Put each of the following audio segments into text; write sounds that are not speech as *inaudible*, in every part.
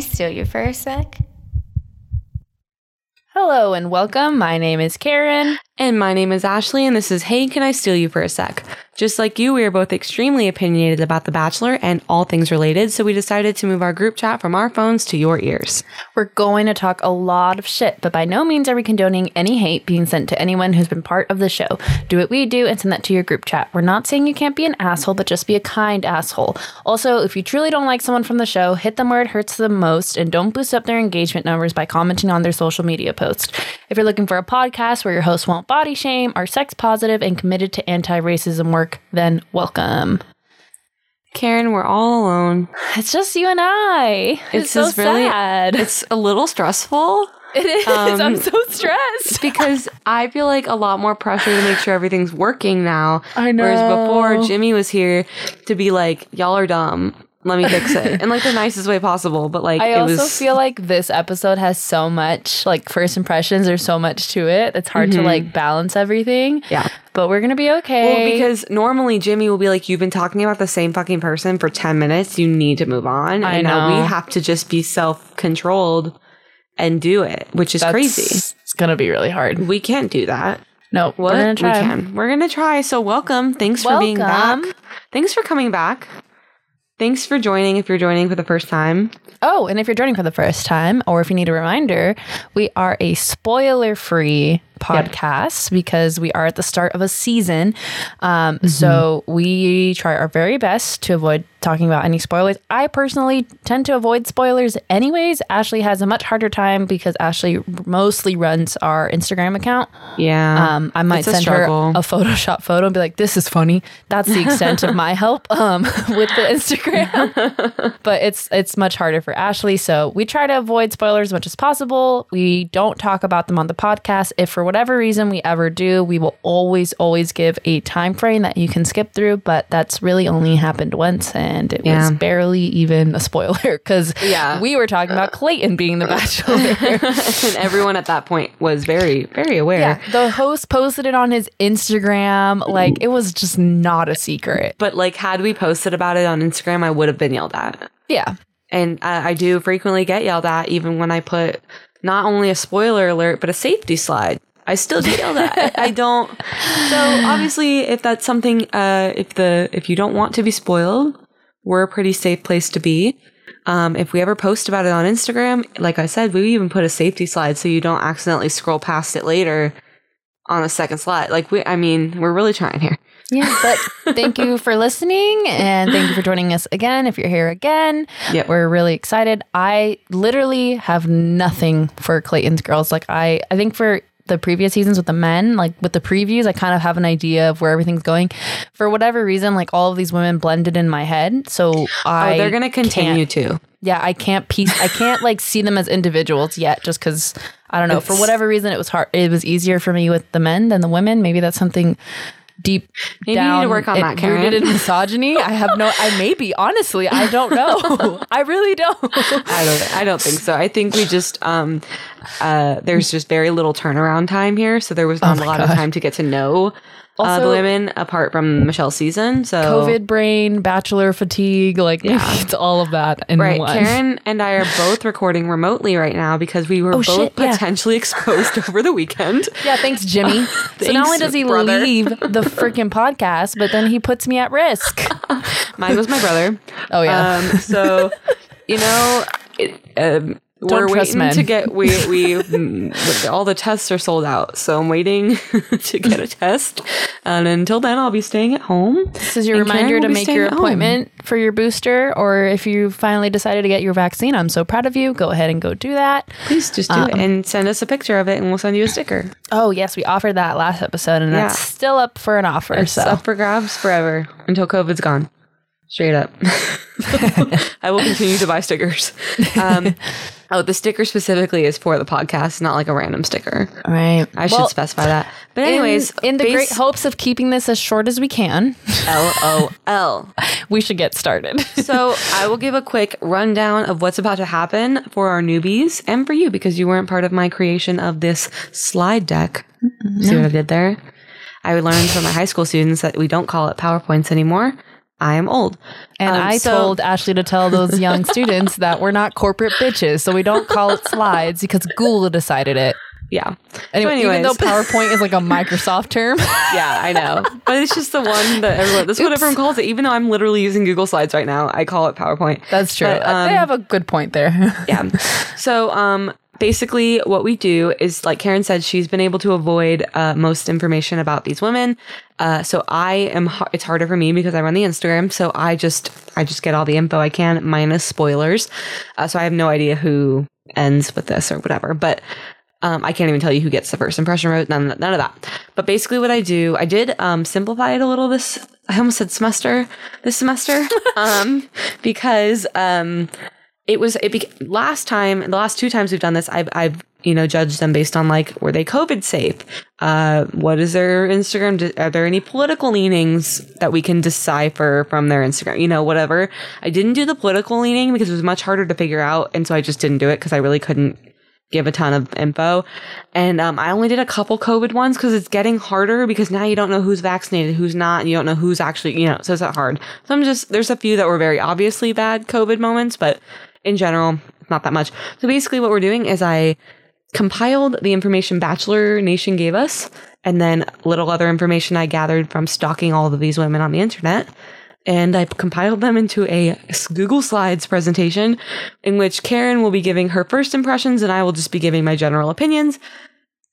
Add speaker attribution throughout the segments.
Speaker 1: steal you for a sec?
Speaker 2: Hello and welcome. My name is Karen.
Speaker 3: And my name is Ashley, and this is Hey, Can I Steal You for a Sec? Just like you, we are both extremely opinionated about The Bachelor and all things related, so we decided to move our group chat from our phones to your ears.
Speaker 2: We're going to talk a lot of shit, but by no means are we condoning any hate being sent to anyone who's been part of the show. Do what we do and send that to your group chat. We're not saying you can't be an asshole, but just be a kind asshole. Also, if you truly don't like someone from the show, hit them where it hurts the most and don't boost up their engagement numbers by commenting on their social media post. If you're looking for a podcast where your hosts won't body shame, are sex positive, and committed to anti racism work, then welcome.
Speaker 3: Karen, we're all alone.
Speaker 2: It's just you and I. *laughs* It's, so
Speaker 3: just really-
Speaker 2: sad.
Speaker 3: It's a
Speaker 2: *laughs*
Speaker 3: little stressful
Speaker 2: It is. I'm
Speaker 3: Um,
Speaker 2: so stressed.
Speaker 3: because I feel like a lot more pressure to make sure everything's working now.
Speaker 2: I
Speaker 3: Whereas
Speaker 2: know.
Speaker 3: before, Jimmy was here to be like, y'all are dumb. Let me fix
Speaker 2: *laughs*
Speaker 3: it. in like the nicest way possible, but like
Speaker 2: I
Speaker 3: it
Speaker 2: also
Speaker 3: was
Speaker 2: feel like this episode has so much, like first impressions, there's so much to it. It's hard to like balance everything.
Speaker 3: Mm-hmm. Yeah.
Speaker 2: But we're going to be okay.
Speaker 3: Well, because normally Jimmy will be like, You've been talking about the same fucking person for 10 minutes. You need to move on.
Speaker 2: I
Speaker 3: and now
Speaker 2: know.
Speaker 3: we have to just be self controlled and do it, which is
Speaker 2: That's-
Speaker 3: crazy.
Speaker 2: It's going to be really hard.
Speaker 3: We can't do that.
Speaker 2: No,
Speaker 3: What?
Speaker 2: we're going to try.
Speaker 3: We can. We're going to try. So, welcome. Thanks for being back.
Speaker 2: Welcome.
Speaker 3: Thanks for coming back. Thanks for joining if you're joining for the first time.
Speaker 2: Oh, and if you're joining for the first time, or if you need a reminder, we are a spoiler free podcast because we are at the start of a season. Um, So we try our very best to avoid talking about any spoilers. I personally tend to avoid spoilers anyways. Ashley has a much harder time because Ashley mostly runs our Instagram account.
Speaker 3: Yeah.
Speaker 2: Um, I might
Speaker 3: It's a
Speaker 2: send her a
Speaker 3: struggle.
Speaker 2: Photoshop photo and be like, "This is funny." That's the extent of
Speaker 3: *laughs*
Speaker 2: my help um, *laughs* with the Instagram. but it's it's much harder for Ashley, so we try to avoid spoilers as much as possible. We don't talk about them on the podcast. If for whatever reason we ever do, we will always always give a time frame that you can skip through. But that's really only happened once, and it
Speaker 3: Yeah.
Speaker 2: was barely even a spoiler *laughs* because
Speaker 3: Yeah.
Speaker 2: we were talking about Clayton being
Speaker 3: *laughs*
Speaker 2: the Bachelor.
Speaker 3: and everyone at that point was very, very aware.
Speaker 2: Yeah, the host posted it on his Instagram. Like it was just not a secret.
Speaker 3: But like, had we posted about it on Instagram, I would have been yelled at.
Speaker 2: Yeah.
Speaker 3: and I, I do frequently get yelled at even when I put not only a spoiler alert but a safety slide. I still get yelled at. I don't. So obviously, if that's something, uh, if the if you don't want to be spoiled, we're a pretty safe place to be. Um, if we ever post about it on Instagram, like I said, we even put a safety slide so you don't accidentally scroll past it later on a second slide. Like we, I mean, we're really trying here.
Speaker 2: Yeah. But thank you for listening and thank you for joining us again. If you're here again,
Speaker 3: Yep.
Speaker 2: we're really excited. I literally have nothing for Clayton's girls. Like I I think for the previous seasons with the men, like with the previews, I kind of have an idea of where everything's going. For whatever reason, like all of these women blended in my head. So I
Speaker 3: Oh, they're gonna continue to.
Speaker 2: yeah i can't piece i can't like see them as individuals yet just because i don't know for whatever reason it was hard it was easier for me with the men than the women maybe that's something deep
Speaker 3: Maybe you need to
Speaker 2: down
Speaker 3: work on
Speaker 2: and
Speaker 3: that, Karen.
Speaker 2: rooted in misogyny i have no i maybe honestly i don't
Speaker 3: *laughs*
Speaker 2: know i really don't
Speaker 3: I don't. I don't think so. I think we just um, uh, there's just very little turnaround time here, so there was not a lot of time to get to know uh, the
Speaker 2: Oh Also-
Speaker 3: women apart from Michelle's season. So
Speaker 2: covid brain bachelor fatigue like *laughs* it's all of that in
Speaker 3: Right,
Speaker 2: one *laughs*
Speaker 3: Karen and I are both recording remotely right now because we were both
Speaker 2: Oh, shit, yeah.
Speaker 3: potentially *laughs* exposed over the weekend.
Speaker 2: Yeah, thanks,
Speaker 3: *laughs*
Speaker 2: Jimmy. so not
Speaker 3: Thanks,
Speaker 2: only does he
Speaker 3: brother.
Speaker 2: leave the freaking podcast, but then he puts me at risk.
Speaker 3: Mine was
Speaker 2: *laughs*
Speaker 3: my brother.
Speaker 2: Oh, yeah.
Speaker 3: Um, so you know, it, um, we're
Speaker 2: trust
Speaker 3: waiting
Speaker 2: men.
Speaker 3: to get we we mm, all the tests are sold out, so I'm waiting *laughs* to get a test, and until then, I'll be staying at home.
Speaker 2: This is your
Speaker 3: And Karen
Speaker 2: reminder
Speaker 3: will
Speaker 2: to
Speaker 3: be
Speaker 2: make
Speaker 3: staying
Speaker 2: your
Speaker 3: at home.
Speaker 2: appointment for your booster, or if you finally decided to get your vaccine, I'm so proud of you. Go ahead and go do that.
Speaker 3: Please just do it Uh, and send us a picture of it, and we'll send you a sticker.
Speaker 2: Oh, yes, we offered that last episode, and that's
Speaker 3: Yeah.
Speaker 2: still up for an offer.
Speaker 3: It's
Speaker 2: so
Speaker 3: up for grabs forever until COVID's gone. Straight up. *laughs* I will continue to buy stickers. *laughs* Um, oh, the sticker specifically is for the podcast, not like a random sticker.
Speaker 2: right,
Speaker 3: I should specify that. But anyways,
Speaker 2: Anyways, in, the great
Speaker 3: base-
Speaker 2: hopes of keeping this as short as we can, *laughs*
Speaker 3: L O L.
Speaker 2: we should get started.
Speaker 3: So I will give a quick rundown of what's about to happen for our newbies and for you because you weren't part of my creation of this slide deck. See what I did there? I learned from my high school students that we don't call it PowerPoints anymore. I am old.
Speaker 2: *laughs* And
Speaker 3: Um,
Speaker 2: I
Speaker 3: so-
Speaker 2: told Ashley to tell those young students that we're not corporate bitches, so we don't call it slides because Google decided it.
Speaker 3: Yeah.
Speaker 2: Anyway, even
Speaker 3: anyways.
Speaker 2: though
Speaker 3: *laughs*
Speaker 2: PowerPoint is like a Microsoft *laughs* term,
Speaker 3: Yeah, I know. but it's just the one that everyone, that's what
Speaker 2: Oops.
Speaker 3: everyone calls it. Even though I'm literally using Google Slides right now, I call it PowerPoint.
Speaker 2: that's true.
Speaker 3: But, um,
Speaker 2: they have a good point there.
Speaker 3: yeah. So, um, basically, what we do is, like Karen said, she's been able to avoid uh, most information about these women. Uh, so I am. har- It's harder for me because I run the Instagram. So I just, I just get all the info I can, minus spoilers. Uh, so I have no idea who ends with this or whatever. But um, I can't even tell you who gets the first impression vote. None, none of that. But basically, what I do, I did um, simplify it a little this. I almost said semester. This semester, *laughs* um, because um, it was it bec last time. The last two times we've done this, I've, I've you know judged them based on like were they COVID safe? Uh, what is their Instagram? d- Are there any political leanings that we can decipher from their Instagram? You know, whatever. I didn't do the political leaning because it was much harder to figure out, and so I just didn't do it because I really couldn't give a ton of info. And um, I only did a couple COVID ones because it's getting harder because now you don't know who's vaccinated, who's not, and you don't know who's actually, you know, so it's not hard. So I'm just, there's a few that were very obviously bad COVID moments, but in general, not that much. So basically, what we're doing is I compiled the information Bachelor Nation gave us and then little other information I gathered from stalking all of these women on the internet. And I compiled them into a Google Slides presentation in which Karen will be giving her first impressions and I will just be giving my general opinions.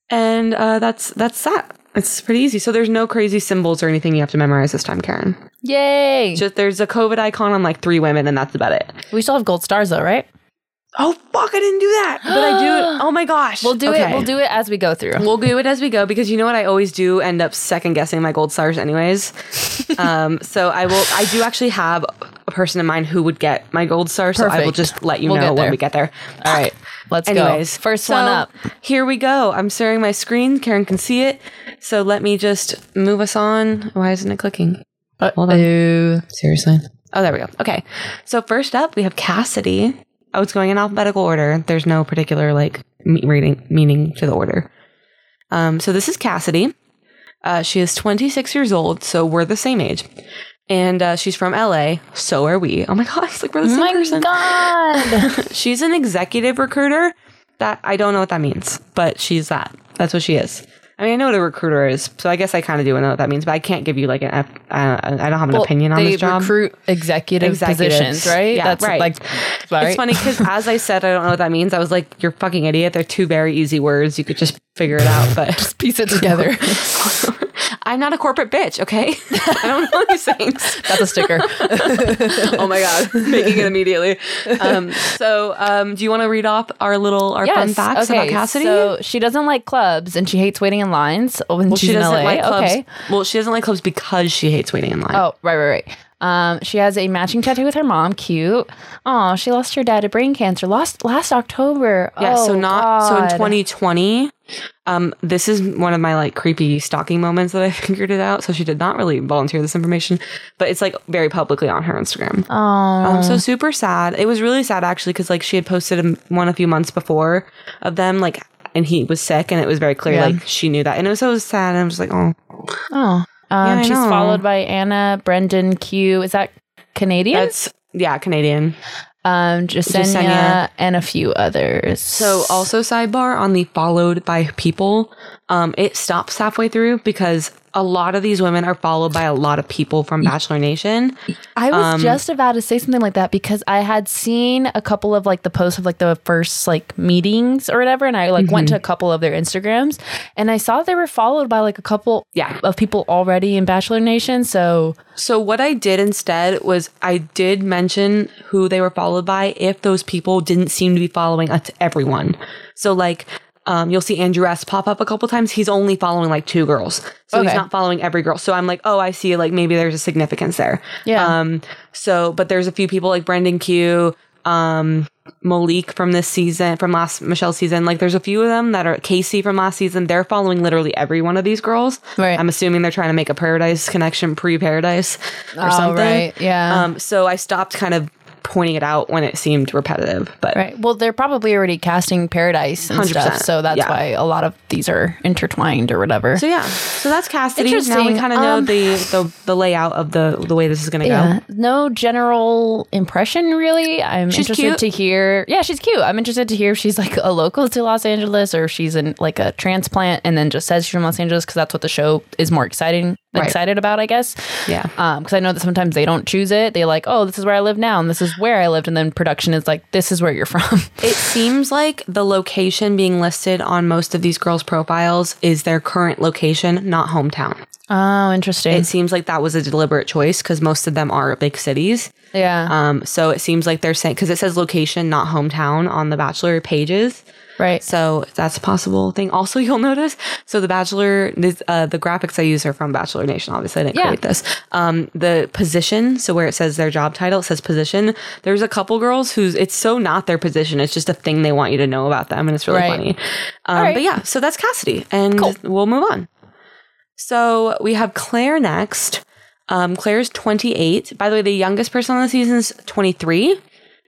Speaker 3: And uh, that's that's that. It's pretty easy. So there's no crazy symbols or anything you have to memorize this time, Karen.
Speaker 2: *laughs* Yay!
Speaker 3: Just there's a COVID icon on like three women, and that's about it.
Speaker 2: we still have gold stars though, right?
Speaker 3: Oh fuck! I didn't do that, but I do *gasps* it. Oh my gosh!
Speaker 2: We'll do
Speaker 3: Okay.
Speaker 2: it. We'll do it as we go through.
Speaker 3: We'll do it as we go because you know what I always do end up second guessing my gold
Speaker 2: *laughs*
Speaker 3: stars anyways. um, so I will I do actually have a person in mind who would get my gold star, so I will
Speaker 2: Perfect.
Speaker 3: just let you
Speaker 2: We'll
Speaker 3: know
Speaker 2: get
Speaker 3: when
Speaker 2: there.
Speaker 3: we get there.
Speaker 2: All right, let's
Speaker 3: Anyways,
Speaker 2: go. First
Speaker 3: so
Speaker 2: one up.
Speaker 3: Here we go. I'm sharing my screen. Karen can see it. So let me just move us on. Why isn't it clicking?
Speaker 2: Hold on.
Speaker 3: Seriously. Oh, there we go. Okay. So first up, we have Cassidy. Oh, it's going in alphabetical order. There's no particular like me- reading meaning to the order. Um, so this is Cassidy. Uh, she is 26 years old, so we're the same age, and uh, she's from LA. So are we. Oh my *laughs* god, it's like we're the same
Speaker 2: my
Speaker 3: person. *laughs*
Speaker 2: God.
Speaker 3: She's an executive recruiter. That I don't know what that means, but she's that. That's what she is. I mean, I know what a recruiter is, so I guess I kind of do know what that means, but I can't give you like an. F- uh, I don't have an opinion on
Speaker 2: they
Speaker 3: this job.
Speaker 2: recruit executive
Speaker 3: Executives.
Speaker 2: positions, right?
Speaker 3: Yeah,
Speaker 2: That's
Speaker 3: right.
Speaker 2: like, right? *laughs*
Speaker 3: It's funny *laughs* because as I said, I don't know what that means. I was like, "You're fucking idiot." They're two very easy words. You could just figure it out. But
Speaker 2: Piece it together.
Speaker 3: *laughs* I'm not a corporate bitch, okay? *laughs* I don't know these things.
Speaker 2: That's a *laughs* sticker.
Speaker 3: *laughs* Oh my *laughs* god, making it immediately. *laughs* Um, so, um, do you want to read off our little our fun facts about Cassidy?
Speaker 2: So she doesn't like clubs and she hates waiting in lines when
Speaker 3: well,
Speaker 2: she's
Speaker 3: she doesn't
Speaker 2: in LA.
Speaker 3: like clubs.
Speaker 2: Okay.
Speaker 3: Well, she doesn't like clubs because she hates waiting in line.
Speaker 2: Oh, right, right, right. Um, she has a matching tattoo with her mom. Cute. Oh, she lost her dad to brain cancer last last October.
Speaker 3: Yeah, so
Speaker 2: Oh,
Speaker 3: not so in
Speaker 2: God.
Speaker 3: 2020. Um, this is one of my like creepy stalking moments that I *laughs* figured it out. So she did not really volunteer this information, but it's like very publicly on her Instagram.
Speaker 2: Oh,
Speaker 3: Um, so super sad. It was really sad actually because like she had posted a, one a few months before of them like, and he was sick, and it was very clear
Speaker 2: Yeah.
Speaker 3: like she knew that, and it was so sad. And I was just like, oh,
Speaker 2: oh. Um,
Speaker 3: I
Speaker 2: she's
Speaker 3: know.
Speaker 2: followed by Anna Brendan Q. Is that Canadian?
Speaker 3: that's yeah, Canadian.
Speaker 2: um, Jasenia,
Speaker 3: Jasenia.
Speaker 2: and a few others.
Speaker 3: So also sidebar on the followed by people, um, it stops halfway through because a lot of these women are followed by a lot of people from Bachelor Nation.
Speaker 2: I was
Speaker 3: um,
Speaker 2: just about to say something like that because I had seen a couple of like the posts of like the first like meetings or whatever, and I like went
Speaker 3: Mm-hmm.
Speaker 2: to a couple of their Instagrams, and I saw they were followed by like a couple
Speaker 3: Yeah.
Speaker 2: of people already in Bachelor Nation. So
Speaker 3: So what I did instead was I did mention who they were followed by if those people didn't seem to be following us everyone. So like um, you'll see Andrew S pop up a couple times. He's only following like two girls. So he's
Speaker 2: Okay.
Speaker 3: not following every girl. So I'm like, oh, I see like maybe there's a significance there.
Speaker 2: Yeah.
Speaker 3: Um, so but there's a few people like Brendan Q, um, Malik from this season, from last Michelle's season. Like there's a few of them that are Casey from last season. They're following literally every one of these girls.
Speaker 2: Right.
Speaker 3: I'm assuming they're trying to make a paradise connection pre paradise or
Speaker 2: Oh,
Speaker 3: something.
Speaker 2: right, yeah.
Speaker 3: Um, so I stopped kind of pointing it out when it seemed repetitive. But
Speaker 2: Right. Well, they're probably already casting Paradise and stuff,
Speaker 3: 100%,
Speaker 2: so that's
Speaker 3: yeah.
Speaker 2: why a lot of these are intertwined or whatever.
Speaker 3: so yeah, so that's Cassidy. Now we
Speaker 2: Interesting.
Speaker 3: kind of know
Speaker 2: Um,
Speaker 3: the, the the layout of the the way this is gonna go.
Speaker 2: yeah. No general impression, really. I'm
Speaker 3: She's
Speaker 2: interested
Speaker 3: cute.
Speaker 2: to hear. Yeah, she's cute. I'm interested to hear if she's like a local to Los Angeles or if she's in like a transplant and then just says she's from Los Angeles because that's what the show is more exciting
Speaker 3: Right.
Speaker 2: excited about, I guess.
Speaker 3: Yeah.
Speaker 2: Because I know that sometimes they don't choose it. They like, oh, this is where I live now and this is where I lived, and then production is like, this is where you're *laughs* from.
Speaker 3: It seems like the location being listed on most of these girls' profiles is their current location, not hometown.
Speaker 2: oh, interesting.
Speaker 3: It seems like that was a deliberate choice because most of them are big cities.
Speaker 2: yeah.
Speaker 3: Um, so it seems like they're saying because it says location, not hometown, on the Bachelor pages.
Speaker 2: right.
Speaker 3: So that's a possible thing. Also, *laughs* you'll notice. So the Bachelor, this, uh, the graphics I use are from Bachelor Nation. Obviously, I didn't
Speaker 2: Yeah.
Speaker 3: create this. Um, the position. So where it says their job title, it says position. There's a couple girls who's it's so not their position. It's just a thing they want you to know about them, and it's really
Speaker 2: Right.
Speaker 3: funny. Um,
Speaker 2: right.
Speaker 3: But yeah, so that's Cassidy, and we'll move on. So we have Claire next. Um, Claire's 28. By the way, the youngest person on the season is 23.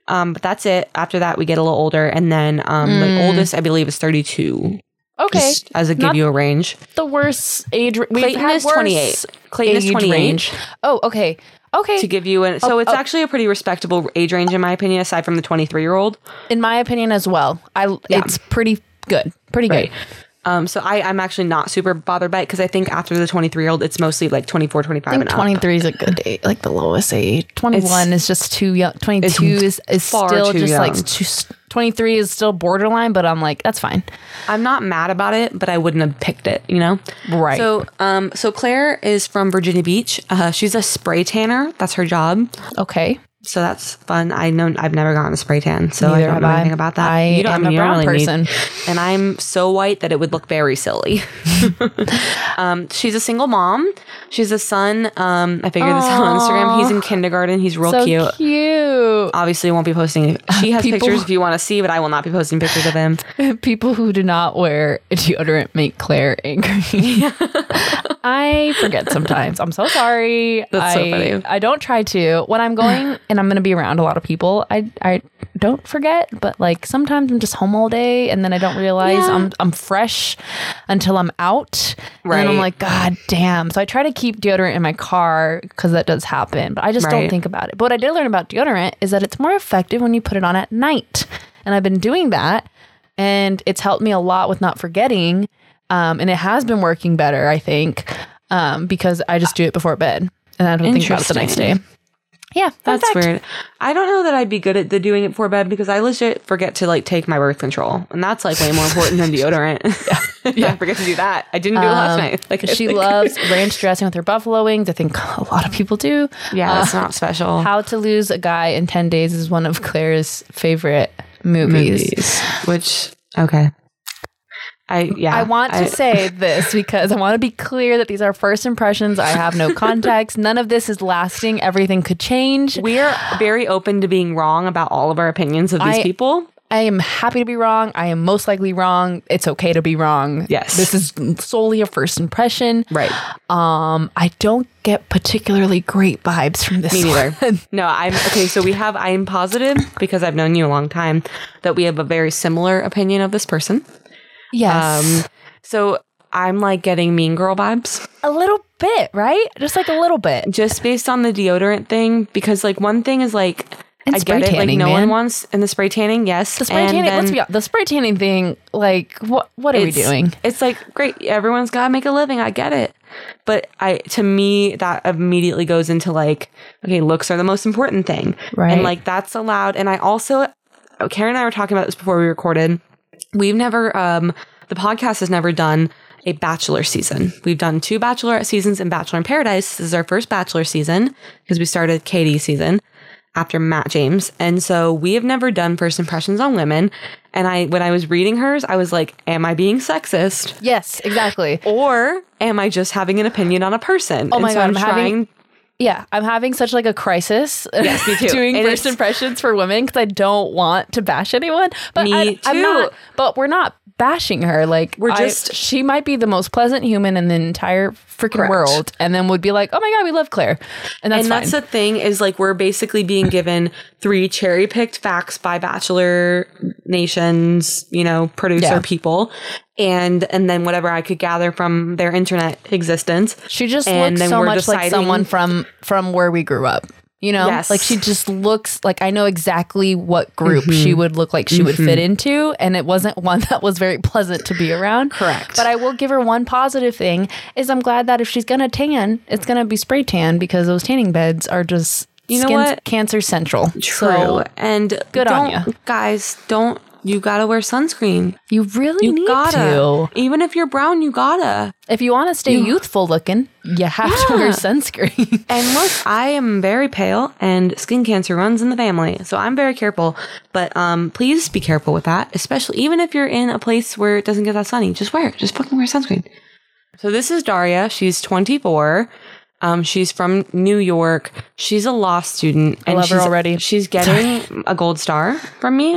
Speaker 3: Um, but that's it. After that, we get a little older, and then um, the oldest, I believe, is 32.
Speaker 2: Okay.
Speaker 3: Just as a give
Speaker 2: Not-
Speaker 3: you a range.
Speaker 2: the worst age. We've
Speaker 3: Clayton
Speaker 2: had
Speaker 3: is
Speaker 2: worse
Speaker 3: 28. Clayton is
Speaker 2: age
Speaker 3: 28.
Speaker 2: range. Oh, okay.
Speaker 3: To
Speaker 2: Okay.
Speaker 3: give you an, so it's actually a pretty respectable age range in my opinion, aside from the 23 year old.
Speaker 2: In my opinion, as well. I it's pretty good. Pretty
Speaker 3: Right.
Speaker 2: good.
Speaker 3: Um, so I, I'm actually not super bothered by it because I think after the 23 year old, it's mostly like 24, 25
Speaker 2: I
Speaker 3: and
Speaker 2: think
Speaker 3: up.
Speaker 2: 23 is a good age, like the lowest age. 21 is just too young. 22 is, is
Speaker 3: far
Speaker 2: still
Speaker 3: too
Speaker 2: just like
Speaker 3: young.
Speaker 2: too, 23 is still borderline, but I'm like, that's fine.
Speaker 3: I'm not mad about it, but I wouldn't have picked it, you know?
Speaker 2: Right.
Speaker 3: So, um, so Claire is from Virginia Beach. Uh, she's a spray tanner. That's her job.
Speaker 2: Okay.
Speaker 3: So that's fun. I know I've never gotten a spray tan, so I
Speaker 2: Neither
Speaker 3: don't
Speaker 2: have
Speaker 3: know
Speaker 2: I.
Speaker 3: anything about that.
Speaker 2: I
Speaker 3: you don't,
Speaker 2: am
Speaker 3: mean,
Speaker 2: a
Speaker 3: you don't
Speaker 2: brown
Speaker 3: really need-
Speaker 2: person.
Speaker 3: and I'm so white that it would look very silly. *laughs* um, she's a single mom. She's a son. Um, I figured this out on Instagram. He's in kindergarten. He's real
Speaker 2: So
Speaker 3: cute.
Speaker 2: cute.
Speaker 3: Obviously, won't
Speaker 2: *laughs*
Speaker 3: be posting. She has
Speaker 2: people-
Speaker 3: pictures if you want to see, but I will not be posting pictures of him.
Speaker 2: *laughs* People who do not wear deodorant make Claire
Speaker 3: *laughs*
Speaker 2: angry. I forget sometimes. I'm so sorry. I,
Speaker 3: That's so funny.
Speaker 2: I don't try to. When I'm
Speaker 3: *sighs*
Speaker 2: going and I'm going to be around a lot of people, I I don't forget, but like sometimes I'm just home all day and then I don't realize
Speaker 3: Yeah.
Speaker 2: I'm I'm fresh until I'm out. And then I'm
Speaker 3: Right.
Speaker 2: like, God damn. So I try to keep deodorant in my car because that does happen, but I just don't
Speaker 3: Right.
Speaker 2: think about it. But what I did learn about deodorant is that it's more effective when you put it on at night. And I've been doing that and it's helped me a lot with not forgetting. Um, and it has been working better, I think, um, because I just do it before bed and I don't think about it the next day.
Speaker 3: Interesting.
Speaker 2: Yeah, fun
Speaker 3: That's
Speaker 2: fact.
Speaker 3: weird. I don't know that I'd be good at the doing it before bed because I legit forget to like take my birth control, and that's like way more important than deodorant.
Speaker 2: *laughs*
Speaker 3: yeah, *laughs* I forget to do that. I didn't do it last
Speaker 2: Um,
Speaker 3: night. *laughs* Like I
Speaker 2: she
Speaker 3: think-
Speaker 2: loves ranch dressing with her buffalo wings. I think *laughs* a lot of people do.
Speaker 3: Yeah, that's not special.
Speaker 2: How to Lose a Guy in 10 Days is one of Claire's favorite movies.
Speaker 3: Which okay. I yeah.
Speaker 2: I want to
Speaker 3: *laughs*
Speaker 2: say this because I want to be clear that these are first impressions. I have
Speaker 3: *laughs*
Speaker 2: no context. None of this is lasting. Everything could change.
Speaker 3: we are very open to being wrong about all of our opinions of these
Speaker 2: I-
Speaker 3: people.
Speaker 2: I am happy to be wrong. I am most likely wrong. It's okay to be wrong.
Speaker 3: Yes.
Speaker 2: This is solely a first impression.
Speaker 3: Right.
Speaker 2: Um, I don't get particularly great vibes from this *laughs*
Speaker 3: Me neither.
Speaker 2: one.
Speaker 3: No, I'm okay. So we have. I am positive because I've known you a long time that we have a very similar opinion of this person. Um,
Speaker 2: yes.
Speaker 3: So I'm like getting mean girl vibes
Speaker 2: a little bit, right? Just like a little bit.
Speaker 3: just based on the deodorant thing because like one thing is like
Speaker 2: And
Speaker 3: I
Speaker 2: spray
Speaker 3: get it like
Speaker 2: tanning,
Speaker 3: no one
Speaker 2: man.
Speaker 3: wants and the spray tanning yes
Speaker 2: The spray
Speaker 3: and
Speaker 2: tanning,
Speaker 3: then-
Speaker 2: let's be honest, the spray tanning thing, like what what are we
Speaker 3: it's-
Speaker 2: doing?
Speaker 3: It's like great, everyone's gotta make a living. I get it, but I to me that immediately goes into like okay, looks are the most important thing,
Speaker 2: Right.
Speaker 3: And like that's allowed. And I also, oh, Karen and I were talking about this before we recorded. We've never, um, the podcast has never done a bachelor season. We've done two bachelorette seasons and Bachelor in Paradise. This is our first bachelor season because we started Katie season after Matt James. And so we have never done first impressions on women. And I, when I was reading hers, I was like, am I being sexist?
Speaker 2: Yes, exactly.
Speaker 3: Or am I just having an opinion on a person? Oh
Speaker 2: my
Speaker 3: and
Speaker 2: God,
Speaker 3: so I'm
Speaker 2: I'm having-
Speaker 3: trying
Speaker 2: Yeah, I'm having such like a crisis *laughs*
Speaker 3: me too.
Speaker 2: doing
Speaker 3: And
Speaker 2: first
Speaker 3: it's-
Speaker 2: impressions for women because I don't want to bash anyone. But
Speaker 3: Me
Speaker 2: I, I'm
Speaker 3: too.
Speaker 2: not. But we're not bashing her. Like
Speaker 3: We're
Speaker 2: I-
Speaker 3: just-
Speaker 2: she might be the most pleasant human in the entire freaking
Speaker 3: Correct.
Speaker 2: world, and then would be like, oh my god, we love Claire, and that's
Speaker 3: and
Speaker 2: fine.
Speaker 3: that's the thing is like we're basically being given three cherry picked facts by Bachelor Nation's, you know, producer
Speaker 2: Yeah.
Speaker 3: people, and and then whatever I could gather from their internet existence.
Speaker 2: she just
Speaker 3: and
Speaker 2: looks
Speaker 3: then
Speaker 2: so
Speaker 3: we're
Speaker 2: much like
Speaker 3: deciding-
Speaker 2: someone from from where we grew up. You know,
Speaker 3: Yes.
Speaker 2: like she just looks like I know exactly what group
Speaker 3: Mm-hmm.
Speaker 2: she would look like she would fit into, and it wasn't *laughs* one that was very pleasant to be around.
Speaker 3: Correct.
Speaker 2: But I will give her one positive thing is I'm glad that if she's gonna tan, it's gonna be spray tan because those tanning beds are just
Speaker 3: You know
Speaker 2: skin
Speaker 3: what?
Speaker 2: cancer central.
Speaker 3: True.
Speaker 2: So
Speaker 3: and
Speaker 2: good on
Speaker 3: don't,
Speaker 2: ya.
Speaker 3: guys. Don't you gotta wear sunscreen?
Speaker 2: you really
Speaker 3: You
Speaker 2: need
Speaker 3: gotta.
Speaker 2: to.
Speaker 3: Even if you're brown, you gotta.
Speaker 2: If you want to stay youthful looking, you have to wear sunscreen. *laughs*
Speaker 3: And look, I am very pale and skin cancer runs in the family. So I'm very careful. But um please be careful with that, especially even if you're in a place where it doesn't get that sunny. Just wear it. Just fucking wear sunscreen. So this is Daria. She's 24. Um, she's from New York. She's a law student. And
Speaker 2: love her
Speaker 3: she's,
Speaker 2: already.
Speaker 3: She's getting a gold star from
Speaker 2: *laughs*
Speaker 3: me.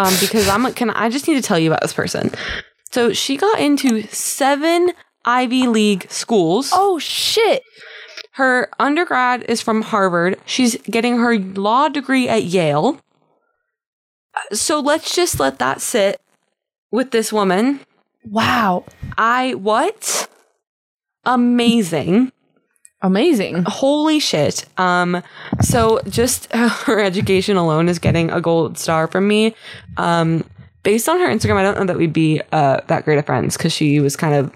Speaker 3: Um, because I'm can I just need to tell you about this person. So she got into seven Ivy League schools.
Speaker 2: oh shit.
Speaker 3: Her undergrad is from Harvard. She's getting her law degree at Yale. So let's just let that sit with this woman.
Speaker 2: Wow.
Speaker 3: I what? Amazing.
Speaker 2: Amazing.
Speaker 3: Holy shit. Um so just *laughs* her education alone is getting a gold star from me. Um based on her Instagram, I don't know that we'd be uh that great of friends cuz she was kind of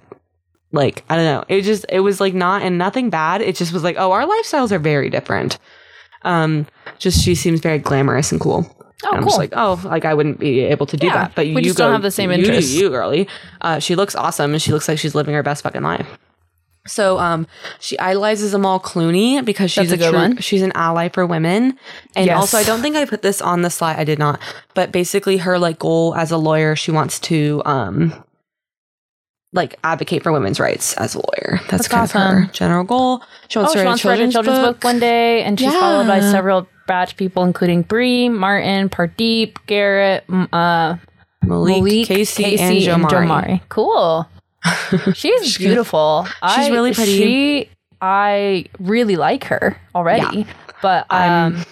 Speaker 3: like I don't know. It just it was like not and nothing bad. It just was like, "Oh, our lifestyles are very different." Um just she seems very glamorous and cool.
Speaker 2: Oh,
Speaker 3: And I'm
Speaker 2: cool.
Speaker 3: just like, "Oh, like I wouldn't be able to do
Speaker 2: Yeah,
Speaker 3: that." But
Speaker 2: we
Speaker 3: you
Speaker 2: just don't
Speaker 3: go-
Speaker 2: have the same
Speaker 3: you do
Speaker 2: interests.
Speaker 3: You, girly. Uh she looks awesome and she looks like she's living her best fucking life. So um she idolizes Amal Clooney because she's
Speaker 2: That's a good
Speaker 3: true-
Speaker 2: one.
Speaker 3: she's an ally for women. And
Speaker 2: Yes.
Speaker 3: also I don't think I put this on the slide I did not. But basically her like goal as a lawyer she wants to um like advocate for women's rights as a lawyer.
Speaker 2: That's
Speaker 3: That's, kind of her
Speaker 2: awesome.
Speaker 3: general goal. She wants
Speaker 2: Oh,
Speaker 3: to
Speaker 2: she
Speaker 3: write
Speaker 2: wants
Speaker 3: a
Speaker 2: to write a
Speaker 3: children's,
Speaker 2: children's book. one day, and she's followed by
Speaker 3: Yeah.
Speaker 2: several batch people, including Bree, Martin, Pardeep, Garrett, m- uh,
Speaker 3: Malik,
Speaker 2: Malik,
Speaker 3: Casey,
Speaker 2: Casey,
Speaker 3: and Jomari.
Speaker 2: Cool. *laughs* She's beautiful. I,
Speaker 3: really pretty.
Speaker 2: She, I really like her already, but um,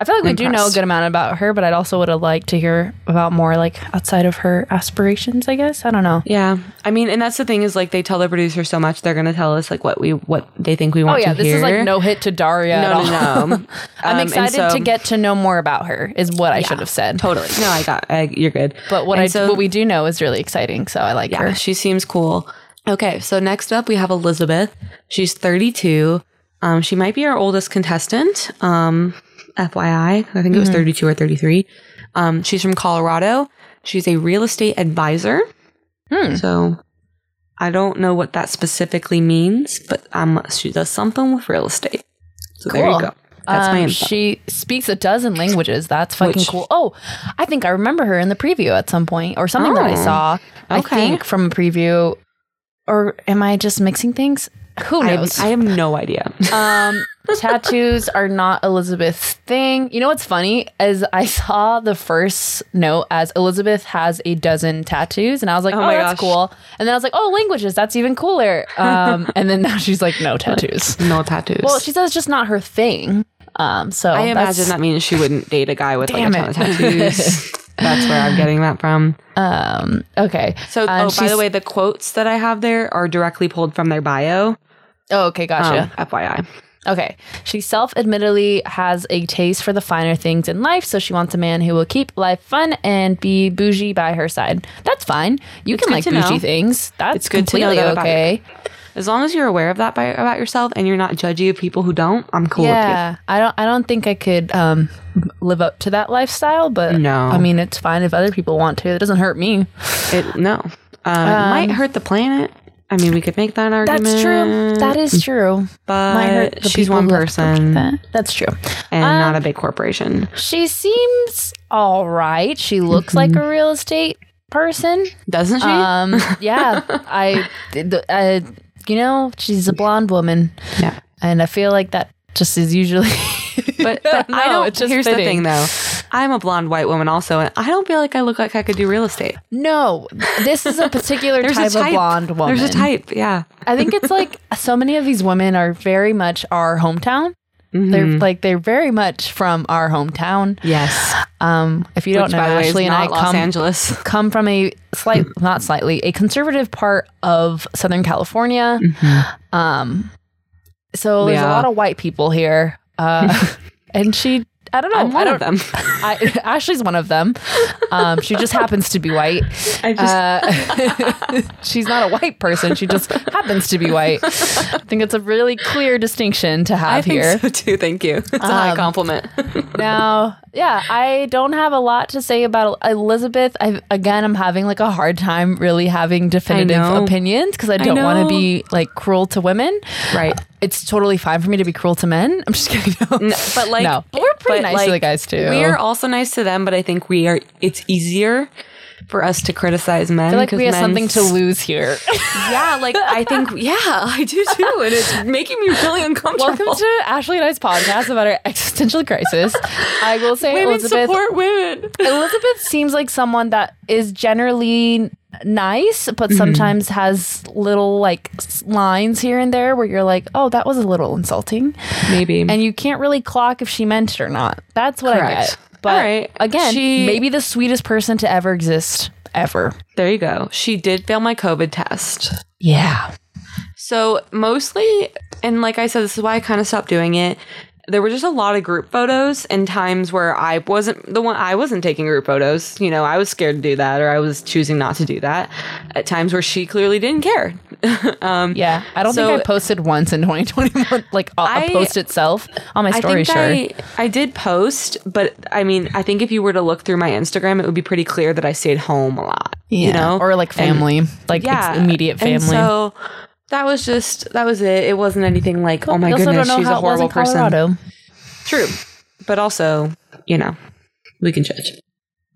Speaker 2: I feel like we do know a
Speaker 3: impressed.
Speaker 2: good amount about her. But I'd also would have liked to hear about more, like outside of her aspirations. I guess I don't know.
Speaker 3: Yeah. I mean, and that's the thing is like they tell the producer so much they're going to tell us like what we what they think we
Speaker 2: Oh
Speaker 3: want
Speaker 2: yeah,
Speaker 3: to
Speaker 2: this
Speaker 3: hear.
Speaker 2: is like no hit to Daria. at
Speaker 3: No,
Speaker 2: all. *laughs*
Speaker 3: no, no. Um,
Speaker 2: I'm
Speaker 3: and
Speaker 2: excited
Speaker 3: so-
Speaker 2: to get to know more about her. Is what I should have said.
Speaker 3: Totally. No, I got. I, you're good.
Speaker 2: But what I
Speaker 3: And so-
Speaker 2: what we do know is really exciting. So I like
Speaker 3: yeah,
Speaker 2: her.
Speaker 3: she seems cool. Okay, so next up we have Elizabeth. She's 32. Um, she might be our oldest contestant. Um, FYI, I think it was 32 or 33. Um, she's from Colorado. She's a real estate advisor.
Speaker 2: Hmm.
Speaker 3: So I don't know what that specifically means, but um, she does something with real estate. So there you
Speaker 2: Cool.
Speaker 3: go. That's
Speaker 2: Um,
Speaker 3: my info.
Speaker 2: she speaks a dozen languages. That's fucking
Speaker 3: Which-
Speaker 2: cool. Oh, I think I remember her in the preview at some point or something that I
Speaker 3: Oh,
Speaker 2: saw. I
Speaker 3: okay.
Speaker 2: think from a preview, or am I just mixing things? Who
Speaker 3: I,
Speaker 2: knows?
Speaker 3: I have no *laughs* idea.
Speaker 2: um, tattoos are not Elizabeth's thing. You know what's funny is I saw the first note as Elizabeth has a dozen tattoos, and I was like,
Speaker 3: Oh
Speaker 2: "Oh,
Speaker 3: my
Speaker 2: that's
Speaker 3: gosh.
Speaker 2: cool." And then I was like, "Oh, languages, that's even cooler."
Speaker 3: *laughs*
Speaker 2: Um, and then now she's like, "No tattoos."
Speaker 3: no tattoos.
Speaker 2: Well, she says it's just not her thing. Um, so
Speaker 3: I
Speaker 2: that's-
Speaker 3: imagine that means she wouldn't date a guy with like a
Speaker 2: Damn
Speaker 3: ton of
Speaker 2: it.
Speaker 3: *laughs* tattoos. That's where I'm getting that from.
Speaker 2: Um, okay.
Speaker 3: So,
Speaker 2: And
Speaker 3: oh, by the
Speaker 2: she's-
Speaker 3: way, the quotes that I have there are directly pulled from their bio.
Speaker 2: Oh, okay,
Speaker 3: Um,
Speaker 2: gotcha.
Speaker 3: FYI.
Speaker 2: Okay. She self admittedly has a taste for the finer things in life, so she wants a man who will keep life fun and be bougie by her side. That's fine. You
Speaker 3: It's
Speaker 2: can
Speaker 3: good
Speaker 2: like
Speaker 3: to
Speaker 2: bougie
Speaker 3: know.
Speaker 2: things. That's
Speaker 3: It's good to know
Speaker 2: completely
Speaker 3: that about
Speaker 2: okay.
Speaker 3: As long as you're aware of that by, about yourself and you're not judgy of people who don't, I'm cool
Speaker 2: Yeah. I don't I don't think I could um live up to that lifestyle, but
Speaker 3: No.
Speaker 2: I mean it's fine if other people want to. It doesn't hurt me.
Speaker 3: with you. It, no. Um, might hurt the planet. I mean, we could make that an argument.
Speaker 2: That's true. That *laughs* is true.
Speaker 3: But
Speaker 2: Might hurt the
Speaker 3: she's
Speaker 2: people
Speaker 3: one
Speaker 2: who have to
Speaker 3: person and
Speaker 2: That- That's true. Um,
Speaker 3: not a big corporation.
Speaker 2: She seems all right. She looks like a real estate person.
Speaker 3: Doesn't she?
Speaker 2: Um,
Speaker 3: *laughs*
Speaker 2: yeah, I, the, uh, you know, she's a blonde woman,
Speaker 3: yeah.
Speaker 2: and I feel like that just is usually. *laughs*
Speaker 3: But, but I
Speaker 2: know,
Speaker 3: don't.
Speaker 2: it's just
Speaker 3: here's the
Speaker 2: fitting.
Speaker 3: thing, though. I'm a blonde white woman also, and I don't feel like I look like I could do real estate.
Speaker 2: No, this
Speaker 3: *laughs*
Speaker 2: is a particular type, of blonde woman.
Speaker 3: There's a type, yeah.
Speaker 2: I think it's
Speaker 3: *laughs*
Speaker 2: like so many of these women are very much our hometown. They're
Speaker 3: Mm-hmm.
Speaker 2: like they're very much from our hometown.
Speaker 3: Yes.
Speaker 2: Um, if you
Speaker 3: Which,
Speaker 2: don't know,
Speaker 3: by the way, is
Speaker 2: Ashley and I
Speaker 3: not Los
Speaker 2: come *laughs*
Speaker 3: Angeles.
Speaker 2: come from a slight, not slightly, a conservative part of Southern California. Um, so there's a
Speaker 3: Mm-hmm. Yeah.
Speaker 2: lot of white people here,
Speaker 3: *laughs*
Speaker 2: uh, and she, I don't know,
Speaker 3: I'm
Speaker 2: I
Speaker 3: one
Speaker 2: don't,
Speaker 3: of them.
Speaker 2: *laughs* I, Ashley's one of them. Um, she just happens to be white.
Speaker 3: I just-
Speaker 2: Uh, *laughs* she's not a white person. She just happens to be white. I think it's a really clear distinction to
Speaker 3: I
Speaker 2: have
Speaker 3: think
Speaker 2: here.
Speaker 3: so too. Thank you. It's a high
Speaker 2: Um, *laughs*
Speaker 3: compliment.
Speaker 2: Now, yeah, I don't have a lot to say about El- Elizabeth. I again, I'm having like a hard time really having definitive
Speaker 3: know.
Speaker 2: opinions because I don't want to
Speaker 3: know.
Speaker 2: be like cruel to women.
Speaker 3: right.
Speaker 2: It's totally fine for me to be cruel to men. I'm just kidding. *laughs* No.
Speaker 3: But like
Speaker 2: No. we're pretty
Speaker 3: but,
Speaker 2: nice to the guys too.
Speaker 3: We are also nice to them, but I think we are. It's easier for us to criticize men.
Speaker 2: I feel like
Speaker 3: 'cause
Speaker 2: we have
Speaker 3: men
Speaker 2: something to lose here.
Speaker 3: *laughs* Yeah, like I think. Yeah, I do too, and it's making me really uncomfortable.
Speaker 2: *laughs* Welcome to Ashley and I's podcast about our existential crisis. I will say,
Speaker 3: *laughs* women
Speaker 2: Elizabeth.
Speaker 3: support women.
Speaker 2: Elizabeth seems like someone that is generally nice, but
Speaker 3: Mm-hmm.
Speaker 2: sometimes has little like s- lines here and there where you're like, "Oh, that was a little insulting,"
Speaker 3: Maybe.
Speaker 2: and you can't really clock if she meant it or not. That's what I
Speaker 3: Correct.
Speaker 2: get. But
Speaker 3: All right.
Speaker 2: again,
Speaker 3: She-
Speaker 2: maybe the sweetest person to ever exist, ever.
Speaker 3: there you go. She did fail my COVID test.
Speaker 2: Yeah.
Speaker 3: So mostly, and like I said, this is why I kind of stopped doing it. There were just a lot of group photos and times where I wasn't the one I wasn't taking group photos. You know, I was scared to do that or I was choosing not to do that. At times where she clearly didn't care. um,
Speaker 2: Yeah. I don't
Speaker 3: So-
Speaker 2: think I posted once in 2021, like a a
Speaker 3: I-
Speaker 2: post itself on my
Speaker 3: I
Speaker 2: story,
Speaker 3: think
Speaker 2: sure.
Speaker 3: I, I did post, but I mean, I think if you were to look through my Instagram, it would be pretty clear that I stayed home a lot. You know,
Speaker 2: or like
Speaker 3: And-
Speaker 2: family, like ex- immediate family.
Speaker 3: And so that was just that was it. It wasn't anything like, oh my
Speaker 2: We also
Speaker 3: goodness,
Speaker 2: don't know
Speaker 3: she's
Speaker 2: how
Speaker 3: a
Speaker 2: it was in
Speaker 3: horrible person.
Speaker 2: Colorado.
Speaker 3: True, but also you know we can judge.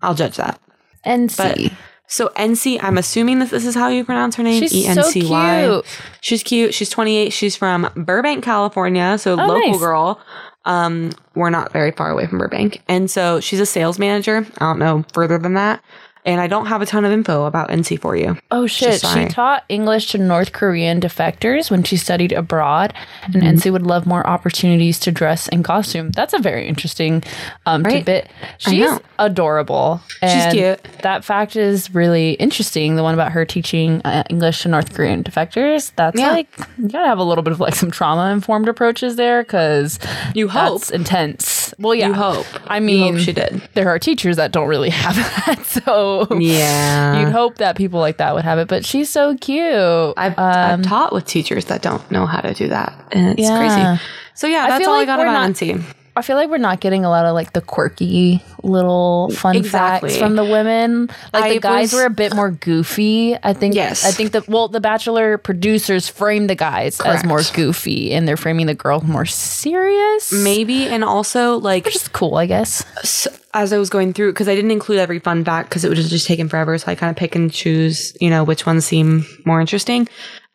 Speaker 3: I'll judge that.
Speaker 2: And see.
Speaker 3: But- So NC, I'm assuming that this is how you pronounce her name. E
Speaker 2: She's so
Speaker 3: E-N-C-Y.
Speaker 2: cute.
Speaker 3: She's cute. She's 28. She's from Burbank, California. So local
Speaker 2: Oh, nice.
Speaker 3: girl. Um, we're not very far away from Burbank. And so she's a sales manager. I don't know further than that. And I don't have a ton of info about NC for you.
Speaker 2: Oh shit! She
Speaker 3: fine.
Speaker 2: taught English to North Korean defectors when she studied abroad, and NC would love more opportunities to dress and costume. That's a very interesting um, tidbit. She's
Speaker 3: know.
Speaker 2: adorable. and
Speaker 3: cute.
Speaker 2: That fact is really interesting. The one about her teaching uh, English to North Korean defectors. That's
Speaker 3: Yeah.
Speaker 2: like you gotta have a little bit of like some trauma informed approaches there because
Speaker 3: You hope.
Speaker 2: that's intense. Well, yeah,
Speaker 3: You hope.
Speaker 2: I
Speaker 3: You
Speaker 2: mean,
Speaker 3: hope she did.
Speaker 2: there are teachers that don't really *laughs* have that, so
Speaker 3: Yeah.
Speaker 2: You'd hope that people like that would have it, but she's so cute. I,
Speaker 3: I've, I've taught with teachers that don't know how to do that, and it's
Speaker 2: Yeah.
Speaker 3: crazy. So yeah, that's
Speaker 2: feel
Speaker 3: all
Speaker 2: like
Speaker 3: I got
Speaker 2: we're
Speaker 3: about
Speaker 2: not-
Speaker 3: NC.
Speaker 2: I feel like we're not getting a lot of like the quirky little fun
Speaker 3: Exactly.
Speaker 2: facts from the women. Like the
Speaker 3: I
Speaker 2: guys
Speaker 3: was-
Speaker 2: were a bit more goofy. I think.
Speaker 3: Yes.
Speaker 2: I think that well, the Bachelor producers frame the guys as
Speaker 3: Correct.
Speaker 2: more goofy, and they're framing the girl more serious.
Speaker 3: Maybe and also like
Speaker 2: Which is cool, I guess.
Speaker 3: s as I was going through because I didn't include every fun fact because it would have just taken forever. So I kind of pick and choose, you know, which ones seem more interesting.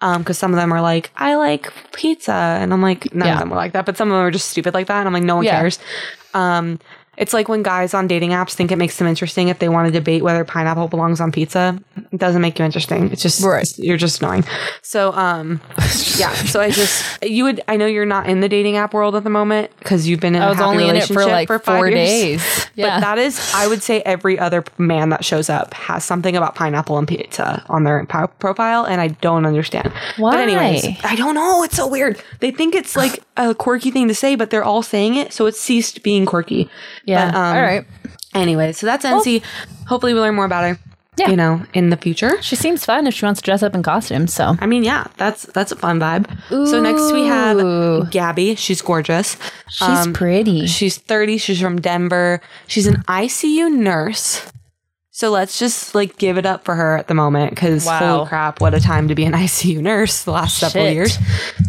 Speaker 3: Um, because some of them are like, I like pizza, and I'm like, none
Speaker 2: Yeah.
Speaker 3: of them were like that, but some of them are just stupid like that, and I'm like, no one
Speaker 2: Yeah.
Speaker 3: cares. Um, it's like when guys on dating apps think it makes them interesting if they want to debate whether pineapple belongs on pizza. It doesn't make you interesting. It's just
Speaker 2: Right.
Speaker 3: you're just annoying. So um,
Speaker 2: *laughs*
Speaker 3: yeah. So I just you would I know you're not in the dating app world at the moment because you've been in
Speaker 2: I
Speaker 3: a
Speaker 2: was
Speaker 3: happy
Speaker 2: only in it for
Speaker 3: relationship
Speaker 2: like
Speaker 3: for five
Speaker 2: four
Speaker 3: years.
Speaker 2: days. Yeah.
Speaker 3: But that is, I would say every other man that shows up has something about pineapple and pizza on their po- profile, and I don't understand. But
Speaker 2: Why?
Speaker 3: anyways, I don't know. It's so weird. They think it's like a quirky thing to say, but they're all saying it, so it's ceased being quirky.
Speaker 2: yeah.
Speaker 3: But, um,
Speaker 2: All right.
Speaker 3: Anyway, so that's NC. Hopefully, we learn more about her.
Speaker 2: Yeah.
Speaker 3: You know, in the future.
Speaker 2: She seems fun if she wants to dress up in costume. So
Speaker 3: I mean, yeah, that's that's a fun vibe. So next we
Speaker 2: Ooh.
Speaker 3: have Gabby. She's gorgeous.
Speaker 2: she's
Speaker 3: um,
Speaker 2: pretty.
Speaker 3: She's 30. She's from Denver. She's an ICU nurse. So let's just like give it up for her at the moment because
Speaker 2: Wow.
Speaker 3: holy crap, what a time to be an *laughs* ICU nurse the last several
Speaker 2: Shit.
Speaker 3: years.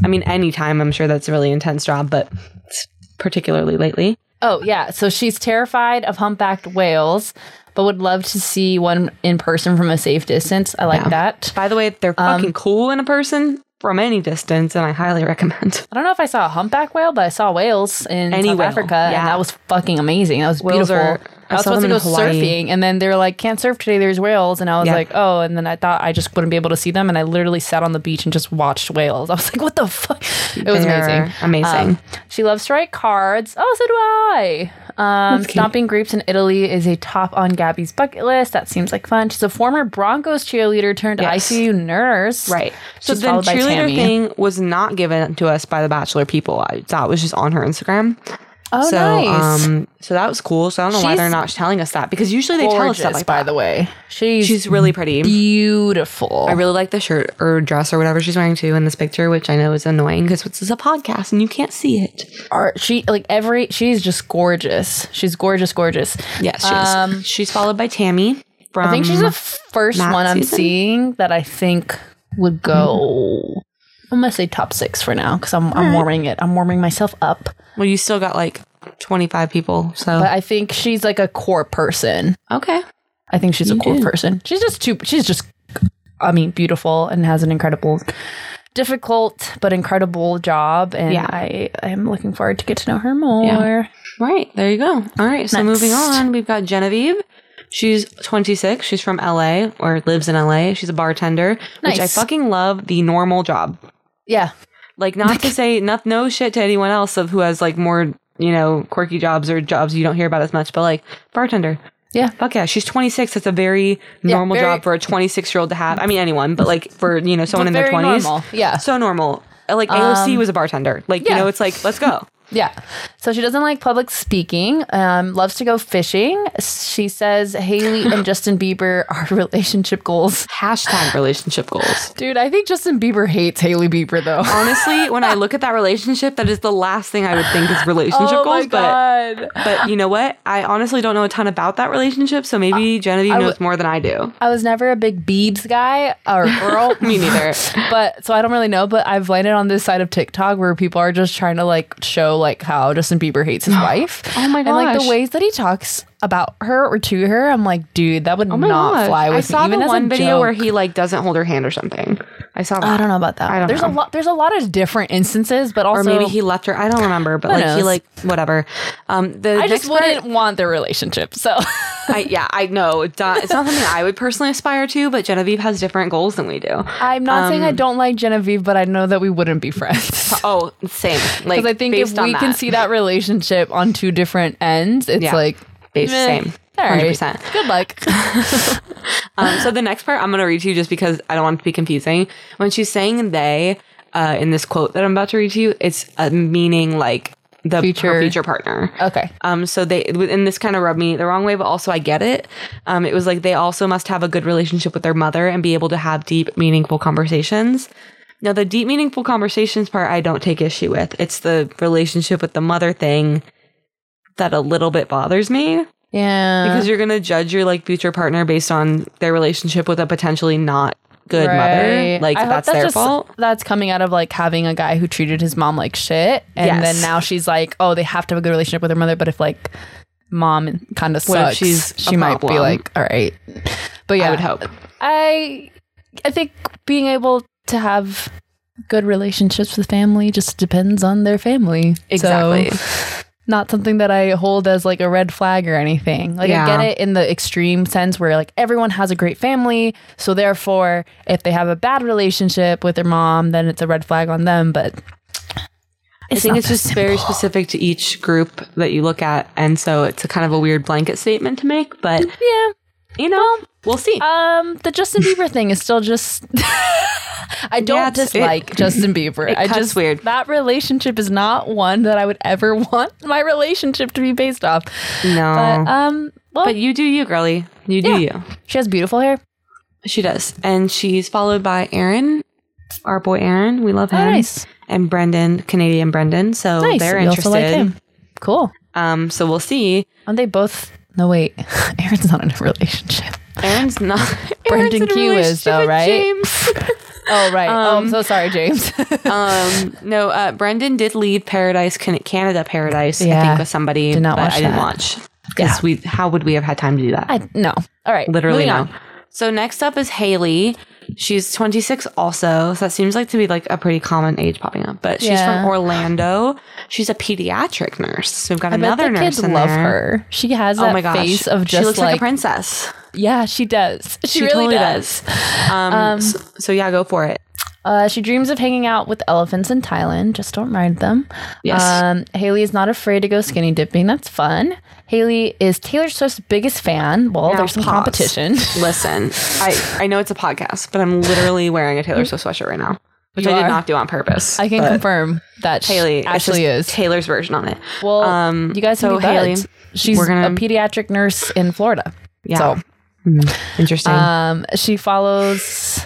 Speaker 3: I mean, any time I'm sure that's a really intense job, but it's particularly lately.
Speaker 2: Oh, yeah. So she's terrified of humpbacked whales, but would love to see one in person from a safe distance. I like that.
Speaker 3: By the way, they're
Speaker 2: Um,
Speaker 3: fucking cool in a person from any distance, and I highly *laughs* recommend.
Speaker 2: I don't know if I saw a humpback whale, but I saw whales in
Speaker 3: Any
Speaker 2: South
Speaker 3: whale,
Speaker 2: Africa,
Speaker 3: yeah.
Speaker 2: and that was fucking amazing. That was
Speaker 3: Whales
Speaker 2: beautiful.
Speaker 3: are
Speaker 2: I was
Speaker 3: saw
Speaker 2: supposed to
Speaker 3: them
Speaker 2: go
Speaker 3: in Hawaii.
Speaker 2: surfing, and then they were like, "Can't surf today. There's whales." And I was
Speaker 3: Yeah.
Speaker 2: like, "Oh!" And then I thought I just wouldn't be able to see them, and I literally sat on the beach and just watched whales. *laughs* I was like, "What the fuck?" It was
Speaker 3: They're
Speaker 2: amazing.
Speaker 3: amazing.
Speaker 2: Um, she loves to write cards. Oh, so do I. Um, stomping groups in Italy is a top on Gabby's bucket list. That seems like fun. She's a former Broncos cheerleader turned
Speaker 3: Yes.
Speaker 2: ICU nurse.
Speaker 3: Right. So
Speaker 2: She's
Speaker 3: the
Speaker 2: followed by
Speaker 3: cheerleader
Speaker 2: Tammy.
Speaker 3: thing was not given to us by the Bachelor people. I, that was just on her Instagram.
Speaker 2: Oh,
Speaker 3: so,
Speaker 2: nice.
Speaker 3: Um, so that was cool. So I don't know why
Speaker 2: She's
Speaker 3: they're not telling us that because usually they tell us
Speaker 2: Gorgeous,
Speaker 3: that. Like,
Speaker 2: by the way. She's,
Speaker 3: she's really pretty.
Speaker 2: beautiful.
Speaker 3: I really like the shirt or dress or whatever she's wearing too in this picture, which I know is annoying because this is a podcast and you can't see it.
Speaker 2: art. She like every she's just gorgeous. She's gorgeous, gorgeous.
Speaker 3: Yes, she is.
Speaker 2: Um,
Speaker 3: She's followed by Tammy from
Speaker 2: I think she's the first
Speaker 3: Um, Matt
Speaker 2: one I'm
Speaker 3: season?
Speaker 2: seeing that I think would go. I'm gonna say top six for now because I'm I'm warming it. I'm warming myself up.
Speaker 3: Well, you still got like 25 people. So
Speaker 2: But I think she's like a core person.
Speaker 3: okay.
Speaker 2: I think she's a
Speaker 3: You
Speaker 2: cool
Speaker 3: do.
Speaker 2: person. She's just too. She's just, I mean, beautiful and has an incredible, difficult but incredible job. And
Speaker 3: Yeah.
Speaker 2: I I am looking forward to get to know her more.
Speaker 3: Right. There you go. All right. So moving
Speaker 2: Next.
Speaker 3: on, we've got Genevieve. She's 26. She's from LA or lives in LA. She's a bartender, which I
Speaker 2: Nice.
Speaker 3: fucking love the normal job.
Speaker 2: Yeah.
Speaker 3: Like,
Speaker 2: *laughs*
Speaker 3: not to say not, no shit to anyone else of who has like more, you know, quirky jobs or jobs you don't hear about as much, but like, bartender.
Speaker 2: Yeah.
Speaker 3: Fuck yeah. She's 26. That's a very
Speaker 2: Yeah,
Speaker 3: normal
Speaker 2: very-
Speaker 3: job for a 26 year old to have. I mean, anyone, but like for, you know, someone in their
Speaker 2: very
Speaker 3: 20s.
Speaker 2: normal. Yeah. Um,
Speaker 3: So normal. Uh, Like, AOC was a bartender. Like,
Speaker 2: yeah.
Speaker 3: you know, it's like,
Speaker 2: *laughs*
Speaker 3: let's go.
Speaker 2: Yeah. So she doesn't like public speaking, um, loves to go fishing. She says
Speaker 3: *laughs*
Speaker 2: Haley and Justin Bieber are *laughs* relationship goals.
Speaker 3: Hashtag relationship goals.
Speaker 2: Dude, I think Justin Bieber hates Haley Bieber *laughs* though.
Speaker 3: honestly, when I look at that relationship, that is the last thing I would think is relationship goals. But
Speaker 2: Oh god.
Speaker 3: but you know what? I honestly don't know a ton about that relationship, so maybe Genevieve knows more than I do.
Speaker 2: I was never a big Biebs guy or girl.
Speaker 3: *laughs* Me neither.
Speaker 2: But so I don't really know, but I've landed on this side of TikTok where people are just trying to like show like how Justin Bieber hates
Speaker 3: *gasps*
Speaker 2: his wife.
Speaker 3: Oh my
Speaker 2: And like
Speaker 3: gosh.
Speaker 2: the ways that he talks about her or to her, I'm like, dude, that would not fly with
Speaker 3: Oh I saw
Speaker 2: me. Even
Speaker 3: the
Speaker 2: as a
Speaker 3: one video
Speaker 2: joke.
Speaker 3: where he like doesn't hold her hand or something. I saw that.
Speaker 2: I don't know about that.
Speaker 3: I don't
Speaker 2: there's a
Speaker 3: know.
Speaker 2: lot. There's a lot of different instances, but also
Speaker 3: Or maybe he left her. I don't remember, but
Speaker 2: Who
Speaker 3: like he
Speaker 2: knows?
Speaker 3: like whatever. Um, the
Speaker 2: I just
Speaker 3: next part-
Speaker 2: wouldn't want their relationship. So
Speaker 3: I, yeah, I know it's not, it's not something I would personally aspire to, but Genevieve has different goals than we do.
Speaker 2: *laughs* I'm not saying I don't like Genevieve, but I know that we wouldn't be *laughs* friends.
Speaker 3: Oh, same. Like
Speaker 2: Because I think if
Speaker 3: based on
Speaker 2: we can
Speaker 3: that.
Speaker 2: see that relationship on two different ends, it's
Speaker 3: Yeah.
Speaker 2: like
Speaker 3: Based-
Speaker 2: meh,
Speaker 3: same.
Speaker 2: All right.
Speaker 3: 100%.
Speaker 2: Good luck.
Speaker 3: Um, so the next part I'm going to read to you just because I don't want it to be confusing. When she's saying they uh, in this quote that I'm about to read to you, it's a meaning like the future,
Speaker 2: Future-
Speaker 3: future partner.
Speaker 2: *laughs* okay.
Speaker 3: Um, so they and this kind of rubbed me the wrong way, but also I get it. Um, it was like they also must have a good relationship with their mother and be able to have deep, meaningful conversations. Now the deep, meaningful conversations part I don't take issue with. It's the relationship with the mother thing that a little bit bothers me
Speaker 2: Yeah.
Speaker 3: because you're gonna judge your like future partner based on their relationship with a potentially not good mother.
Speaker 2: Right.
Speaker 3: Like
Speaker 2: I hope
Speaker 3: that's, their
Speaker 2: just-
Speaker 3: fault.
Speaker 2: That's coming out of like having a guy who treated his mom like shit, and
Speaker 3: Yes.
Speaker 2: then now she's like, oh, they have to have a good relationship with her mother. But if like mom kind of
Speaker 3: What if
Speaker 2: sucks,
Speaker 3: she's
Speaker 2: she
Speaker 3: a
Speaker 2: might be
Speaker 3: problem?
Speaker 2: like, all right. But yeah,
Speaker 3: I would hope.
Speaker 2: I I think being able to have good relationships with family just depends on their family. So,
Speaker 3: Exactly.
Speaker 2: not something that I hold as like a red flag or anything. Like
Speaker 3: Yeah.
Speaker 2: I get it in the extreme sense where like everyone has a great family, so therefore if they have a bad relationship with their mom, then it's a red flag on them, but
Speaker 3: I think
Speaker 2: not
Speaker 3: it's
Speaker 2: that
Speaker 3: just very specific to each group that you look at, and so it's a kind of a weird blanket statement to make. But
Speaker 2: yeah.
Speaker 3: you know, we'll uh, see.
Speaker 2: Um the Justin
Speaker 3: *laughs*
Speaker 2: Bieber thing is still just *laughs* I don't
Speaker 3: Yeah, it's- it-
Speaker 2: dislike Justin
Speaker 3: *laughs*
Speaker 2: Bieber. I
Speaker 3: cuts
Speaker 2: just
Speaker 3: weird.
Speaker 2: that relationship is not one that I would ever *laughs* want my relationship to be based off.
Speaker 3: no,
Speaker 2: But
Speaker 3: Oh. but, uh,
Speaker 2: um well
Speaker 3: you do you, girly. You do you.
Speaker 2: she has beautiful hair. Oh,
Speaker 3: She does, and she's followed by Aaron, our boy Aaron. We love him.
Speaker 2: nice.
Speaker 3: And Brendan, Canadian Brendan. So
Speaker 2: Nice.
Speaker 3: they're
Speaker 2: We
Speaker 3: interested.
Speaker 2: also like him. Cool.
Speaker 3: Um, so we'll see.
Speaker 2: Aren't they both? No, wait. *laughs* Aaron's not in a relationship. *laughs*
Speaker 3: Aaron's not.
Speaker 2: Brendan
Speaker 3: Aaron's in a
Speaker 2: Q is, though,
Speaker 3: relationship with
Speaker 2: right?
Speaker 3: James.
Speaker 2: Oh, right. oh, I'm so sorry, James. *laughs*
Speaker 3: um, no, uh, Brendan did leave Paradise Can- Canada Paradise. I
Speaker 2: Yeah.
Speaker 3: think with somebody.
Speaker 2: Did not
Speaker 3: but
Speaker 2: watch
Speaker 3: I didn't
Speaker 2: that.
Speaker 3: watch because we. How would we have had time to do that?
Speaker 2: I, no. All right.
Speaker 3: Literally
Speaker 2: moving
Speaker 3: no.
Speaker 2: on.
Speaker 3: So next up is Haley. She's 26 also, so that seems like to be like a pretty common age popping up. But she's
Speaker 2: Yeah.
Speaker 3: from Orlando. She's a pediatric nurse. So we've got
Speaker 2: I bet
Speaker 3: another
Speaker 2: the
Speaker 3: nurse
Speaker 2: kids
Speaker 3: in
Speaker 2: love
Speaker 3: there.
Speaker 2: her. She has that
Speaker 3: Oh my gosh.
Speaker 2: face of just
Speaker 3: she looks like,
Speaker 2: like,
Speaker 3: a princess.
Speaker 2: yeah, she does. She,
Speaker 3: She
Speaker 2: really
Speaker 3: totally
Speaker 2: does.
Speaker 3: does. Um, so, so yeah, go for it.
Speaker 2: Uh, she dreams of hanging out with elephants in Thailand. Just don't ride them.
Speaker 3: Yes.
Speaker 2: Um, Haley is not afraid to go skinny dipping. That's fun. Haley is Taylor Swift's biggest fan. Well,
Speaker 3: Now
Speaker 2: there's some
Speaker 3: pause.
Speaker 2: competition. *laughs*
Speaker 3: Listen, I, I know it's a podcast, but I'm literally wearing a Taylor Swift sweatshirt right now, which
Speaker 2: You
Speaker 3: I
Speaker 2: are.
Speaker 3: did not do on purpose.
Speaker 2: I can
Speaker 3: but
Speaker 2: confirm that
Speaker 3: Haley
Speaker 2: Haley
Speaker 3: it's
Speaker 2: actually
Speaker 3: just
Speaker 2: is.
Speaker 3: Taylor's version on it.
Speaker 2: Well,
Speaker 3: um,
Speaker 2: you guys can
Speaker 3: so
Speaker 2: be
Speaker 3: Haley,
Speaker 2: buds. She's
Speaker 3: we're gonna-
Speaker 2: a pediatric nurse in Florida.
Speaker 3: Yeah.
Speaker 2: So,
Speaker 3: Interesting.
Speaker 2: um, she follows.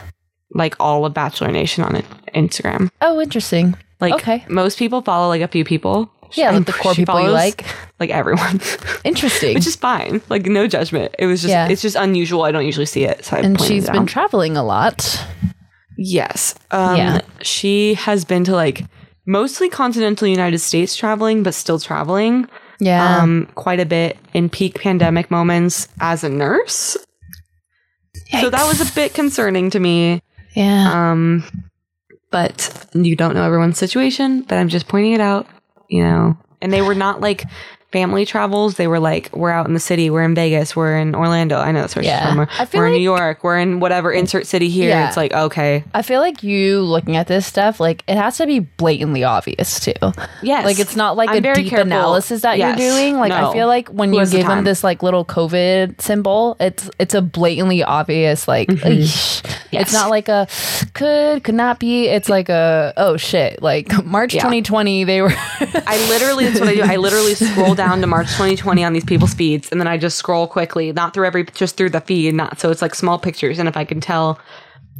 Speaker 3: like all of Bachelor Nation on it- Instagram.
Speaker 2: Oh, interesting.
Speaker 3: Like
Speaker 2: Okay.
Speaker 3: most people follow like a few people.
Speaker 2: Yeah,
Speaker 3: And
Speaker 2: like the core
Speaker 3: she
Speaker 2: people you
Speaker 3: follows,
Speaker 2: like.
Speaker 3: Like everyone. *laughs*
Speaker 2: Interesting.
Speaker 3: Which is fine. Like no judgment. It was just
Speaker 2: Yeah.
Speaker 3: it's just unusual. I don't usually see it. So I
Speaker 2: and
Speaker 3: pointed
Speaker 2: she's
Speaker 3: it
Speaker 2: been
Speaker 3: out.
Speaker 2: traveling a lot.
Speaker 3: Yes. Um
Speaker 2: Yeah.
Speaker 3: she has been to like mostly continental United States traveling, but still traveling.
Speaker 2: Yeah.
Speaker 3: Um quite a bit in peak pandemic moments as a nurse. So that was a bit concerning to me.
Speaker 2: yeah.
Speaker 3: Um, but you don't know everyone's situation, but I'm just pointing it out, you know. And they were not like family travels. They were like, we're out in the city, we're in Vegas, we're in Orlando. I know that's where she's
Speaker 2: Yeah.
Speaker 3: from. We're,
Speaker 2: I feel
Speaker 3: we're in
Speaker 2: like-
Speaker 3: New York, we're in whatever insert city here.
Speaker 2: Yeah.
Speaker 3: It's like, okay.
Speaker 2: I feel like you looking at this stuff, like it has to be blatantly obvious too.
Speaker 3: Yes.
Speaker 2: Like it's not like
Speaker 3: I'm
Speaker 2: a
Speaker 3: very
Speaker 2: deep
Speaker 3: careful.
Speaker 2: analysis that
Speaker 3: Yes.
Speaker 2: you're doing. Like I
Speaker 3: No.
Speaker 2: feel like when
Speaker 3: Who
Speaker 2: you
Speaker 3: has the
Speaker 2: give them
Speaker 3: time?
Speaker 2: this like little COVID symbol, it's it's a blatantly obvious like "Eesh." it's
Speaker 3: Mm-hmm. Yes.
Speaker 2: not like a could could not be. It's like a oh shit like *laughs* March
Speaker 3: Yeah.
Speaker 2: 2020 they
Speaker 3: *laughs*
Speaker 2: were
Speaker 3: I literally, that's what I do. I literally scroll down to March 2020 on these people's feeds, and then I just scroll quickly, not through every, just through the feed, not so it's like small pictures. And if I can tell,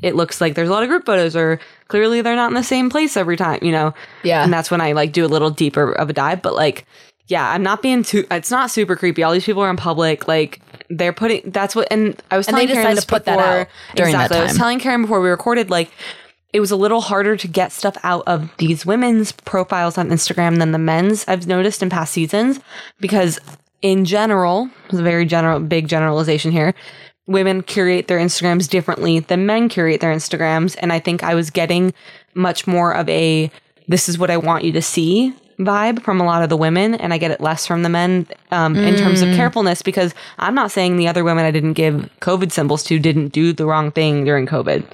Speaker 3: it looks like there's a lot of group photos, or clearly they're not in the same place every time, you know?
Speaker 2: Yeah.
Speaker 3: And that's when I like do a little deeper of a dive. But like, yeah, I'm not being too, it's not super creepy. All these people are in public, like, they're putting, that's what, and I was
Speaker 2: And
Speaker 3: telling
Speaker 2: they
Speaker 3: Karen
Speaker 2: decided
Speaker 3: this
Speaker 2: to put that
Speaker 3: before,
Speaker 2: out during that
Speaker 3: exactly. I was
Speaker 2: time.
Speaker 3: telling Karen before we recorded, like, it was a little harder to get stuff out of these women's profiles on Instagram than the men's I've noticed in past seasons because in general, it's a very general big generalization here. Women curate their Instagrams differently than men curate their Instagrams and I think I was getting much more of a this is what I want you to see vibe from a lot of the women and I get it less from the men um, in terms
Speaker 2: Mm.
Speaker 3: of carefulness because I'm not saying the other women I didn't give covid symbols to didn't do the wrong thing during covid.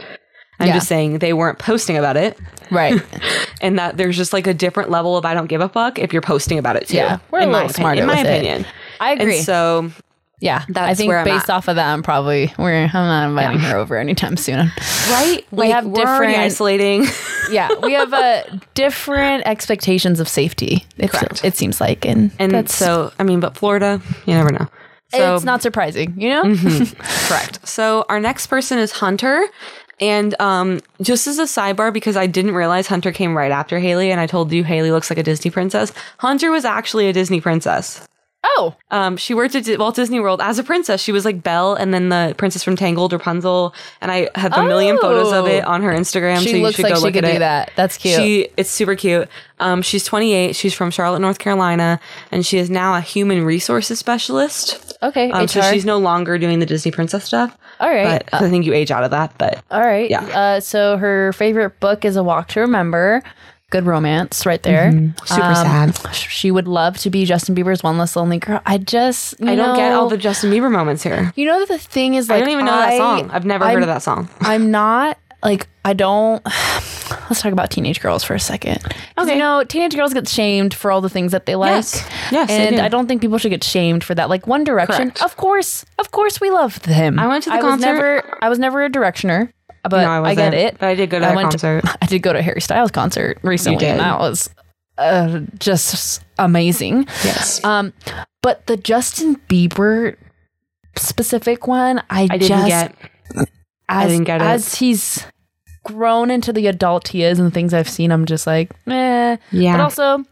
Speaker 3: I'm
Speaker 2: Yeah.
Speaker 3: just saying they weren't posting about it
Speaker 2: right.
Speaker 3: and that there's just like a different level of I don't give a fuck if you're posting about it too.
Speaker 2: Yeah, we're a
Speaker 3: in my
Speaker 2: little
Speaker 3: opinion-
Speaker 2: smarter
Speaker 3: in my
Speaker 2: with it.
Speaker 3: opinion.
Speaker 2: I agree.
Speaker 3: And so
Speaker 2: *laughs* yeah, I
Speaker 3: that's
Speaker 2: think
Speaker 3: where I'm
Speaker 2: based
Speaker 3: at.
Speaker 2: off of that, I'm probably we're I'm not inviting her over anytime soon.
Speaker 3: right, we
Speaker 2: have
Speaker 3: we're already
Speaker 2: different-
Speaker 3: isolating. *laughs*
Speaker 2: yeah, we have uh, different expectations of safety. It,
Speaker 3: Correct.
Speaker 2: it seems like, and,
Speaker 3: and
Speaker 2: that's
Speaker 3: so I mean, but Florida, you never know. So Mm-hmm.
Speaker 2: it's not surprising, you know. *laughs*
Speaker 3: correct. So our next person is Hunter. And um, just as a sidebar, because I didn't realize Hunter came right after Haley, and I told you Haley looks like a Disney princess. Hunter was actually a Disney princess.
Speaker 2: Oh,
Speaker 3: Um, she worked at Di- Walt Disney World as a princess. She was like Belle, and then the princess from Tangled, Rapunzel. And I have a million photos of it on her Instagram.
Speaker 2: Oh. she
Speaker 3: so you
Speaker 2: looks
Speaker 3: should
Speaker 2: like
Speaker 3: go
Speaker 2: she
Speaker 3: look
Speaker 2: could
Speaker 3: at
Speaker 2: do
Speaker 3: it.
Speaker 2: that. That's cute.
Speaker 3: She it's super cute. Um, she's 28. She's from Charlotte, North Carolina, and she is now a human resources specialist.
Speaker 2: okay,
Speaker 3: Um,
Speaker 2: HR.
Speaker 3: so she's no longer doing the Disney princess stuff.
Speaker 2: all right,
Speaker 3: But 'cause I think you age out of that. But
Speaker 2: all right.
Speaker 3: yeah.
Speaker 2: Uh, so her favorite book is A Walk to Remember. Good romance, right there.
Speaker 3: super
Speaker 2: Um,
Speaker 3: sad.
Speaker 2: She would love to be Justin Bieber's one less lonely girl. I just, you
Speaker 3: I don't get
Speaker 2: know-
Speaker 3: all the Justin Bieber moments here.
Speaker 2: You know that the thing is, like,
Speaker 3: I don't even know that song. I've never
Speaker 2: I'm-
Speaker 3: heard of that song.
Speaker 2: I'm not like I don't. *sighs* Let's talk about teenage girls for a second. 'Cause, You
Speaker 3: Okay.
Speaker 2: know, teenage girls get shamed for all the things that they like.
Speaker 3: Yes. Yes, they
Speaker 2: And
Speaker 3: do.
Speaker 2: I don't think people should get shamed for that. Like One Direction,
Speaker 3: Correct.
Speaker 2: of course, of course, we love them.
Speaker 3: I went to the
Speaker 2: was
Speaker 3: concert.
Speaker 2: never, I was never a directioner, but
Speaker 3: No, I
Speaker 2: I, get
Speaker 3: wasn't,
Speaker 2: it.
Speaker 3: but I did go to that
Speaker 2: went *laughs*
Speaker 3: concert.
Speaker 2: I did go to a Harry Styles concert recently, and
Speaker 3: did.
Speaker 2: that was uh, just amazing.
Speaker 3: Yes.
Speaker 2: Um, but the Justin Bieber specific one, I,
Speaker 3: I didn't
Speaker 2: just
Speaker 3: get.
Speaker 2: as,
Speaker 3: didn't get it.
Speaker 2: as he's grown into the adult he is and things I've seen, I'm just like, eh.
Speaker 3: Yeah.
Speaker 2: But also,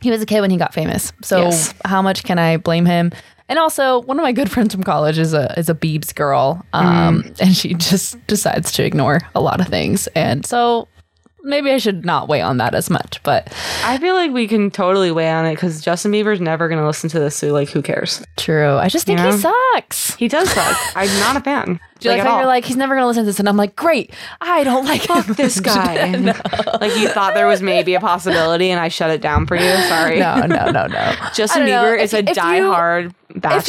Speaker 2: he was a kid when he got famous. So
Speaker 3: Yes.
Speaker 2: how much can I blame him? And also, one of my good friends from college is a is a Biebs
Speaker 3: Mm.
Speaker 2: girl, um, and she just decides to ignore a lot of things. And so, maybe I should not weigh on that as much, but
Speaker 3: I feel like we can totally weigh on it because Justin Bieber's never going to listen to this. So, like, who cares?
Speaker 2: true. I just think he
Speaker 3: Yeah.
Speaker 2: sucks.
Speaker 3: He does suck. I'm not a fan.
Speaker 2: Do you like,
Speaker 3: at
Speaker 2: how *laughs*
Speaker 3: all.
Speaker 2: you're
Speaker 3: *laughs*
Speaker 2: like, he's never gonna listen to this, and I'm like, great, I don't like him.
Speaker 3: this *laughs* guy. Like, you thought there was maybe a possibility and I shut it down for you. Sorry.
Speaker 2: *laughs* no, no, no,
Speaker 3: *laughs*
Speaker 2: no.
Speaker 3: Justin
Speaker 2: I don't know.
Speaker 3: Bieber
Speaker 2: If-
Speaker 3: is a
Speaker 2: if you-
Speaker 3: diehard Batch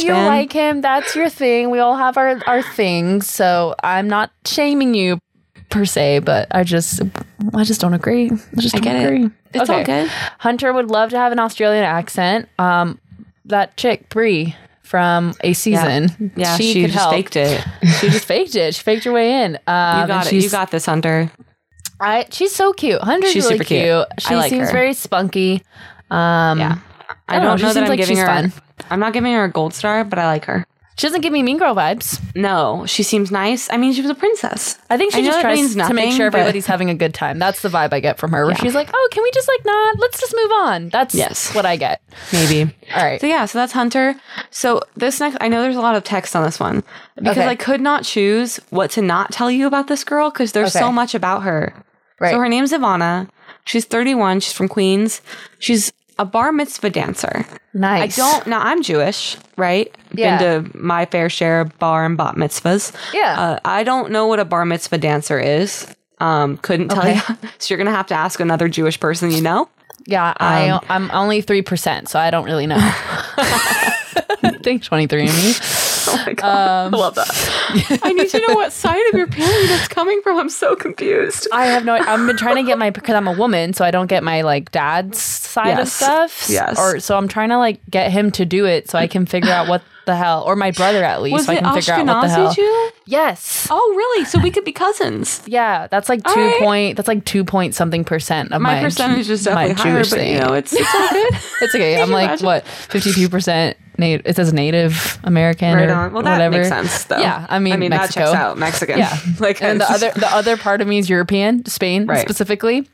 Speaker 2: if you
Speaker 3: fan.
Speaker 2: like him, that's your thing. We all have our our things, so I'm not shaming you per se, but I just I just don't agree. I just don't
Speaker 3: get it.
Speaker 2: agree.
Speaker 3: It's all good.
Speaker 2: Hunter would love to have an Australian accent. Um, that chick Brie from a season,
Speaker 3: Yeah, she,
Speaker 2: could
Speaker 3: just
Speaker 2: help.
Speaker 3: faked it.
Speaker 2: She just faked it. She faked her way in. Um,
Speaker 3: You got it. You got this, Hunter.
Speaker 2: I, she's so cute. Hunter's
Speaker 3: She's
Speaker 2: really
Speaker 3: super
Speaker 2: cute.
Speaker 3: cute.
Speaker 2: She
Speaker 3: I like
Speaker 2: seems
Speaker 3: her.
Speaker 2: very spunky. Um,
Speaker 3: Yeah. I
Speaker 2: don't know,
Speaker 3: don't
Speaker 2: she
Speaker 3: know, that
Speaker 2: seems
Speaker 3: I'm
Speaker 2: like
Speaker 3: giving
Speaker 2: she's
Speaker 3: her.
Speaker 2: fun.
Speaker 3: I'm not giving her a gold star, but I like her.
Speaker 2: She doesn't give me mean girl vibes.
Speaker 3: No, she seems nice. I mean, she was a princess.
Speaker 2: I think she
Speaker 3: know
Speaker 2: just
Speaker 3: it
Speaker 2: tries
Speaker 3: means
Speaker 2: to make
Speaker 3: nothing,
Speaker 2: sure
Speaker 3: but-
Speaker 2: everybody's having a good time. That's the vibe I get from her. Where she's like, "Oh, can we just like not? Let's just move on." That's
Speaker 3: Yes.
Speaker 2: what I get.
Speaker 3: maybe.
Speaker 2: *laughs* All right.
Speaker 3: So yeah, so that's Hunter. So this next, I know there's a lot of text on this one because
Speaker 2: Okay.
Speaker 3: I could not choose what to not tell you about this girl because there's
Speaker 2: Okay.
Speaker 3: so much about her.
Speaker 2: Right.
Speaker 3: So her name's Ivana. She's 31. She's from Queens. She's a bar mitzvah dancer. I
Speaker 2: nice.
Speaker 3: don't. Now I'm Jewish, right?
Speaker 2: Yeah.
Speaker 3: Been to my fair share of bar and bat mitzvahs.
Speaker 2: Yeah.
Speaker 3: Uh, I don't know what a bar mitzvah dancer is. Um, couldn't tell
Speaker 2: Okay.
Speaker 3: you. *laughs* so you're gonna have to ask another Jewish person you know.
Speaker 2: Yeah, I, I'm only three percent, so I don't really *laughs* know. I think twenty three of me.
Speaker 3: Oh my god, *laughs* I love *laughs* that. I need to know what side of your family that's coming from. I'm so confused.
Speaker 2: I have no. I've been trying to get my because I'm a woman, so I don't get my like dad's side of
Speaker 3: Yes.
Speaker 2: stuff.
Speaker 3: Yes.
Speaker 2: Or so I'm trying to like get him to do it, so I can figure out what the hell, or my brother at least,
Speaker 3: Was
Speaker 2: so I
Speaker 3: it
Speaker 2: can figure out what the hell.
Speaker 3: Ashkenazi Jew?
Speaker 2: Yes.
Speaker 3: Oh, really? So we could be cousins.
Speaker 2: Yeah, that's like two
Speaker 3: right.
Speaker 2: point. That's like two point something percent of my,
Speaker 3: My percentage is
Speaker 2: my
Speaker 3: definitely higher,
Speaker 2: Jewish
Speaker 3: but
Speaker 2: thing.
Speaker 3: you know, it's it's all good.
Speaker 2: *laughs* It's okay. I'm
Speaker 3: you
Speaker 2: like
Speaker 3: imagine?
Speaker 2: what fifty two percent. Native. It says Native American
Speaker 3: right
Speaker 2: or
Speaker 3: on. Well, that
Speaker 2: whatever.
Speaker 3: makes sense, though.
Speaker 2: Yeah, I mean,
Speaker 3: I mean
Speaker 2: Mexico.
Speaker 3: that checks out. Mexican.
Speaker 2: Yeah.
Speaker 3: *laughs* like
Speaker 2: and the
Speaker 3: it's just-
Speaker 2: other the other part of me is European, Spain
Speaker 3: Right.
Speaker 2: specifically.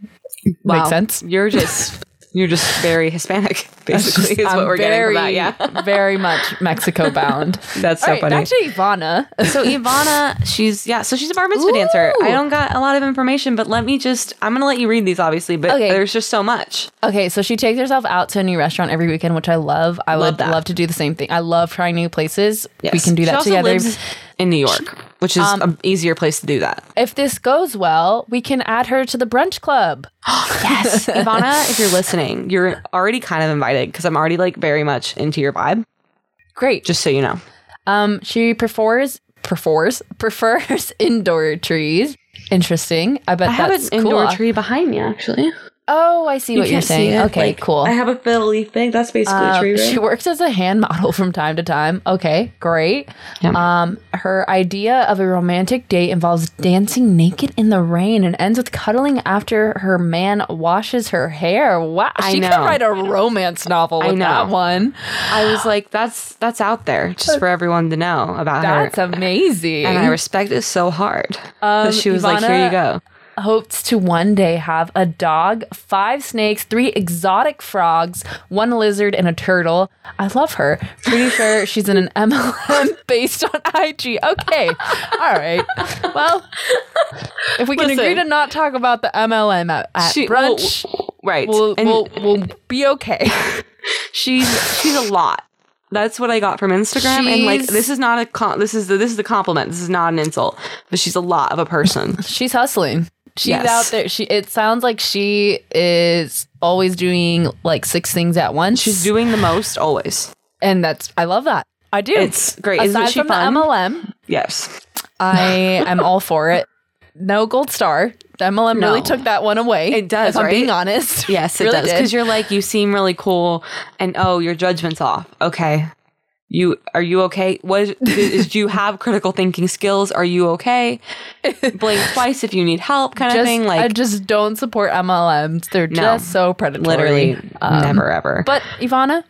Speaker 3: Wow.
Speaker 2: Makes sense.
Speaker 3: You're just you're just very
Speaker 2: *laughs*
Speaker 3: Hispanic, *laughs* basically, is what
Speaker 2: I'm
Speaker 3: we're
Speaker 2: very,
Speaker 3: getting
Speaker 2: *laughs*
Speaker 3: from that.
Speaker 2: very much Mexico bound.
Speaker 3: Yeah, that's *laughs* so
Speaker 2: All right,
Speaker 3: funny.
Speaker 2: back to Ivana. *laughs*
Speaker 3: *laughs* so Ivana, she's yeah, so she's a bar mitzvah
Speaker 2: Ooh.
Speaker 3: dancer. I don't got a lot of information, but let me just I'm gonna let you read these, obviously, but
Speaker 2: Okay.
Speaker 3: there's just so much.
Speaker 2: Okay, so she takes herself out to a new restaurant every weekend, which I love. I
Speaker 3: Love
Speaker 2: would
Speaker 3: that.
Speaker 2: love to do the same thing. I love trying new places. We
Speaker 3: Yes.
Speaker 2: can do
Speaker 3: She
Speaker 2: that
Speaker 3: also
Speaker 2: together.
Speaker 3: lives in New York, which is an easier place to do that.
Speaker 2: if this goes well, we can add her to the brunch club.
Speaker 3: Yes, *laughs* Ivana, if you're listening, you're already kind of invited because I'm already like very much into your vibe.
Speaker 2: Great.
Speaker 3: Just so you know,
Speaker 2: Um, she prefers prefers *laughs* prefers indoor trees. Interesting. I bet
Speaker 3: I have an
Speaker 2: that's
Speaker 3: indoor
Speaker 2: cool.
Speaker 3: tree behind me actually.
Speaker 2: Oh, I see what you're
Speaker 3: can't see
Speaker 2: saying.
Speaker 3: it,
Speaker 2: Okay,
Speaker 3: like,
Speaker 2: cool.
Speaker 3: I have a fiddle leaf thing. That's basically a
Speaker 2: Um,
Speaker 3: tree, right?
Speaker 2: She works as a hand *laughs* model from time to time. Okay, great.
Speaker 3: Yeah.
Speaker 2: Um, her idea of a romantic date involves dancing naked in the rain and ends with cuddling after her man washes her hair. Wow,
Speaker 3: I
Speaker 2: she could
Speaker 3: know.
Speaker 2: write a romance novel with
Speaker 3: know.
Speaker 2: that one.
Speaker 3: I was like, that's that's out there just for everyone to know about her.
Speaker 2: That's amazing.
Speaker 3: and I respect it so hard.
Speaker 2: Um,
Speaker 3: Um, she was like,
Speaker 2: Ivana-
Speaker 3: "Here you go."
Speaker 2: hopes to one day have a dog, five snakes, three exotic frogs, one lizard, and a turtle. I love her. Pretty sure she's in an *laughs* MLM based on IG. Okay. All right. Well, if we can
Speaker 3: Listen.
Speaker 2: agree to not talk about the MLM at, at
Speaker 3: She-
Speaker 2: brunch,
Speaker 3: Right,
Speaker 2: we'll,
Speaker 3: and
Speaker 2: we'll, we'll be
Speaker 3: *laughs*
Speaker 2: okay.
Speaker 3: she's she's a lot. That's what I got from Instagram, and like,
Speaker 2: She's-
Speaker 3: this is not a com- this is the, this is the compliment. This is not an insult, but she's a lot of a *laughs* person.
Speaker 2: She's hustling. She's
Speaker 3: Yes.
Speaker 2: out there. She. It sounds like she is always doing like six things at once.
Speaker 3: She's doing the most always.
Speaker 2: and that's I love that. I do.
Speaker 3: It's great. Isn't
Speaker 2: Aside
Speaker 3: she
Speaker 2: from
Speaker 3: fun?
Speaker 2: the MLM,
Speaker 3: Yes,
Speaker 2: I *laughs* am all for it. No gold star. The MLM really
Speaker 3: No.
Speaker 2: took that one away.
Speaker 3: It does,
Speaker 2: If I'm being
Speaker 3: right?
Speaker 2: honest.
Speaker 3: *laughs* yes, it
Speaker 2: Really
Speaker 3: does.
Speaker 2: did.
Speaker 3: Because you're like, you seem really cool, and oh, your judgment's off. Okay, you are you okay? Was is, do you have critical thinking skills? Are you *laughs* okay? Blink twice if you need help, kind of
Speaker 2: Just-
Speaker 3: thing. Like,
Speaker 2: I just don't support MLMs. They're just so predatory.
Speaker 3: literally
Speaker 2: Um,
Speaker 3: never ever.
Speaker 2: But Ivana,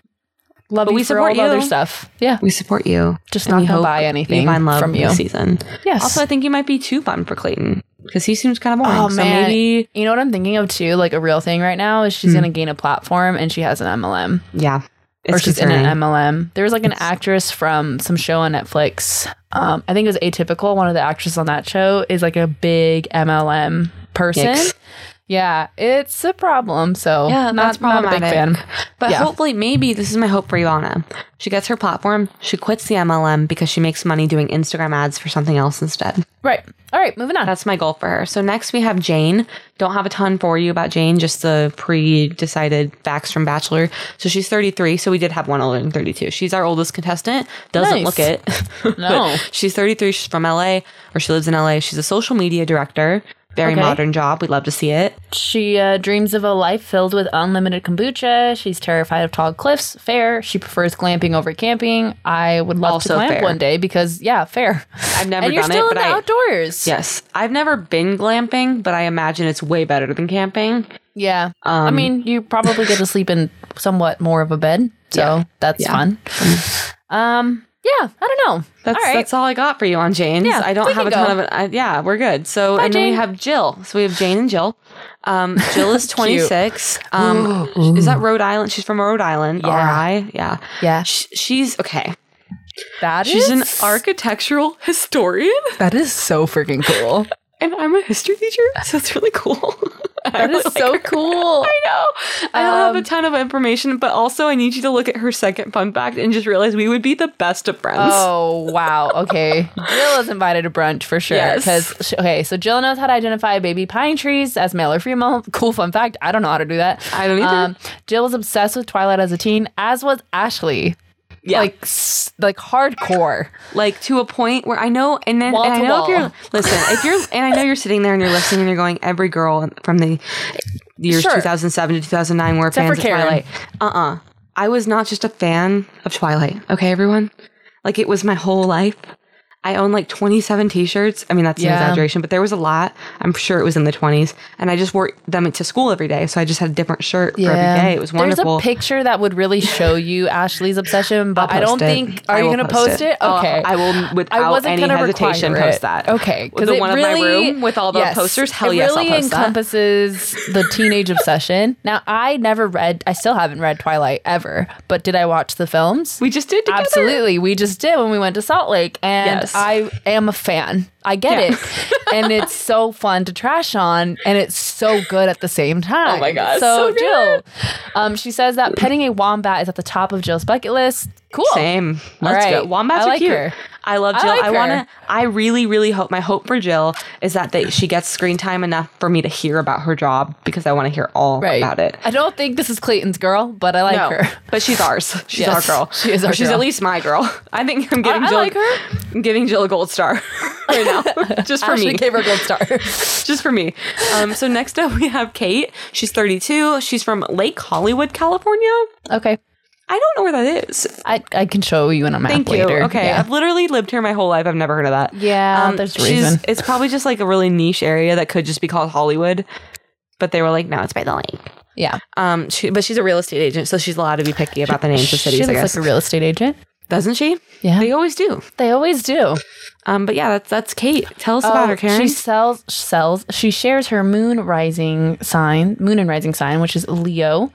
Speaker 2: love
Speaker 3: But
Speaker 2: you
Speaker 3: we
Speaker 2: for
Speaker 3: support
Speaker 2: all the other
Speaker 3: you.
Speaker 2: stuff. Yeah.
Speaker 3: we support you.
Speaker 2: Just
Speaker 3: and
Speaker 2: not
Speaker 3: we
Speaker 2: gonna
Speaker 3: hope
Speaker 2: buy anything
Speaker 3: You find love
Speaker 2: from you.
Speaker 3: this season.
Speaker 2: Yes.
Speaker 3: Also, I think you might be too fun for Clayton because he seems kind of boring.
Speaker 2: Oh,
Speaker 3: so
Speaker 2: man.
Speaker 3: maybe, Hmm.
Speaker 2: You know what I'm thinking of too? Like a real thing right now is she's gonna gain a platform and she has an MLM.
Speaker 3: yeah,
Speaker 2: or she's in
Speaker 3: concerning.
Speaker 2: an MLM. There was like an actress from some show on Netflix. Um, I think it was Atypical. One of the actresses on that show is like a big MLM person.
Speaker 3: Yikes.
Speaker 2: Yeah, it's a problem. So
Speaker 3: Yeah,
Speaker 2: not,
Speaker 3: that's
Speaker 2: not a big fan.
Speaker 3: problematic. But
Speaker 2: Yeah.
Speaker 3: hopefully, maybe this is my hope for Ivana. She gets her platform, she quits the MLM because she makes money doing Instagram ads for something else instead.
Speaker 2: Right. All right, moving on.
Speaker 3: That's my goal for her. So next we have Jane. Don't have a ton for you about Jane, just the pre-decided facts from Bachelor. So she's 33. So we did have one older than 32. She's our oldest contestant. Doesn't
Speaker 2: Nice.
Speaker 3: look it.
Speaker 2: *laughs*
Speaker 3: But
Speaker 2: No.
Speaker 3: *laughs* she's 33. She's from LA, or she lives in LA. She's a social media director. Very
Speaker 2: Okay.
Speaker 3: modern job. We love to see it.
Speaker 2: She uh, dreams of a life filled with unlimited kombucha. She's terrified of tall cliffs. Fair. She prefers glamping over camping. I would love
Speaker 3: Also
Speaker 2: to glamp
Speaker 3: fair.
Speaker 2: one day because, yeah, fair.
Speaker 3: I've never
Speaker 2: and you're
Speaker 3: done
Speaker 2: still
Speaker 3: it,
Speaker 2: in
Speaker 3: but
Speaker 2: the
Speaker 3: I,
Speaker 2: outdoors.
Speaker 3: yes, I've never been glamping, but I imagine it's way better than camping.
Speaker 2: Yeah. I mean, you probably get to sleep in somewhat more of a bed. So that's
Speaker 3: Yeah.
Speaker 2: fun. Um, yeah, I don't know.
Speaker 3: That's
Speaker 2: all right.
Speaker 3: that's all I got for you on Jane.
Speaker 2: Yeah,
Speaker 3: I don't
Speaker 2: we
Speaker 3: have a
Speaker 2: can
Speaker 3: ton
Speaker 2: go.
Speaker 3: of it. I, yeah, we're good. So and then
Speaker 2: Jane.
Speaker 3: we have Jill. So we have Jane and Jill.
Speaker 2: *laughs*
Speaker 3: Um, Jill is
Speaker 2: *gasps*
Speaker 3: 26. um, is that Rhode Island? She's from Rhode Island.
Speaker 2: Yeah.
Speaker 3: RI. Yeah.
Speaker 2: yeah,
Speaker 3: Sh- she's okay.
Speaker 2: that
Speaker 3: She's an
Speaker 2: is-
Speaker 3: architectural historian,
Speaker 2: That is so freaking cool.
Speaker 3: and I'm a history teacher, so it's really cool. *laughs*
Speaker 2: *laughs* That is so cool.
Speaker 3: I know. I don't
Speaker 2: Um,
Speaker 3: have a ton of information, but also I need you to look at her second fun fact and just realize we would be the best of friends.
Speaker 2: Oh wow! Okay, Jill is invited to brunch for sure.
Speaker 3: Yes.
Speaker 2: Because okay, so Jill knows how to identify baby pine trees as male or female. *laughs* Cool fun fact. I don't know how to do that. Um,
Speaker 3: I don't either.
Speaker 2: Jill was obsessed with Twilight as a teen, as was Ashley.
Speaker 3: Yeah.
Speaker 2: Like s- like hardcore.
Speaker 3: like to a point where I know, and then
Speaker 2: Wall
Speaker 3: and
Speaker 2: to
Speaker 3: I know if
Speaker 2: wall.
Speaker 3: you're listen, if you're, and I know you're sitting there and you're listening and you're going, every girl from the years
Speaker 2: Sure.
Speaker 3: 2007 to 2009 were
Speaker 2: Except
Speaker 3: fans
Speaker 2: for
Speaker 3: of
Speaker 2: Karen.
Speaker 3: Twilight. Uh uh I was not just a fan of Twilight. Okay, everyone, like it was my whole life. I own like 27 t-shirts. I mean, that's
Speaker 2: Yeah.
Speaker 3: an exaggeration, but there was a lot. I'm sure it was in the 20s, and I just wore them to school every day. So I just had a different shirt for every day. It was wonderful.
Speaker 2: There's a picture that would really show you *laughs* Ashley's obsession, but
Speaker 3: I'll
Speaker 2: I don't
Speaker 3: post it.
Speaker 2: think. Are
Speaker 3: I
Speaker 2: you
Speaker 3: will
Speaker 2: going to post it?
Speaker 3: I'll-
Speaker 2: Okay.
Speaker 3: I will without
Speaker 2: I wasn't
Speaker 3: any
Speaker 2: gonna
Speaker 3: hesitation
Speaker 2: require
Speaker 3: post
Speaker 2: it.
Speaker 3: that.
Speaker 2: Okay,
Speaker 3: With the
Speaker 2: it
Speaker 3: one in my room with all the
Speaker 2: yes,
Speaker 3: posters. Hell
Speaker 2: it
Speaker 3: yes,
Speaker 2: really
Speaker 3: I'll post that.
Speaker 2: encompasses the teenage obsession. Now, I never read. I still haven't read Twilight ever, but did I watch the films?
Speaker 3: We just did *laughs* together.
Speaker 2: Absolutely, we just did when we went to Salt Lake, and
Speaker 3: Yes.
Speaker 2: I am a fan. I get
Speaker 3: Yeah. *laughs*
Speaker 2: it, and it's so fun to trash on, and it's so good at the same time.
Speaker 3: Oh my God,
Speaker 2: So,
Speaker 3: so good.
Speaker 2: Jill, um, she says that petting a wombat is at the top of Jill's bucket list. Cool.
Speaker 3: Same. Let's
Speaker 2: right.
Speaker 3: go. Wombats
Speaker 2: I
Speaker 3: are
Speaker 2: like
Speaker 3: cute.
Speaker 2: her.
Speaker 3: I love
Speaker 2: I
Speaker 3: Jill. I,
Speaker 2: like
Speaker 3: want
Speaker 2: her.
Speaker 3: to. I really, really hope. My hope for Jill is that they, she gets screen time enough for me to hear about her job because I want to hear all
Speaker 2: Right.
Speaker 3: about it.
Speaker 2: I don't think this is Clayton's girl, but I like
Speaker 3: No, *laughs*
Speaker 2: her.
Speaker 3: but she's ours.
Speaker 2: *laughs*
Speaker 3: She's
Speaker 2: Yes,
Speaker 3: our girl.
Speaker 2: she is our
Speaker 3: Or she's
Speaker 2: girl.
Speaker 3: at least my girl. *laughs* I think I'm giving
Speaker 2: I
Speaker 3: Jill.
Speaker 2: like her.
Speaker 3: I'm giving Jill a gold star *laughs* right
Speaker 2: *laughs*
Speaker 3: now, just for
Speaker 2: Ashley
Speaker 3: me.
Speaker 2: gave her a gold
Speaker 3: *laughs*
Speaker 2: star.
Speaker 3: just for me. Um, so next up we have Kate. She's 32. She's from Lake Hollywood, California.
Speaker 2: okay.
Speaker 3: I don't know where that is.
Speaker 2: I, I can show you on a map
Speaker 3: Thank you.
Speaker 2: later.
Speaker 3: Okay,
Speaker 2: Yeah.
Speaker 3: I've literally lived here my whole life. I've never heard of that. Um,
Speaker 2: Yeah, there's a
Speaker 3: she's-
Speaker 2: reason.
Speaker 3: It's probably just like a really niche area that could just be called Hollywood. But they were like, no, it's by the lake.
Speaker 2: Yeah.
Speaker 3: Um, she, but she's a real estate agent, so she's allowed to be picky about the names of
Speaker 2: she
Speaker 3: cities. I
Speaker 2: looks
Speaker 3: guess
Speaker 2: like a real estate agent.
Speaker 3: doesn't she?
Speaker 2: Yeah.
Speaker 3: they always do.
Speaker 2: They always do.
Speaker 3: Um, but yeah, that's that's Kate. Tell us about her, Karen.
Speaker 2: Oh, She sells sells. She shares her moon rising sign, moon and rising sign, which is Leo.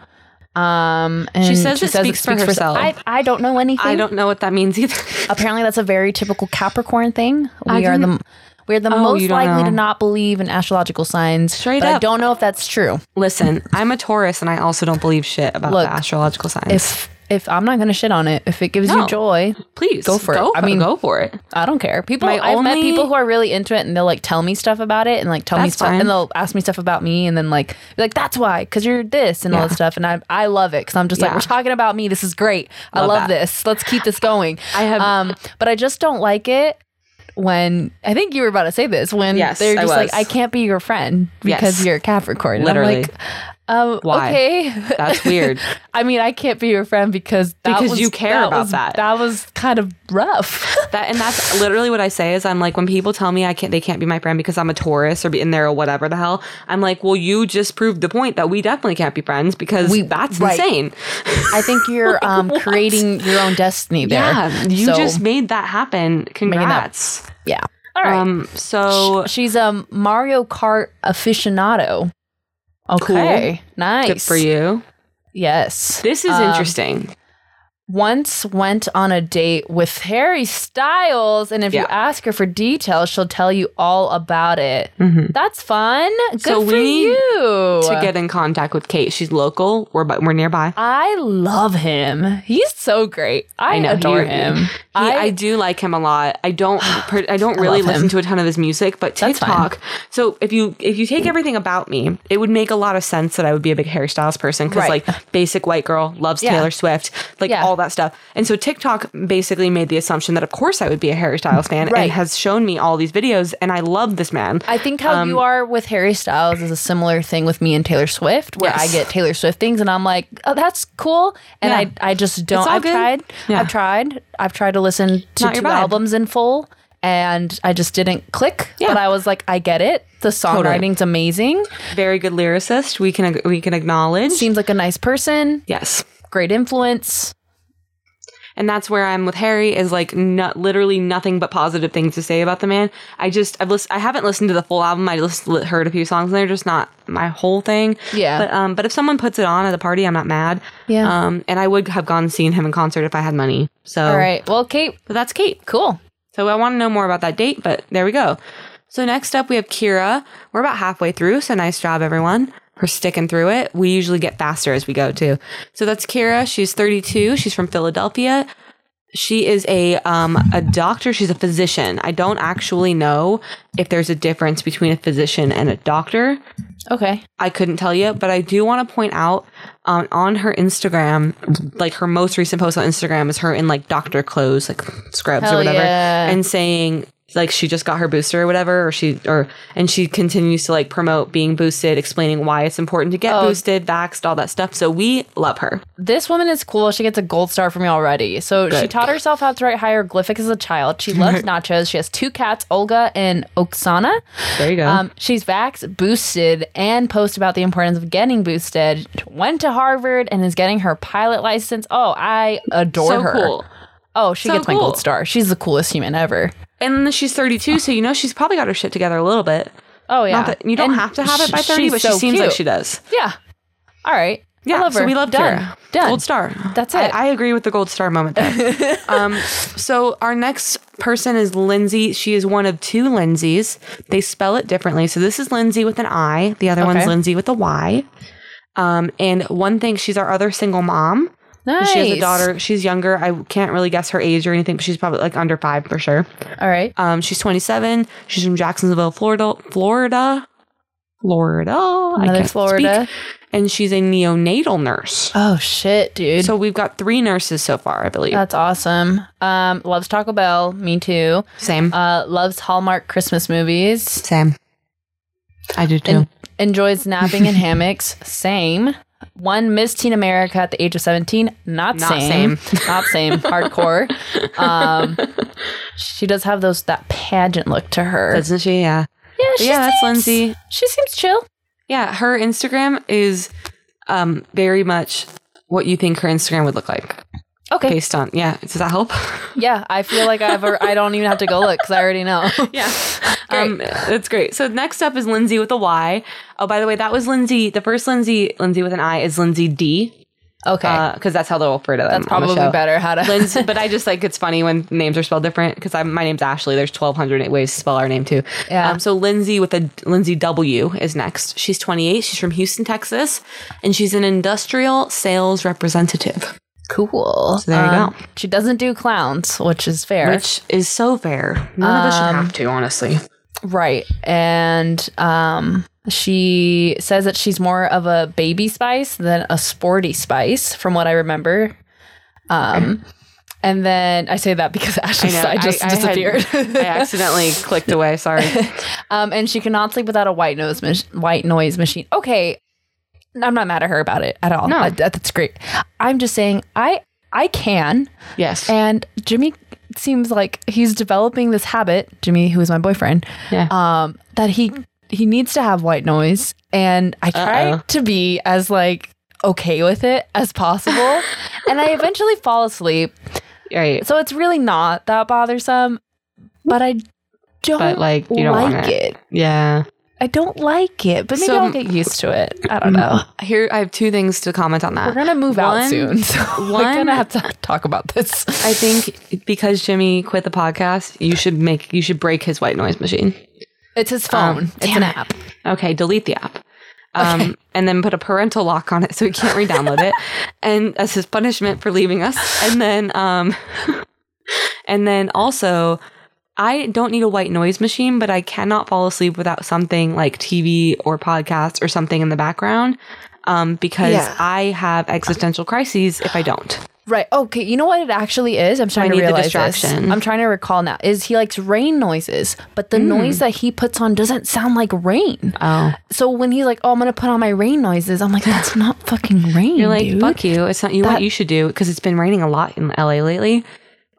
Speaker 2: Um, and
Speaker 3: She says it speaks for herself.
Speaker 2: I, I don't know anything.
Speaker 3: I don't know what that means either.
Speaker 2: Apparently, that's a very typical Capricorn thing.
Speaker 3: I Oh,
Speaker 2: We are the we're the most
Speaker 3: you don't
Speaker 2: likely to
Speaker 3: know.
Speaker 2: not believe in astrological signs.
Speaker 3: Straight
Speaker 2: but I
Speaker 3: up.
Speaker 2: don't know if that's true.
Speaker 3: *laughs* Listen, I'm a Taurus, and I also don't believe shit about
Speaker 2: Look,
Speaker 3: the astrological signs.
Speaker 2: If if I'm not going to shit on it, if it gives you
Speaker 3: No.
Speaker 2: joy,
Speaker 3: Please
Speaker 2: Go for it. I
Speaker 3: I
Speaker 2: mean-
Speaker 3: mean, go for it.
Speaker 2: I don't care. People,
Speaker 3: My
Speaker 2: I've met
Speaker 3: only-
Speaker 2: people who are really into it, and they'll like tell me stuff about it, and like tell me
Speaker 3: That's
Speaker 2: stuff,
Speaker 3: fine.
Speaker 2: and they'll ask me stuff about me, and then like be like, "That's why, because you're this," and all this stuff, and I I love it because I'm just like,
Speaker 3: Yeah.
Speaker 2: "We're talking about me. This is great. I
Speaker 3: Love
Speaker 2: love
Speaker 3: that.
Speaker 2: this. Let's keep this going."
Speaker 3: *laughs* I have-
Speaker 2: um, but I just don't like it when I think you were about to say this when
Speaker 3: Yes,
Speaker 2: they're
Speaker 3: I
Speaker 2: just like,
Speaker 3: was.
Speaker 2: "I can't be your friend because
Speaker 3: Yes.
Speaker 2: you're a Capricorn." And
Speaker 3: Literally.
Speaker 2: I'm like, um,
Speaker 3: Why?
Speaker 2: okay, *laughs*
Speaker 3: That's weird.
Speaker 2: I mean, I can't be your friend because that
Speaker 3: Because
Speaker 2: was-
Speaker 3: you care about
Speaker 2: was-
Speaker 3: that.
Speaker 2: That was kind of rough. *laughs*
Speaker 3: That and that's literally what I say is I'm like when people tell me I can't they can't be my friend because I'm a Taurus or be in there or whatever the hell I'm like well you just proved the point that we definitely can't be friends because
Speaker 2: We-
Speaker 3: that's
Speaker 2: right.
Speaker 3: insane
Speaker 2: I think you're um, creating your own destiny there.
Speaker 3: *laughs* yeah you
Speaker 2: So,
Speaker 3: just made that happen congrats
Speaker 2: yeah. All right.
Speaker 3: um so
Speaker 2: She's a Mario Kart aficionado. Okay. Nice.
Speaker 3: good for you
Speaker 2: Yes.
Speaker 3: this is
Speaker 2: Um,
Speaker 3: interesting
Speaker 2: once went on a date with Harry Styles, and if you
Speaker 3: Yeah.
Speaker 2: ask her for details, she'll tell you all about it.
Speaker 3: Mm-hmm.
Speaker 2: That's fun. Good
Speaker 3: So
Speaker 2: for
Speaker 3: we need
Speaker 2: you. Uh,
Speaker 3: To get in contact with Kate, she's local. We're bu- we're nearby.
Speaker 2: I love him. He's so great. I,
Speaker 3: I know,
Speaker 2: adore
Speaker 3: he-
Speaker 2: him.
Speaker 3: He, I,
Speaker 2: I,
Speaker 3: do like him a lot.
Speaker 2: *sighs*
Speaker 3: I don't per, I don't really
Speaker 2: love him.
Speaker 3: listen to a ton of his music, but
Speaker 2: That's fine.
Speaker 3: TikTok. So if you if you take everything about me, it would make a lot of sense that I would be a big hairstyles person because
Speaker 2: Right.
Speaker 3: like basic white girl loves
Speaker 2: Yeah.
Speaker 3: Taylor Swift, like
Speaker 2: Yeah.
Speaker 3: all that stuff. And so TikTok basically made the assumption that of course I would be a hairstyles fan
Speaker 2: Right.
Speaker 3: and has shown me all these videos, and I love this man.
Speaker 2: I think how you
Speaker 3: Um,
Speaker 2: are with Harry Styles is a similar thing with me and Taylor Swift, where I
Speaker 3: Yes.
Speaker 2: get Taylor Swift things and I'm like, oh, that's cool. And
Speaker 3: Yeah.
Speaker 2: I, I just don't.
Speaker 3: all
Speaker 2: I've
Speaker 3: good.
Speaker 2: tried.
Speaker 3: Yeah.
Speaker 2: I've tried. I've tried to listen to
Speaker 3: Not
Speaker 2: two
Speaker 3: your vibe.
Speaker 2: albums in full and I just didn't click.
Speaker 3: Yeah.
Speaker 2: But I was like, I get it. The songwriting's amazing.
Speaker 3: Very good lyricist. We can ag- we can acknowledge.
Speaker 2: Seems like a nice person,
Speaker 3: yes.
Speaker 2: great influence.
Speaker 3: and that's where I'm with Harry is like not literally nothing but positive things to say about the man. I just I've list, I haven't listened to the full album. I just li- heard a few songs and they're just not my whole thing.
Speaker 2: Yeah.
Speaker 3: But um but if someone puts it on at a party, I'm not mad.
Speaker 2: Yeah.
Speaker 3: Um and I would have gone and seen him in concert if I had money. So
Speaker 2: All right. Well, Kate,
Speaker 3: Oh. But that's Kate.
Speaker 2: cool.
Speaker 3: So I want to know more about that date, but there we go. So next up we have Kira. We're about halfway through, so nice job everyone for sticking through it. We usually get faster as we go too. So that's Kira. She's 32. She's from Philadelphia. She is a um a doctor, she's a physician. I don't actually know if there's a difference between a physician and a doctor.
Speaker 2: Okay.
Speaker 3: I couldn't tell you, but I do want to point out um, on her Instagram, like her most recent post on Instagram is her in like doctor clothes, like scrubs
Speaker 2: Hell
Speaker 3: or whatever,
Speaker 2: yeah.
Speaker 3: and saying like she just got her booster or whatever, or she or and she continues to like promote being boosted, explaining why it's important to
Speaker 2: Oh.
Speaker 3: get boosted, vaxxed, all that stuff. So we love her.
Speaker 2: This woman is cool. She gets a gold star from me already. So she taught herself how to write hieroglyphics as a child. She
Speaker 3: *laughs*
Speaker 2: loves nachos. She has two cats, Olga and Oksana.
Speaker 3: There you go.
Speaker 2: Um, she's vax boosted and posts about the importance of getting boosted. Went to Harvard and is getting her pilot license. Oh, I adore
Speaker 3: so
Speaker 2: her.
Speaker 3: cool.
Speaker 2: Oh, she
Speaker 3: So
Speaker 2: gets my
Speaker 3: cool.
Speaker 2: gold star. She's the coolest human ever.
Speaker 3: And she's 32, so you know she's probably got her shit together a little bit.
Speaker 2: Oh yeah.
Speaker 3: Not that you don't
Speaker 2: And
Speaker 3: have to have it by
Speaker 2: sh-
Speaker 3: 30,
Speaker 2: she's
Speaker 3: but she
Speaker 2: so
Speaker 3: seems like
Speaker 2: cute.
Speaker 3: she does.
Speaker 2: Yeah. All right.
Speaker 3: Yeah,
Speaker 2: I love her.
Speaker 3: so we love
Speaker 2: Done.
Speaker 3: Kira.
Speaker 2: Done.
Speaker 3: Gold star.
Speaker 2: That's
Speaker 3: I-
Speaker 2: it.
Speaker 3: I, agree with the gold star
Speaker 2: *laughs*
Speaker 3: moment there. um, so our next person is Lindsay. She is one of two Lindsays. They spell it differently. So this is Lindsay with an I. The other
Speaker 2: Okay.
Speaker 3: one's Lindsay with a Y. Um, and one thing, she's our other single mom.
Speaker 2: Nice.
Speaker 3: She has a daughter. She's younger. I can't really guess her age or anything, but she's probably like under five for sure.
Speaker 2: All right.
Speaker 3: Um, she's 27. She's from Jacksonville, Florida. Florida. Florida. I
Speaker 2: Another
Speaker 3: can't speak.
Speaker 2: Florida.
Speaker 3: And she's a neonatal nurse.
Speaker 2: Oh shit, dude.
Speaker 3: So we've got three nurses so far, I believe.
Speaker 2: That's awesome. Um, loves Taco Bell. Me too.
Speaker 3: Same.
Speaker 2: Uh, loves Hallmark Christmas movies.
Speaker 3: Same. I do too.
Speaker 2: En- enjoys napping
Speaker 3: *laughs*
Speaker 2: in hammocks. Same. One Miss Teen America at the age of 17. Not,
Speaker 3: Not
Speaker 2: same. *laughs* Not same. Hardcore. Um, she does have those that pageant look to her.
Speaker 3: Doesn't she? Yeah.
Speaker 2: yeah, she
Speaker 3: yeah, that's
Speaker 2: seems-
Speaker 3: Lindsay.
Speaker 2: She seems chill.
Speaker 3: Yeah, her Instagram is um very much what you think her Instagram would look like
Speaker 2: Okay.
Speaker 3: based on yeah. Does that help?
Speaker 2: Yeah, I feel like I've. al- I don't even have to go look because I already know.
Speaker 3: *laughs* *laughs* Yeah. Um, that's great. So next up is Lindsay with a Y. Oh, by the way, that was Lindsay. The first Lindsay, Lindsay with an I, is Lindsay D,
Speaker 2: Okay,
Speaker 3: because that's how they'll refer to them.
Speaker 2: that's probably better. How to?
Speaker 3: Uh, Lindsay, but I just like it's funny when names are spelled different because my name's Ashley. There's 1,200 ways to spell our name too.
Speaker 2: Yeah.
Speaker 3: Um, so Lindsay with a Lindsay W is next. She's 28. She's from Houston, Texas, and she's an industrial sales representative,
Speaker 2: Cool. So
Speaker 3: there you go.
Speaker 2: *laughs* She doesn't do clowns, which is fair.
Speaker 3: which is so fair. None of us should have to, honestly.
Speaker 2: right. And um she says that she's more of a baby spice than a sporty spice, from what I remember. Um and then I say that because *laughs* Ashley's side just
Speaker 3: had-
Speaker 2: disappeared.
Speaker 3: *laughs* I accidentally clicked away. Sorry.
Speaker 2: *laughs* um, and she cannot sleep without a white noise mach- white noise machine. Okay, I'm not mad at her about it at all.
Speaker 3: No.
Speaker 2: I- that- that's great. I'm just saying I I can
Speaker 3: Yes.
Speaker 2: And Jimmy seems like he's developing this habit, Jimmy, who is my boyfriend,
Speaker 3: Yeah.
Speaker 2: um, that he he needs to have white noise. And I try
Speaker 3: Uh-oh.
Speaker 2: to be as like okay with it as possible.
Speaker 3: *laughs*
Speaker 2: and I eventually fall asleep.
Speaker 3: right.
Speaker 2: So it's really not that bothersome, but I don't
Speaker 3: But, like, you don't
Speaker 2: like
Speaker 3: want
Speaker 2: it.
Speaker 3: Yeah.
Speaker 2: I don't like it, but maybe
Speaker 3: So-
Speaker 2: I'll get used to it. I don't know.
Speaker 3: Here, I have two things to comment on
Speaker 2: We're
Speaker 3: that.
Speaker 2: gonna move out
Speaker 3: One-
Speaker 2: soon, *laughs* so we're
Speaker 3: one-
Speaker 2: gonna have to talk about this.
Speaker 3: I think because Jimmy quit the podcast, you should make you should break his white noise machine.
Speaker 2: It's his phone. it's
Speaker 3: Um, damn
Speaker 2: an
Speaker 3: it.
Speaker 2: app.
Speaker 3: Okay, delete the app. Um, And then put a parental lock on it so he can't re-download it, and as his punishment for leaving us. And then, um, *laughs* and then also, I don't need a white noise machine, but I cannot fall asleep without something like TV or podcast or something in the background, um, because
Speaker 2: Yeah.
Speaker 3: I have existential crises if I don't.
Speaker 2: Right. Oh, Okay. You know what it actually is? I'm trying
Speaker 3: I
Speaker 2: to
Speaker 3: need the
Speaker 2: realize this.
Speaker 3: distraction. Hmm.
Speaker 2: I'm trying to recall now. Is he likes rain noises, but the noise that he puts on doesn't sound like rain.
Speaker 3: Oh,
Speaker 2: So when he's like, "Oh, I'm gonna put on my rain noises," I'm like, "That's not fucking rain,
Speaker 3: You're like,
Speaker 2: dude."
Speaker 3: fuck you. It's not you.
Speaker 2: That-
Speaker 3: what you should do because it's been raining a lot in LA lately.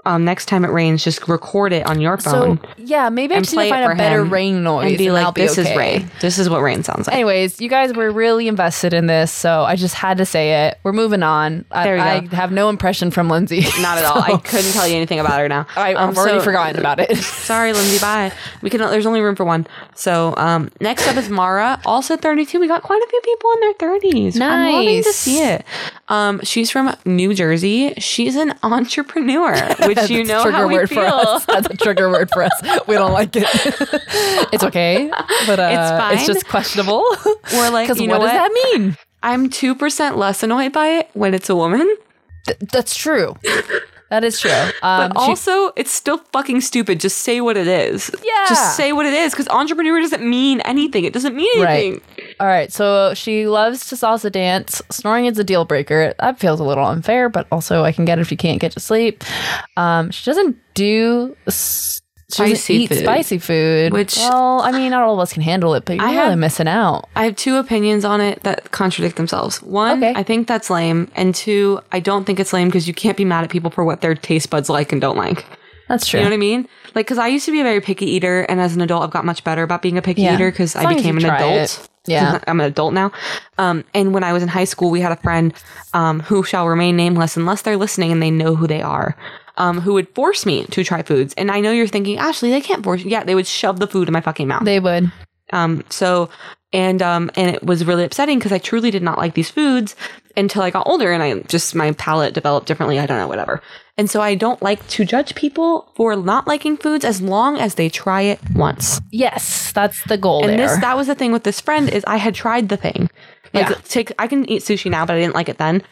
Speaker 3: Um, next time it rains, just record it on your
Speaker 2: So
Speaker 3: phone
Speaker 2: yeah, maybe I
Speaker 3: and
Speaker 2: just need
Speaker 3: play
Speaker 2: to
Speaker 3: it
Speaker 2: find
Speaker 3: for
Speaker 2: a better
Speaker 3: him
Speaker 2: rain noise
Speaker 3: and be
Speaker 2: I'll
Speaker 3: like,
Speaker 2: be
Speaker 3: "This
Speaker 2: okay.
Speaker 3: is rain. This is what rain sounds like."
Speaker 2: Anyways, you guys were really invested in this, so I just had to say it. We're moving on. I,
Speaker 3: There we
Speaker 2: I have no impression from Lindsay. *laughs*
Speaker 3: Not at all. I couldn't tell you anything about her now.
Speaker 2: I, I've
Speaker 3: Um,
Speaker 2: already
Speaker 3: so-
Speaker 2: forgotten about it.
Speaker 3: *laughs* Sorry, Lindsay. Bye. We can. There's only room for one. So um, next up is Mara, also 32. We got quite a few people in their 30s. I'm loving to
Speaker 2: Nice.
Speaker 3: see it. Um, she's from New Jersey. She's an *laughs* entrepreneur,
Speaker 2: *laughs*
Speaker 3: which you
Speaker 2: That's
Speaker 3: know how we
Speaker 2: word
Speaker 3: feel.
Speaker 2: for us. *laughs* That's a trigger word for us. We don't like it. *laughs* it's okay, but uh, it's,
Speaker 3: fine.
Speaker 2: just
Speaker 3: *laughs*
Speaker 2: questionable. *laughs*
Speaker 3: We're like,
Speaker 2: Because
Speaker 3: you
Speaker 2: what,
Speaker 3: know
Speaker 2: does that
Speaker 3: what? *laughs*
Speaker 2: mean?
Speaker 3: I'm 2% less annoyed by it when it's a woman,
Speaker 2: Th- that's true. That is true. Um,
Speaker 3: but
Speaker 2: she-
Speaker 3: also it's still fucking stupid. Just say what it is.
Speaker 2: Yeah.
Speaker 3: Just say what it is because entrepreneur doesn't mean anything. It doesn't mean anything.
Speaker 2: right. All right. So she loves to salsa dance. Snoring is a deal breaker. That feels a little unfair, but also I can get it if you can't get to sleep. Um, she doesn't do. s- she doesn't
Speaker 3: Spicy
Speaker 2: eat
Speaker 3: food.
Speaker 2: spicy food,
Speaker 3: Which-
Speaker 2: well, I mean, not all of us can handle it, but you're
Speaker 3: I
Speaker 2: really
Speaker 3: have-
Speaker 2: missing out.
Speaker 3: I have two opinions on it that contradict themselves. One,
Speaker 2: Okay.
Speaker 3: I think that's lame. And two, I don't think it's lame because you can't be mad at people for what their taste buds like and don't like.
Speaker 2: That's true.
Speaker 3: You know what I mean? Like, because I used to be a very picky eater, and as an adult, I've got much better about being a picky
Speaker 2: Yeah.
Speaker 3: eater because
Speaker 2: As
Speaker 3: I
Speaker 2: long as
Speaker 3: became an
Speaker 2: you try
Speaker 3: adult.
Speaker 2: it. Yeah.
Speaker 3: *laughs* I'm an adult now. Um, and when I was in high school, we had a friend um, who shall remain nameless unless they're listening and they know who they are. Um, who would force me to try foods? And I know you're thinking, Ashley, they can't force you. Yeah, they would shove the food in my fucking mouth.
Speaker 2: They would.
Speaker 3: Um, so and um and it was really upsetting because I truly did not like these foods until I got older and I just my palate developed differently. I don't know, whatever. And so I don't like to judge people for not liking foods as long as they try it once.
Speaker 2: Yes, that's the goal
Speaker 3: And
Speaker 2: there.
Speaker 3: this that was the thing with this friend is I had tried the thing. Like
Speaker 2: Yeah.
Speaker 3: take I can eat sushi now, but I didn't like it then.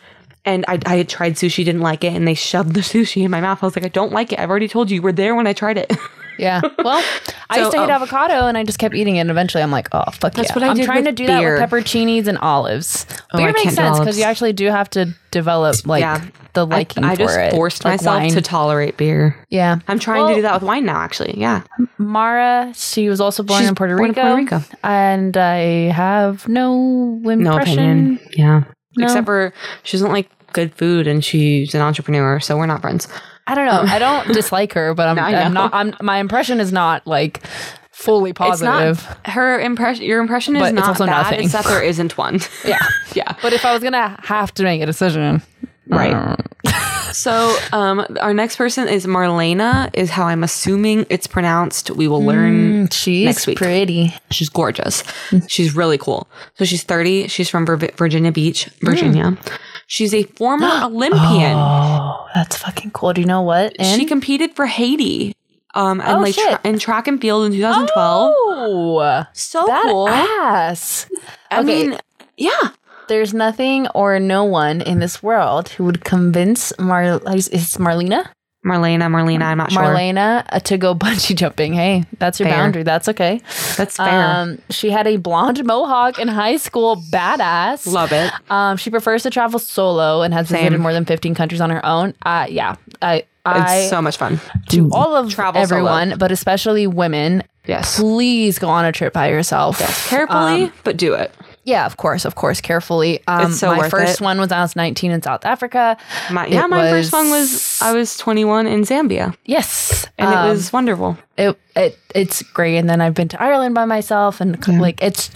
Speaker 3: And I, I had tried sushi, didn't like it, and they shoved the *laughs* sushi in my mouth. I was like, I don't like it. I've already told you, you were there when I tried it. *laughs*
Speaker 2: *laughs* Yeah. Well, I used to
Speaker 3: So,
Speaker 2: hate
Speaker 3: um,
Speaker 2: avocado and I just kept eating it. And eventually I'm like, oh, fuck
Speaker 3: That's
Speaker 2: yeah.
Speaker 3: what I
Speaker 2: I'm
Speaker 3: did
Speaker 2: trying to
Speaker 3: with
Speaker 2: do
Speaker 3: beer. Oh,
Speaker 2: that with pepperoncinis and olives. beer
Speaker 3: I
Speaker 2: makes
Speaker 3: can't do
Speaker 2: sense because
Speaker 3: olives.
Speaker 2: you actually do have to develop like
Speaker 3: Yeah.
Speaker 2: the liking
Speaker 3: I
Speaker 2: for
Speaker 3: just
Speaker 2: it.
Speaker 3: forced
Speaker 2: like
Speaker 3: myself
Speaker 2: wine.
Speaker 3: to tolerate beer.
Speaker 2: Yeah.
Speaker 3: I'm trying
Speaker 2: Well,
Speaker 3: to do that with wine now, actually. Yeah.
Speaker 2: Mara, she was also born
Speaker 3: She's
Speaker 2: in Puerto
Speaker 3: born in
Speaker 2: Rico.
Speaker 3: Puerto Rico.
Speaker 2: And I have no impression.
Speaker 3: Yeah.
Speaker 2: No.
Speaker 3: Except for she doesn't like good food and she's an entrepreneur, so we're not friends.
Speaker 2: I don't know. I
Speaker 3: *laughs*
Speaker 2: don't dislike her, but I'm,
Speaker 3: Oh. No, I
Speaker 2: I'm
Speaker 3: know.
Speaker 2: not. I'm, my impression is not like fully positive.
Speaker 3: It's not her impression. Your impression is
Speaker 2: But it's
Speaker 3: not
Speaker 2: also
Speaker 3: bad.
Speaker 2: nothing.
Speaker 3: It's that there isn't one.
Speaker 2: *laughs* yeah.
Speaker 3: yeah.
Speaker 2: But if I was going to have to make a decision,
Speaker 3: Right. *laughs* so um, our next person is Marlena, is how I'm assuming it's pronounced. We will learn
Speaker 2: she's
Speaker 3: Next week.
Speaker 2: pretty.
Speaker 3: She's gorgeous.
Speaker 2: Mm.
Speaker 3: She's really cool. So she's 30. She's from Vir- Virginia Beach, Virginia. She's a
Speaker 2: *gasps*
Speaker 3: former
Speaker 2: Mm.
Speaker 3: Olympian.
Speaker 2: Oh, that's fucking cool. Do you know what? And
Speaker 3: She competed for Haiti um, and
Speaker 2: Oh,
Speaker 3: like
Speaker 2: shit.
Speaker 3: tra- in track and field in 2012.
Speaker 2: oh,
Speaker 3: so
Speaker 2: that
Speaker 3: cool.
Speaker 2: ass.
Speaker 3: I
Speaker 2: okay.
Speaker 3: mean, yeah.
Speaker 2: There's nothing or no one in this world who would convince Mar is is Marlena
Speaker 3: Marlena, Marlena, I'm not sure.
Speaker 2: Marlena uh, to go *laughs* bungee jumping. Hey, that's your
Speaker 3: Fair.
Speaker 2: boundary. That's okay.
Speaker 3: That's fair.
Speaker 2: Um, she had a blonde mohawk in high school. Badass.
Speaker 3: Love it.
Speaker 2: Um, she prefers to travel solo and has visited
Speaker 3: Same.
Speaker 2: more than 15 countries on her own. Uh, yeah, I, I
Speaker 3: It's so much fun.
Speaker 2: to all of
Speaker 3: Travel
Speaker 2: everyone, but especially women.
Speaker 3: Yes.
Speaker 2: Please go on a trip by yourself.
Speaker 3: Carefully,
Speaker 2: Um,
Speaker 3: but do it.
Speaker 2: Yeah, of course, of course, carefully. Um,
Speaker 3: It's so
Speaker 2: my
Speaker 3: worth
Speaker 2: first
Speaker 3: it.
Speaker 2: one was when I was 19 in South Africa.
Speaker 3: My,
Speaker 2: it
Speaker 3: yeah, my
Speaker 2: was-
Speaker 3: first one was I was 21 in Zambia,
Speaker 2: Yes,
Speaker 3: and
Speaker 2: Um,
Speaker 3: it was wonderful.
Speaker 2: it, it it's great. And then I've been to Ireland by myself, and like it's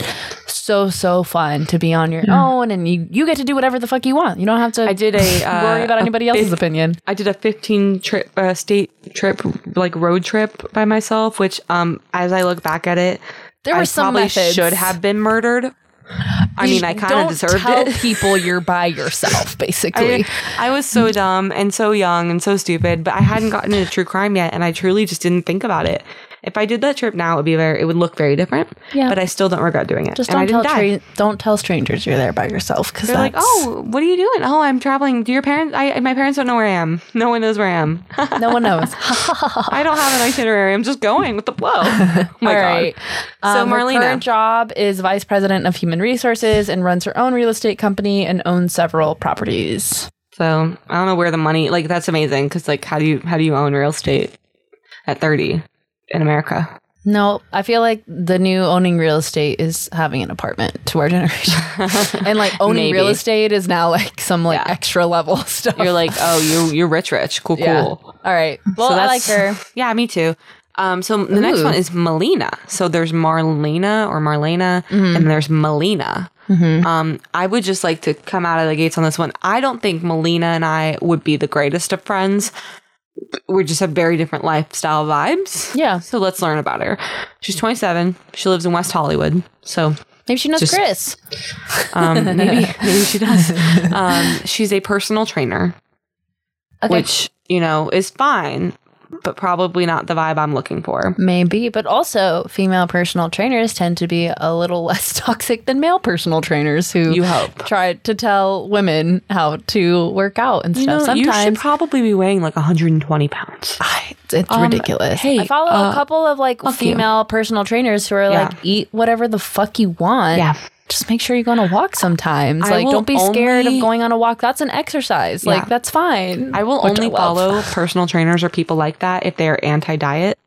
Speaker 2: so so fun to be on your own, and you you get to do whatever the fuck you want. You don't have to.
Speaker 3: I did a,
Speaker 2: *laughs*
Speaker 3: uh,
Speaker 2: worry about
Speaker 3: a
Speaker 2: anybody else's
Speaker 3: big-
Speaker 2: opinion.
Speaker 3: I did a 15 trip, uh, state trip, like road trip by myself, which, um, as I look back at it,
Speaker 2: There were
Speaker 3: I
Speaker 2: some
Speaker 3: probably
Speaker 2: methods.
Speaker 3: should have been murdered. I mean, I kind of deserved
Speaker 2: tell
Speaker 3: it. *laughs*
Speaker 2: people you're by yourself, basically.
Speaker 3: I, *laughs* I was so dumb and so young and so stupid, but I hadn't gotten into true crime yet, and I truly just didn't think about it. If I did that trip now, it would be very, it would look very different.
Speaker 2: Yeah.
Speaker 3: But I still don't regret doing it.
Speaker 2: Just
Speaker 3: and I
Speaker 2: don't tell
Speaker 3: didn't die.
Speaker 2: tra- don't tell strangers you're there by yourself because
Speaker 3: They're like, oh, what are you doing? Oh, I'm traveling. Do your parents? I my parents don't know where I am. No one knows where I am.
Speaker 2: *laughs*
Speaker 3: *laughs*
Speaker 2: no one knows.
Speaker 3: I don't have an itinerary. I'm just going with
Speaker 2: *laughs*
Speaker 3: the flow. Oh my
Speaker 2: All
Speaker 3: God.
Speaker 2: right.
Speaker 3: So
Speaker 2: Um, Her
Speaker 3: Marlena,
Speaker 2: current job is vice president of human resources and runs her own real estate company and owns several properties.
Speaker 3: So I don't know where the money. Like that's amazing because like how do you how do you own real estate at thirty in America?
Speaker 2: No, I feel like the new owning real estate is having an apartment to our *laughs* generation, and like owning
Speaker 3: Maybe.
Speaker 2: real estate is now like some like
Speaker 3: Yeah.
Speaker 2: extra level *laughs* stuff.
Speaker 3: You're like oh you you're rich rich cool
Speaker 2: yeah.
Speaker 3: cool.
Speaker 2: All right. Well,
Speaker 3: So
Speaker 2: I like
Speaker 3: that's-
Speaker 2: her.
Speaker 3: Yeah, me too. Um, so the next
Speaker 2: Ooh.
Speaker 3: one is Melina. So there's Marlena or Marlena,
Speaker 2: Mm-hmm.
Speaker 3: and there's Melina. Um, I would just like to come out of the gates on this one. I don't think Melina and I would be the greatest of friends. We just have very different lifestyle vibes.
Speaker 2: Yeah.
Speaker 3: So let's learn about her. She's 27. She lives in West Hollywood. So
Speaker 2: Maybe she knows
Speaker 3: Just-
Speaker 2: Chris. *laughs*
Speaker 3: um, maybe maybe she does. Um, she's a personal trainer,
Speaker 2: Okay.
Speaker 3: which you know is fine, but probably not the vibe I'm looking for.
Speaker 2: Maybe, but also female personal trainers tend to be a little *laughs* less toxic than male personal trainers who
Speaker 3: You hope.
Speaker 2: try to tell women how to work out and
Speaker 3: You
Speaker 2: stuff.
Speaker 3: know, you should
Speaker 2: Sometimes
Speaker 3: probably be weighing like 120 pounds.
Speaker 2: I- it's, it's
Speaker 3: Um,
Speaker 2: ridiculous.
Speaker 3: hey,
Speaker 2: I follow
Speaker 3: uh,
Speaker 2: a couple of like
Speaker 3: you.
Speaker 2: female personal trainers who are
Speaker 3: Yeah.
Speaker 2: like, eat whatever the fuck you want.
Speaker 3: Yeah.
Speaker 2: Just make sure you go on a walk sometimes.
Speaker 3: I
Speaker 2: like,
Speaker 3: will
Speaker 2: don't be scared of
Speaker 3: only-
Speaker 2: going on a walk. That's an exercise.
Speaker 3: Yeah.
Speaker 2: Like, that's fine.
Speaker 3: I will
Speaker 2: Which
Speaker 3: only
Speaker 2: love.
Speaker 3: follow personal trainers or people like that if they're anti-diet.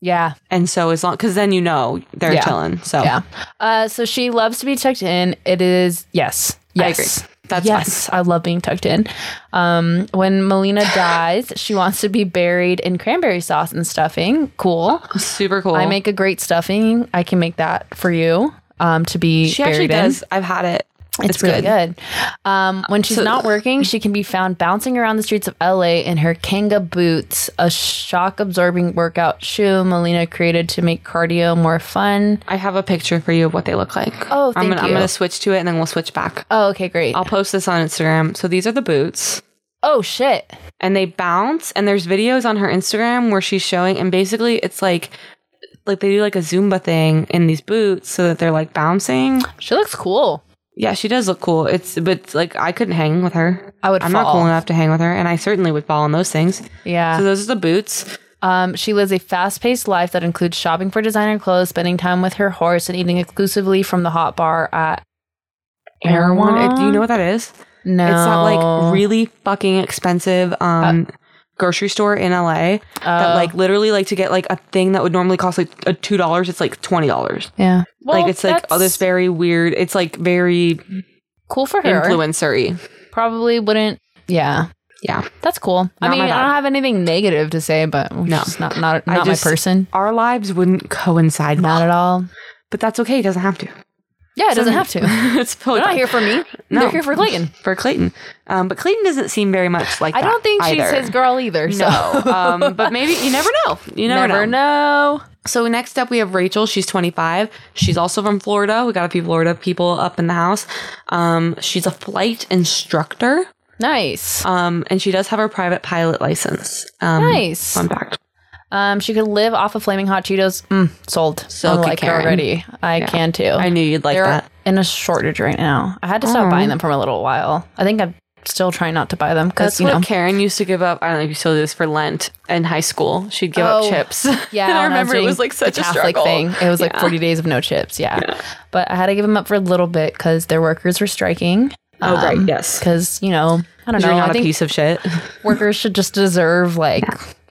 Speaker 2: Yeah.
Speaker 3: And so as long, because then you know they're
Speaker 2: Yeah.
Speaker 3: chilling. So
Speaker 2: Yeah. Uh, so she loves to be tucked in. It is yes.
Speaker 3: I
Speaker 2: Yes.
Speaker 3: agree. That's
Speaker 2: yes. I love being tucked in. Um, when
Speaker 3: *laughs*
Speaker 2: Melina dies, she wants to be buried in cranberry sauce and stuffing. Cool.
Speaker 3: super cool.
Speaker 2: I make a great stuffing. I can make that for you. Um, to be
Speaker 3: she actually
Speaker 2: buried in.
Speaker 3: does. I've had it.
Speaker 2: It's, really good. Um, when she's
Speaker 3: So-
Speaker 2: not working, she can be found bouncing around the streets of LA in her Kanga boots, a shock absorbing workout shoe Melina created to make cardio more fun.
Speaker 3: I have a picture for you of what they look like.
Speaker 2: Oh,
Speaker 3: I'm
Speaker 2: thank
Speaker 3: gonna, I'm
Speaker 2: you.
Speaker 3: gonna switch to it and then we'll switch back.
Speaker 2: Oh, okay, great.
Speaker 3: I'll post this on Instagram. So these are the boots.
Speaker 2: oh, shit.
Speaker 3: and they bounce and there's videos on her instagram where she's showing and basically it's like like they do like a zumba thing in these boots so that they're like bouncing
Speaker 2: She looks cool.
Speaker 3: yeah she does look cool it's but like i couldn't hang with her
Speaker 2: I would
Speaker 3: i'm
Speaker 2: fall.
Speaker 3: not cool enough to hang with her and i certainly would fall on those things so
Speaker 2: Yeah.
Speaker 3: those are the boots
Speaker 2: Um, she lives a fast paced life that includes shopping for designer clothes, spending time with her horse, and eating exclusively from the hot bar at
Speaker 3: Erewhon. do you know what that is
Speaker 2: No. Uh,
Speaker 3: it's that like really fucking expensive um grocery store in la that
Speaker 2: Oh.
Speaker 3: like literally like to get like a thing that would normally cost like a two dollars it's like twenty dollars
Speaker 2: Yeah. Well,
Speaker 3: like it's like oh this
Speaker 2: that's
Speaker 3: very weird it's like very
Speaker 2: cool for her.
Speaker 3: influencery
Speaker 2: Probably wouldn't yeah.
Speaker 3: yeah
Speaker 2: That's cool. I
Speaker 3: Not
Speaker 2: mean,
Speaker 3: my
Speaker 2: I
Speaker 3: vibe.
Speaker 2: don't have anything negative to say, but no, just not not,
Speaker 3: I
Speaker 2: not
Speaker 3: just-
Speaker 2: my person.
Speaker 3: our lives wouldn't coincide
Speaker 2: Not at all.
Speaker 3: but that's okay it doesn't have to
Speaker 2: Yeah, it doesn't have to. They're
Speaker 3: *laughs* it's totally
Speaker 2: not
Speaker 3: fine.
Speaker 2: here for me.
Speaker 3: No.
Speaker 2: They're here for Clayton.
Speaker 3: for clayton um, but clayton doesn't seem very much like
Speaker 2: I don't
Speaker 3: that
Speaker 2: think
Speaker 3: either.
Speaker 2: she's his girl either. So
Speaker 3: no
Speaker 2: *laughs*
Speaker 3: um, but maybe you never know you never,
Speaker 2: never
Speaker 3: know.
Speaker 2: know.
Speaker 3: so next up we have rachel she's 25 she's also from florida we got a few florida people up in the house um, she's a flight instructor
Speaker 2: Nice.
Speaker 3: um, and she does have her private pilot license um,
Speaker 2: Nice.
Speaker 3: fun fact
Speaker 2: Um, she could live off of flaming hot Cheetos. Mm, sold.
Speaker 3: So could
Speaker 2: I like her
Speaker 3: Karen.
Speaker 2: already. I can too.
Speaker 3: i knew you'd like
Speaker 2: They're
Speaker 3: that
Speaker 2: in a shortage right now. I had to stop
Speaker 3: Aw.
Speaker 2: buying them for a little while. I think I'm still trying not to buy them because
Speaker 3: That's
Speaker 2: you
Speaker 3: what
Speaker 2: know.
Speaker 3: Karen used to give up. I don't know if you still do this for Lent in high school. She'd give
Speaker 2: Oh,
Speaker 3: up chips. *laughs*
Speaker 2: Yeah,
Speaker 3: and I
Speaker 2: when
Speaker 3: remember it
Speaker 2: doing
Speaker 3: was like
Speaker 2: the
Speaker 3: such a
Speaker 2: Catholic
Speaker 3: struggle.
Speaker 2: thing. It was like
Speaker 3: Yeah.
Speaker 2: 40 days of no chips. Yeah, but I had to give them up for a little bit because their workers were striking.
Speaker 3: Oh, right, yes.
Speaker 2: Because you know, I don't
Speaker 3: You're
Speaker 2: know.
Speaker 3: not
Speaker 2: I
Speaker 3: a
Speaker 2: think
Speaker 3: piece of shit.
Speaker 2: workers should just deserve like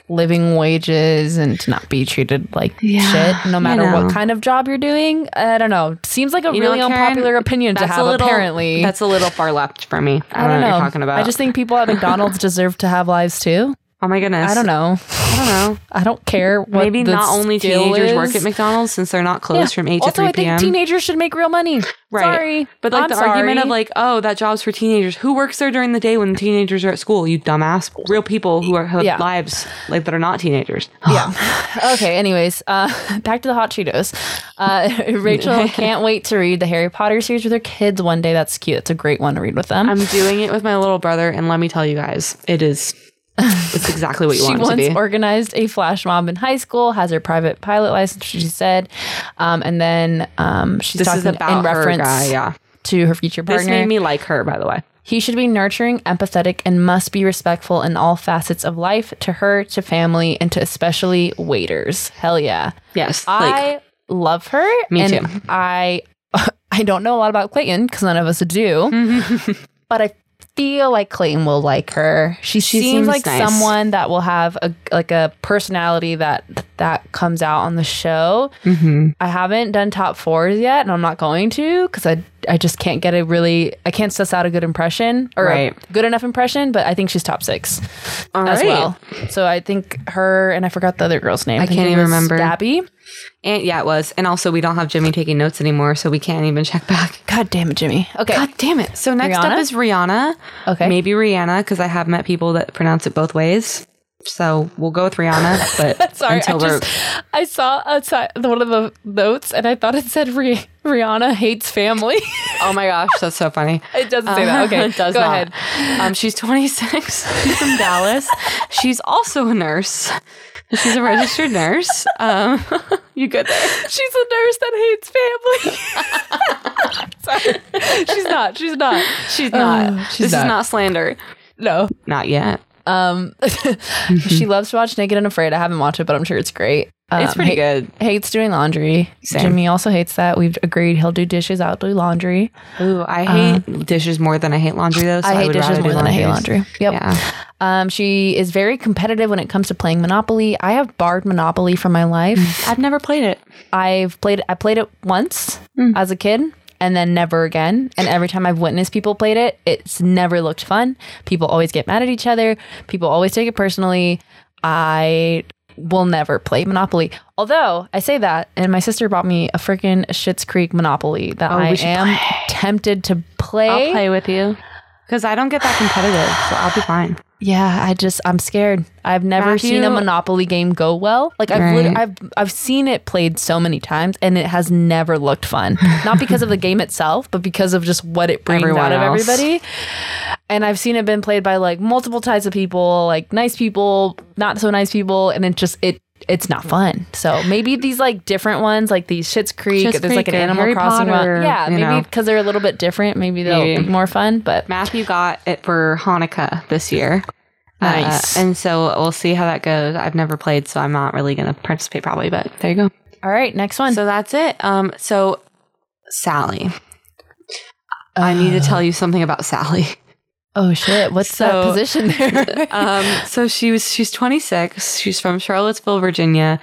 Speaker 2: living wages and to not be treated like shit no matter
Speaker 3: know.
Speaker 2: what kind of job you're doing i don't know seems like a
Speaker 3: You know
Speaker 2: really
Speaker 3: what, Karen?
Speaker 2: unpopular opinion to
Speaker 3: That's
Speaker 2: have
Speaker 3: a little,
Speaker 2: apparently
Speaker 3: That's a little far left for me. I,
Speaker 2: i don't
Speaker 3: don't know,
Speaker 2: know
Speaker 3: what you're talking about.
Speaker 2: i just think people at mcdonald's deserve to have lives too
Speaker 3: Oh my goodness.
Speaker 2: I don't know.
Speaker 3: I don't know.
Speaker 2: I don't care what
Speaker 3: Maybe
Speaker 2: the
Speaker 3: not only
Speaker 2: skill
Speaker 3: teenagers
Speaker 2: is.
Speaker 3: work at McDonald's since they're not
Speaker 2: Yeah.
Speaker 3: closed from 8
Speaker 2: also,
Speaker 3: to 3
Speaker 2: I think
Speaker 3: p.m.
Speaker 2: teenagers should make real money.
Speaker 3: Right.
Speaker 2: Sorry.
Speaker 3: But like
Speaker 2: I'm
Speaker 3: the argument of
Speaker 2: sorry.
Speaker 3: like, oh, that job's for teenagers. Who works there during the day when the teenagers are at school? You dumbass. Real people who are, have
Speaker 2: Yeah.
Speaker 3: lives like that are not teenagers.
Speaker 2: yeah. Okay. Anyways, uh, *laughs* back to the hot Cheetos. Uh, *laughs*
Speaker 3: *laughs*
Speaker 2: Rachel can't wait to read the Harry Potter series with her kids one day. That's cute. That's a great one to read with them.
Speaker 3: *sighs* I'm doing it with my little brother, and let me tell you guys, it is it's exactly what
Speaker 2: *laughs*
Speaker 3: you
Speaker 2: she
Speaker 3: want it to
Speaker 2: once
Speaker 3: be.
Speaker 2: organized a flash mob in high school. Has her private pilot license. She said, um, and then um, she's
Speaker 3: this
Speaker 2: talking
Speaker 3: is about
Speaker 2: in
Speaker 3: her
Speaker 2: reference
Speaker 3: guy, yeah.
Speaker 2: to her future partner.
Speaker 3: This made me like her, by the way.
Speaker 2: He should be nurturing, empathetic, and must be respectful in all facets of life to her, to family, and to especially waiters. Hell yeah.
Speaker 3: Yes, like
Speaker 2: I love her.
Speaker 3: Me
Speaker 2: and
Speaker 3: too.
Speaker 2: I *laughs* I don't know a lot about Clayton because none of us
Speaker 3: *laughs*
Speaker 2: do. but I feel like Clayton will like her. She, seems
Speaker 3: seems
Speaker 2: like
Speaker 3: nice.
Speaker 2: someone that will have a like a personality that that comes out on the show.
Speaker 3: Mm-hmm.
Speaker 2: I haven't done top fours yet, and I'm not going to because I I just can't get a really I can't suss out a good impression or a
Speaker 3: Right.
Speaker 2: good enough impression. But I think she's top six
Speaker 3: All
Speaker 2: as
Speaker 3: right.
Speaker 2: well. So I think her and I forgot the other girl's name. I, think
Speaker 3: can't
Speaker 2: it
Speaker 3: even
Speaker 2: was
Speaker 3: remember.
Speaker 2: Gabby.
Speaker 3: and yeah, it was. And also, we don't have Jimmy taking notes anymore, so we can't even check back. *laughs*
Speaker 2: God damn it, Jimmy. Okay.
Speaker 3: God damn it! So next
Speaker 2: Rihanna?
Speaker 3: up is Rihanna.
Speaker 2: Okay.
Speaker 3: maybe Rihanna because I have met people that pronounce it both ways. So we'll go with Rihanna, but
Speaker 2: *laughs* Sorry,
Speaker 3: until
Speaker 2: I
Speaker 3: we're
Speaker 2: just I saw outside the- one of the notes and I thought it said Rih- Rihanna hates family. *laughs*
Speaker 3: oh my gosh, that's so funny.
Speaker 2: it doesn't say that. Okay,
Speaker 3: *laughs* it does
Speaker 2: go
Speaker 3: not.
Speaker 2: ahead.
Speaker 3: Um, she's 26. *laughs* She's from Dallas. She's also a nurse. She's a registered nurse. Um, *laughs* you good there?
Speaker 2: She's a nurse that hates family. *laughs* Sorry, she's not. She's not.
Speaker 3: She's not.
Speaker 2: Oh, she's
Speaker 3: this
Speaker 2: not.
Speaker 3: is not slander.
Speaker 2: No.
Speaker 3: Not yet.
Speaker 2: Um, *laughs* she loves to watch Naked and Afraid. I haven't watched it, but I'm sure it's great. Um,
Speaker 3: It's pretty
Speaker 2: ha-
Speaker 3: good.
Speaker 2: Hates doing laundry.
Speaker 3: Same.
Speaker 2: Jimmy also hates that. We've agreed he'll do dishes. I'll do laundry.
Speaker 3: Ooh, I hate dishes more than I hate laundry though. So Uh, I,
Speaker 2: I hate
Speaker 3: would
Speaker 2: dishes
Speaker 3: rather
Speaker 2: more
Speaker 3: do
Speaker 2: than I hate
Speaker 3: laundries.
Speaker 2: laundry. Yep.
Speaker 3: Yeah.
Speaker 2: Um, she is very competitive when it comes to playing Monopoly. I have barred Monopoly from my life.
Speaker 3: I've never played it.
Speaker 2: I've played I played it once
Speaker 3: Mm.
Speaker 2: as a kid and then never again. And every time I've witnessed people played it, it's never looked fun. People always get mad at each other. People always take it personally. I will never play Monopoly. Although I say that, and my sister bought me a freaking Schitt's Creek Monopoly that I
Speaker 3: Oh, we should
Speaker 2: am tempted to play.
Speaker 3: I'll play with you. Because I don't get that competitive, so I'll be fine.
Speaker 2: Yeah, I just I'm scared. I've never seen a
Speaker 3: Matthew-
Speaker 2: Monopoly game go well. Like I've lit-
Speaker 3: Right.
Speaker 2: I've I've seen it played so many times and it has never looked
Speaker 3: *laughs*
Speaker 2: fun. Not because of the game itself, but because of just what it brings
Speaker 3: Everyone
Speaker 2: out of
Speaker 3: else.
Speaker 2: everybody. And I've seen it been played by like multiple types of people, like nice people, not so nice people, and it just it it's not fun. So maybe these like different ones, like these Shits Creek,
Speaker 3: Schitt's
Speaker 2: there's like an
Speaker 3: Creek or
Speaker 2: Animal
Speaker 3: Harry
Speaker 2: Crossing
Speaker 3: Potter,
Speaker 2: one. Yeah,
Speaker 3: you
Speaker 2: maybe
Speaker 3: know.
Speaker 2: because they're a little bit different, maybe they'll
Speaker 3: Maybe.
Speaker 2: be more fun. But
Speaker 3: Matthew got it for Hanukkah this year. Uh,
Speaker 2: Nice.
Speaker 3: and so we'll see how that goes. I've never played, so I'm not really going to participate probably, but there you go.
Speaker 2: all right, next one.
Speaker 3: So that's it. Um, so, Sally. I need *sighs* to tell you something about Sally.
Speaker 2: Oh shit! What's that
Speaker 3: So-
Speaker 2: position
Speaker 3: *laughs*
Speaker 2: there?
Speaker 3: Um, so she was she's 26. She's from Charlottesville, Virginia.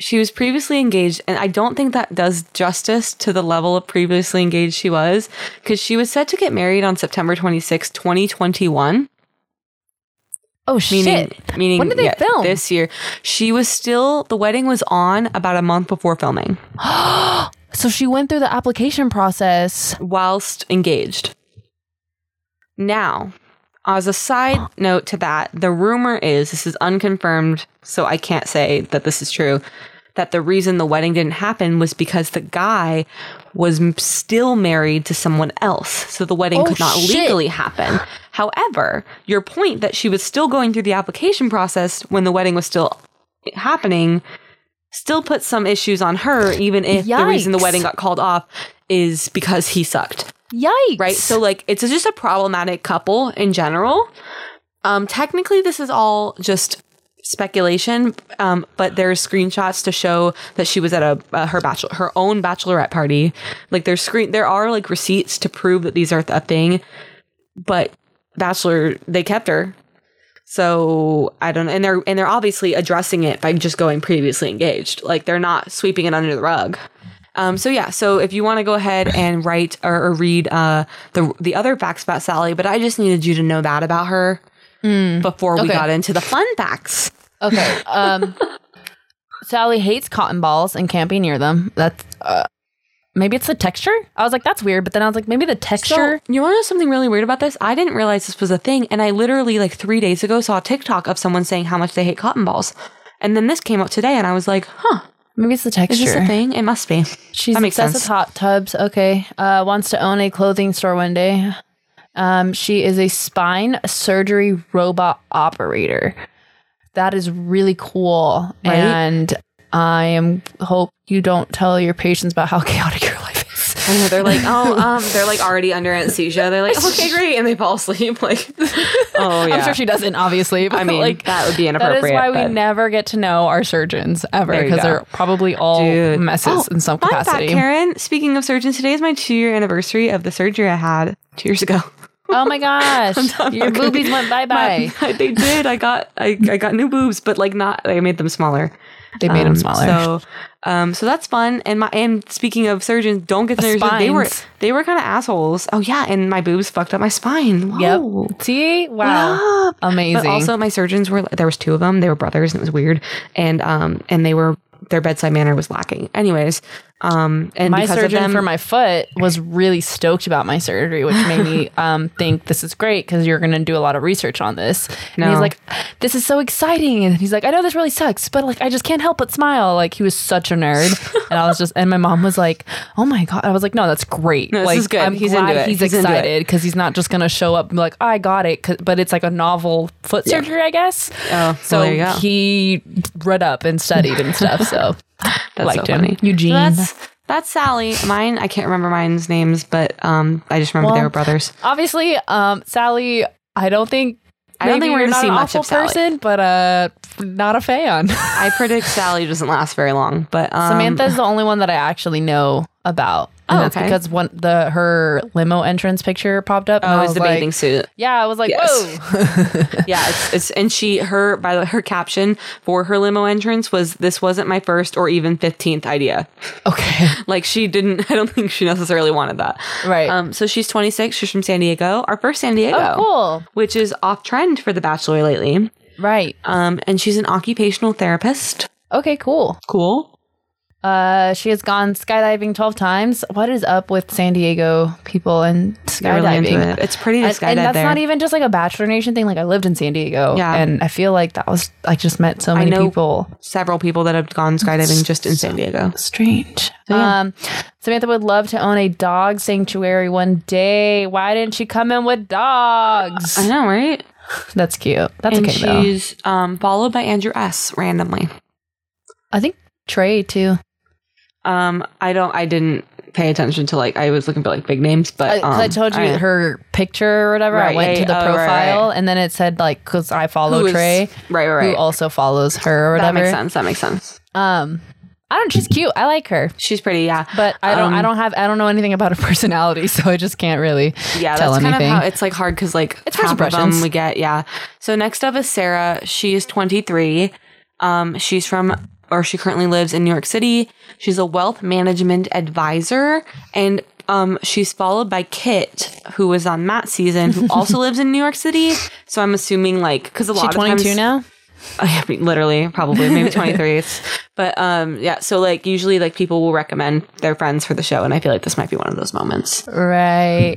Speaker 3: She was previously engaged, and I don't think that does justice to the level of previously engaged she was, because she was set to get married on September 26, 2021.
Speaker 2: *laughs* oh
Speaker 3: Meaning,
Speaker 2: shit!
Speaker 3: meaning
Speaker 2: When did they
Speaker 3: yeah,
Speaker 2: film?
Speaker 3: this year? She was still the wedding was on about a month before filming,
Speaker 2: So she went through the application process.
Speaker 3: whilst engaged. Now, as a side note to that, the rumor is this is unconfirmed, so I can't say that this is true. That the reason the wedding didn't happen was because the guy was m- still married to someone else, so the wedding
Speaker 2: Oh,
Speaker 3: could not
Speaker 2: shit.
Speaker 3: legally happen. However, your point that she was still going through the application process when the wedding was still happening still puts some issues on her, even if the reason the
Speaker 2: Yikes.
Speaker 3: wedding got called off is because he sucked,
Speaker 2: Yikes!
Speaker 3: right? So, like, it's just a problematic couple in general. Um, technically, this is all just speculation, um, but there's screenshots to show that she was at a uh, her bachelor her own bachelorette party. Like, there's screen there are like receipts to prove that these are a thing, but bachelor they kept her. So I don't know, and they're and they're obviously addressing it by just going previously engaged. Like they're not sweeping it under the rug. Um, so yeah, so if you want to go ahead and write or, or read uh, the the other facts about Sally, but I just needed you to know that about her before we
Speaker 2: Okay.
Speaker 3: got into the fun facts.
Speaker 2: Okay. Um, Sally hates cotton balls and can't be near them. That's uh, maybe it's the texture. I was like, that's weird. But then I was like, maybe the texture.
Speaker 3: So, you want to know something really weird about this? I didn't realize this was a thing, and I literally like three days ago saw a TikTok of someone saying how much they hate cotton balls, and then this came up today, and I was like, "Huh,
Speaker 2: maybe it's the
Speaker 3: is
Speaker 2: texture.
Speaker 3: this a thing? It must be."
Speaker 2: She's
Speaker 3: That makes
Speaker 2: obsessed
Speaker 3: sense.
Speaker 2: with hot tubs. Okay. Uh, wants to own a clothing store one day. Um, she is a spine surgery robot operator. That is really cool.
Speaker 3: Right?
Speaker 2: And I am hope you don't tell your patients about how *laughs* chaotic your life is.
Speaker 3: I know they're like, *laughs* "Oh, um, they're like already under anesthesia." They're like, "Okay, great," and they fall asleep. Like, *laughs* oh yeah.
Speaker 2: I'm sure she doesn't, obviously. But
Speaker 3: I mean,
Speaker 2: like
Speaker 3: that would be
Speaker 2: that
Speaker 3: inappropriate.
Speaker 2: is why we
Speaker 3: but-
Speaker 2: never get to know our surgeons ever
Speaker 3: There you
Speaker 2: because
Speaker 3: go.
Speaker 2: they're probably all
Speaker 3: Dude.
Speaker 2: messes
Speaker 3: Oh,
Speaker 2: in some
Speaker 3: Fun fact,
Speaker 2: capacity.
Speaker 3: Karen. Speaking of surgeons, today is my two-year anniversary of the surgery I had two years ago. *laughs*
Speaker 2: Oh my gosh, your boobies went bye bye.
Speaker 3: My- they did. I got I, I got new boobs, but like not. I made them smaller.
Speaker 2: They made them
Speaker 3: Um,
Speaker 2: smaller.
Speaker 3: So, um, so that's fun. And my and speaking of surgeons, don't get to know your surgeon- They were
Speaker 2: Spines.
Speaker 3: they were kind of assholes. Oh yeah, and my boobs fucked up my spine.
Speaker 2: Yep.
Speaker 3: Whoa.
Speaker 2: See? Wow.
Speaker 3: Up.
Speaker 2: Amazing.
Speaker 3: But also, my surgeons were there was two of them. They were brothers, and it was weird. And um, and they were their bedside manner was lacking. Anyways, um, and
Speaker 2: my
Speaker 3: because of
Speaker 2: surgeon
Speaker 3: them,
Speaker 2: for my foot was really stoked about my surgery, which made
Speaker 3: *laughs*
Speaker 2: me um, think this is great because you're going to do a lot of research on this. And he's
Speaker 3: No.
Speaker 2: like, this is so exciting. And he's like, I know this really sucks, but like, I just can't help but smile. Like, he was such a nerd. and I was just, and my mom was like, oh my God. I was like, no, that's great.
Speaker 3: No, this
Speaker 2: like,
Speaker 3: is good.
Speaker 2: I'm
Speaker 3: He's
Speaker 2: glad
Speaker 3: into it.
Speaker 2: he's,
Speaker 3: He's into it.
Speaker 2: excited because he's not just going to show up and be like, I got it. 'cause- But it's like a novel foot surgery, I guess.
Speaker 3: Oh,
Speaker 2: so
Speaker 3: well, there you go.
Speaker 2: he read up and studied and stuff. *laughs* So.
Speaker 3: That's
Speaker 2: liked
Speaker 3: so
Speaker 2: him.
Speaker 3: funny.
Speaker 2: Eugene.
Speaker 3: So that's that's Sally. Mine. I can't remember mine's names, but um, I just remember they
Speaker 2: Well,
Speaker 3: were brothers.
Speaker 2: obviously, um, Sally, I don't think
Speaker 3: I don't think we're
Speaker 2: you're
Speaker 3: gonna
Speaker 2: not
Speaker 3: see
Speaker 2: an
Speaker 3: much
Speaker 2: awful
Speaker 3: of Sally.
Speaker 2: person, but uh, not a fan.
Speaker 3: I predict Sally doesn't last very long, but
Speaker 2: *laughs*
Speaker 3: um,
Speaker 2: Samantha's the only one that I actually know about. And
Speaker 3: Oh,
Speaker 2: that's
Speaker 3: okay.
Speaker 2: because one the her limo entrance picture popped up. and
Speaker 3: Oh,
Speaker 2: I
Speaker 3: is the
Speaker 2: like-
Speaker 3: bathing *laughs* suit.
Speaker 2: Yeah, I was like,
Speaker 3: Yes.
Speaker 2: whoa.
Speaker 3: Yeah, it's, it's and she her by the her caption for her limo entrance was this wasn't my first or even fifteenth idea.
Speaker 2: *laughs* *laughs* okay.
Speaker 3: Like she didn't. *laughs* I don't think she necessarily wanted that.
Speaker 2: Right.
Speaker 3: Um. So she's 26. She's from San Diego. Our first San Diego.
Speaker 2: Oh,
Speaker 3: Which is off trend for The Bachelor lately.
Speaker 2: cool. Right.
Speaker 3: Um, and she's an occupational therapist.
Speaker 2: Okay, cool.
Speaker 3: Cool.
Speaker 2: Uh, she has gone skydiving 12 times. What is up with San Diego people and
Speaker 3: They're really
Speaker 2: skydiving?
Speaker 3: into it. It's pretty to
Speaker 2: and,
Speaker 3: skydive
Speaker 2: and that's
Speaker 3: there.
Speaker 2: not even just like a bachelor nation thing like i lived in san diego
Speaker 3: Yeah.
Speaker 2: and i feel like that was i just met so
Speaker 3: I
Speaker 2: many
Speaker 3: know.
Speaker 2: people
Speaker 3: Several people that have gone skydiving just in San Diego.
Speaker 2: strange
Speaker 3: yeah.
Speaker 2: um samantha would love to own a dog sanctuary one day why didn't she come in with dogs
Speaker 3: I know, right?
Speaker 2: that's cute that's
Speaker 3: and
Speaker 2: okay though
Speaker 3: she's um, followed by Andrew S. randomly.
Speaker 2: i think trey too
Speaker 3: Um, I don't. I didn't pay attention to like. I was looking for like big names,
Speaker 2: I,
Speaker 3: but
Speaker 2: 'cause I
Speaker 3: um,
Speaker 2: told you
Speaker 3: I-
Speaker 2: her picture or whatever i
Speaker 3: Right,
Speaker 2: went
Speaker 3: yeah,
Speaker 2: to the
Speaker 3: yeah. Oh, right,
Speaker 2: profile and then it said like because i follow
Speaker 3: who is-
Speaker 2: trey
Speaker 3: Right, right,
Speaker 2: who
Speaker 3: right.
Speaker 2: also follows her or
Speaker 3: That
Speaker 2: whatever
Speaker 3: makes sense. That makes sense.
Speaker 2: um i don't she's cute i like her
Speaker 3: She's pretty. Yeah,
Speaker 2: But I don't. I
Speaker 3: Um,
Speaker 2: don't have. I don't know anything about her *laughs* personality, so I just can't really.
Speaker 3: yeah,
Speaker 2: tell
Speaker 3: that's
Speaker 2: anything.
Speaker 3: kind of how it's like hard because like
Speaker 2: It's first
Speaker 3: half of
Speaker 2: impressions.
Speaker 3: them we get. Yeah. So next up is Sarah. She is 23. Um, she's from or she currently lives in New York City. She's a wealth management advisor and. Um, she's followed by Kit, who was on Matt's season,
Speaker 2: *laughs*
Speaker 3: who also lives in New York City. So I'm assuming, like, because a lot
Speaker 2: She's
Speaker 3: of
Speaker 2: 22
Speaker 3: times,
Speaker 2: now.
Speaker 3: *laughs* I mean, literally, probably
Speaker 2: *laughs*
Speaker 3: maybe 23. It's- but um, yeah, so like usually like people will recommend their friends for the show, and I feel like this might be one of those moments.
Speaker 2: Right.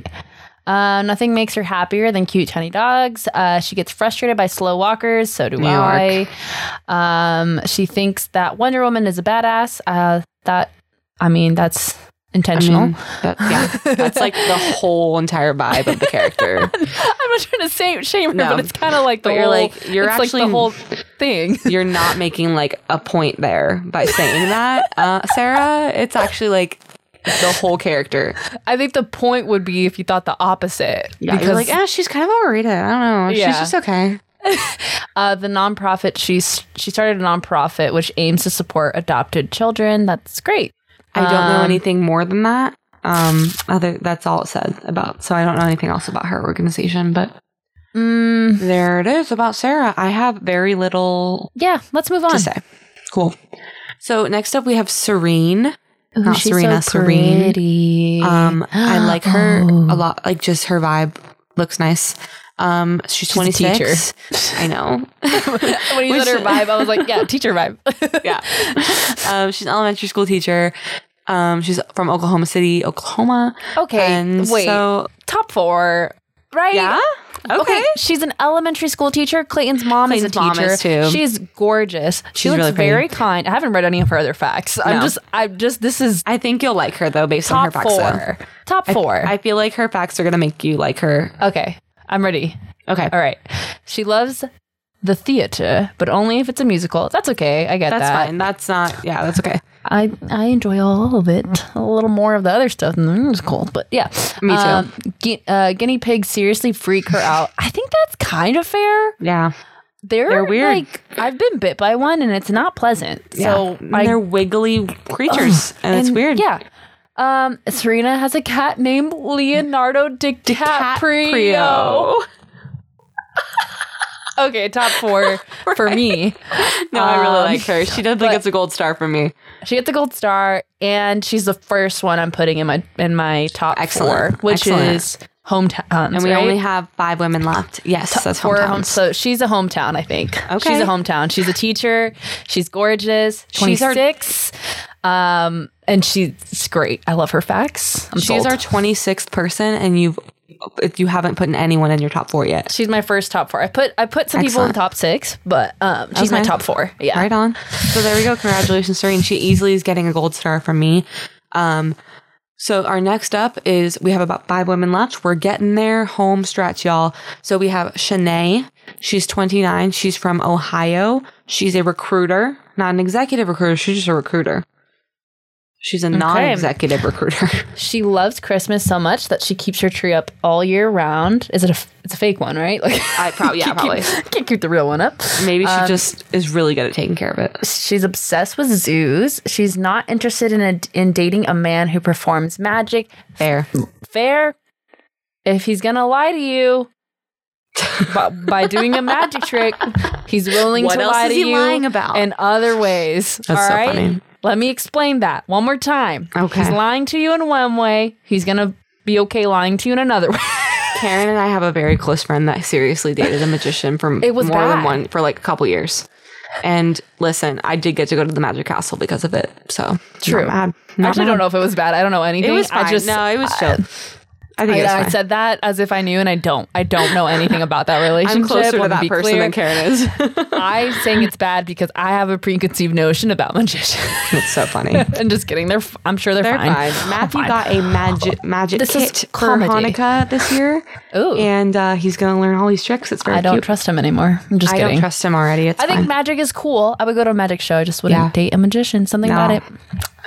Speaker 2: Uh, nothing makes her happier than cute tiny dogs. Uh, she gets frustrated by slow walkers. So do I.
Speaker 3: York.
Speaker 2: Um, she thinks that Wonder Woman is a badass. Uh, that I mean, that's intentional. I *laughs*
Speaker 3: Mm, that- yeah, that's like the whole entire vibe of
Speaker 2: *laughs*
Speaker 3: the character.
Speaker 2: am not trying to say, shame her,
Speaker 3: No.
Speaker 2: but it's kind of like the whole.
Speaker 3: But you're like- you're
Speaker 2: it's
Speaker 3: actually-
Speaker 2: like the whole thing. *laughs*
Speaker 3: You're not making like a point there by saying that, uh, Sarah. It's actually like the whole character.
Speaker 2: I think the point would be if you thought the opposite.
Speaker 3: Yeah, you're like, ah, she's kind of overrated. I don't know.
Speaker 2: Yeah.
Speaker 3: She's just okay.
Speaker 2: Uh, the nonprofit she's she started a nonprofit which aims to support adopted children. That's great.
Speaker 3: I don't know
Speaker 2: Um,
Speaker 3: anything more than that. Um, other that's all it said about. So I don't know anything else about her organization, but.
Speaker 2: Mm,
Speaker 3: There it is about Sarah. I have very little
Speaker 2: yeah, let's move on.
Speaker 3: to say. Cool. So next up we have Serene.
Speaker 2: Ooh,
Speaker 3: Not
Speaker 2: she's
Speaker 3: Serena,
Speaker 2: so
Speaker 3: Serene.
Speaker 2: pretty. *gasps*
Speaker 3: *laughs* Um I like her
Speaker 2: Oh.
Speaker 3: a lot. Like just her vibe looks nice. Um, she's
Speaker 2: a
Speaker 3: 26.
Speaker 2: teacher. *laughs*
Speaker 3: I know.
Speaker 2: *laughs* when you
Speaker 3: We
Speaker 2: said her
Speaker 3: should-
Speaker 2: vibe, I was like,
Speaker 3: *laughs*
Speaker 2: yeah, teacher vibe. *laughs*
Speaker 3: yeah. *laughs* Um, she's an elementary school teacher. Um, she's from Oklahoma City, Oklahoma.
Speaker 2: Okay,
Speaker 3: And
Speaker 2: wait.
Speaker 3: So,
Speaker 2: Top four, right?
Speaker 3: yeah. Okay.
Speaker 2: Okay. She's an elementary school teacher. Clayton's mom is a
Speaker 3: Clayton's mom
Speaker 2: teacher.
Speaker 3: is too.
Speaker 2: She's gorgeous. she
Speaker 3: She's
Speaker 2: looks
Speaker 3: really pretty.
Speaker 2: very kind. I haven't read any of her other facts. I'm
Speaker 3: No.
Speaker 2: just, I'm just. This is
Speaker 3: I think you'll like her though, based on her
Speaker 2: top
Speaker 3: facts.
Speaker 2: four. Top four.
Speaker 3: Though. I feel like her facts are gonna make you like her.
Speaker 2: okay, I'm ready.
Speaker 3: Okay.
Speaker 2: All right. She loves the theater, but only if it's a musical. That's okay. I get
Speaker 3: That's
Speaker 2: that.
Speaker 3: fine. That's not. Yeah, that's okay.
Speaker 2: I I enjoy all of it. A little more of the other stuff than the musical, but yeah.
Speaker 3: Me too.
Speaker 2: Um, gu- uh, guinea pigs seriously freak her out. I think that's kind of fair.
Speaker 3: Yeah.
Speaker 2: They're,
Speaker 3: They're weird.
Speaker 2: Like I've been bit by one, and it's not pleasant. So
Speaker 3: yeah.
Speaker 2: I,
Speaker 3: and they're wiggly
Speaker 2: *clears throat*
Speaker 3: creatures, and, it's
Speaker 2: and-
Speaker 3: weird.
Speaker 2: Yeah. Um, Serena has a cat named Leonardo DiCaprio.
Speaker 3: Caprio.
Speaker 2: Okay, top
Speaker 3: *laughs*
Speaker 2: four for me.
Speaker 3: No, I really
Speaker 2: Um,
Speaker 3: like her. She definitely
Speaker 2: but-
Speaker 3: gets a gold star from me.
Speaker 2: She gets a gold star, and she's the first one I'm putting in my in my top four,
Speaker 3: Excellent.
Speaker 2: which
Speaker 3: Excellent.
Speaker 2: is hometowns.
Speaker 3: And we
Speaker 2: right?
Speaker 3: only have five women left. Yes, that's
Speaker 2: Four home,
Speaker 3: hometowns.
Speaker 2: so she's a hometown, I think.
Speaker 3: Okay.
Speaker 2: She's a hometown. She's a teacher. She's gorgeous. She's
Speaker 3: She's our-
Speaker 2: six. Um, and she's great. I love her facts. I'm
Speaker 3: She's
Speaker 2: sold.
Speaker 3: our twenty sixth person, and you've if you haven't put in anyone in your top four yet.
Speaker 2: she's my first top four. I put I put some people in
Speaker 3: Excellent.
Speaker 2: top six, but um she's my
Speaker 3: Okay.
Speaker 2: top four. Yeah.
Speaker 3: Right on. So there we go. Congratulations, Serene. She easily is getting a gold star from me. Um, so our next up is we have about five women left. We're getting there, home stretch, y'all. So we have Shanae. She's 29. She's from Ohio. She's a recruiter, not an executive recruiter. She's just a recruiter. She's a non-executive recruiter.
Speaker 2: She loves Christmas so much that she keeps her tree up all year round. Is it a f- it's a fake one, right? Like
Speaker 3: I *laughs* prob- yeah,
Speaker 2: can't
Speaker 3: probably.
Speaker 2: *laughs* keep, can't keep the real one up.
Speaker 3: Maybe she
Speaker 2: Um,
Speaker 3: just is really good at taking care of it.
Speaker 2: She's obsessed with zoos. She's not interested in a, in dating a man who performs magic.
Speaker 3: Fair.
Speaker 2: Fair. If he's gonna lie to you by, by doing a magic trick, he's willing
Speaker 3: What
Speaker 2: to
Speaker 3: else
Speaker 2: lie
Speaker 3: is
Speaker 2: to
Speaker 3: he
Speaker 2: you
Speaker 3: lying about?
Speaker 2: in other ways.
Speaker 3: That's
Speaker 2: all
Speaker 3: so
Speaker 2: right?
Speaker 3: funny.
Speaker 2: Let me explain that one more time.
Speaker 3: Okay.
Speaker 2: He's lying to you in one way. He's gonna be okay lying to you in another *laughs* way.
Speaker 3: Karen and I have a very close friend that seriously dated a magician for
Speaker 2: It was
Speaker 3: more
Speaker 2: bad.
Speaker 3: than one for like a couple years. And listen, I did get to go to the Magic Castle because of it. So
Speaker 2: True.
Speaker 3: Not mad.
Speaker 2: I
Speaker 3: Not
Speaker 2: actually
Speaker 3: mad.
Speaker 2: don't know if it was bad. I don't know anything.
Speaker 3: It was fine.
Speaker 2: I just
Speaker 3: no, it was chill. I, think it
Speaker 2: I,
Speaker 3: was
Speaker 2: I
Speaker 3: fine.
Speaker 2: said that as if I knew, and I don't. I don't know anything about that relationship.
Speaker 3: *laughs* I'm closer to
Speaker 2: Let me
Speaker 3: that
Speaker 2: be
Speaker 3: person
Speaker 2: clear.
Speaker 3: than Karen is.
Speaker 2: I'm saying it's bad because I have a preconceived notion about *laughs* magicians.
Speaker 3: *laughs* it's so funny. They're
Speaker 2: I'm just kidding. They're. f- I'm sure they're,
Speaker 3: fine. Matthew
Speaker 2: Fine.
Speaker 3: got a magic magic
Speaker 2: This is
Speaker 3: kit for
Speaker 2: comedy.
Speaker 3: Hanukkah this year,
Speaker 2: Ooh.
Speaker 3: and uh, he's going to learn all these tricks. It's very
Speaker 2: I don't
Speaker 3: cute.
Speaker 2: trust him anymore. I'm just
Speaker 3: I
Speaker 2: kidding.
Speaker 3: don't trust him already. It's
Speaker 2: I think
Speaker 3: fine.
Speaker 2: magic is cool. I would go to a magic show. I just wouldn't
Speaker 3: Yeah.
Speaker 2: date a magician. Something
Speaker 3: No.
Speaker 2: about it.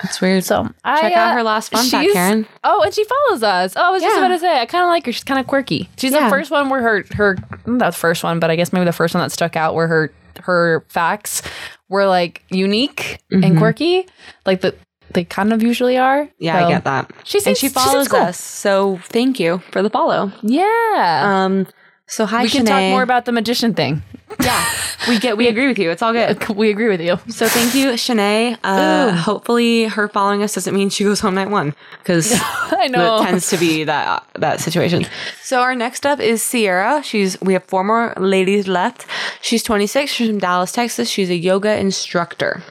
Speaker 3: it's weird.
Speaker 2: So I,
Speaker 3: Check out
Speaker 2: uh,
Speaker 3: her last fun fact,
Speaker 2: she's-
Speaker 3: Karen.
Speaker 2: Oh, and she follows us. Oh, I was just
Speaker 3: Yeah.
Speaker 2: about to say. I kind of like her. She's kind of quirky. She's the
Speaker 3: Yeah.
Speaker 2: first one where her her not the first one, but I guess maybe the first one that stuck out where her her facts were like unique and quirky, like the they kind of usually are.
Speaker 3: Mm-hmm. Yeah,
Speaker 2: So-
Speaker 3: I get that.
Speaker 2: She
Speaker 3: and
Speaker 2: seems-
Speaker 3: she
Speaker 2: she seems
Speaker 3: follows
Speaker 2: cool.
Speaker 3: us, so thank you for the follow.
Speaker 2: Yeah,
Speaker 3: Um, so hi,
Speaker 2: we can talk
Speaker 3: *laughs*
Speaker 2: more about the magician thing. *laughs*
Speaker 3: yeah. We get we agree with you. It's all good.
Speaker 2: We agree with you. *laughs*
Speaker 3: So thank you, Shanae. Uh, hopefully, her following us doesn't mean she goes home night one because *laughs*
Speaker 2: I know.
Speaker 3: that tends to be that that situation. So our next up is Sierra. She's we have four more ladies left. She's 26. She's from Dallas, Texas. She's a yoga instructor.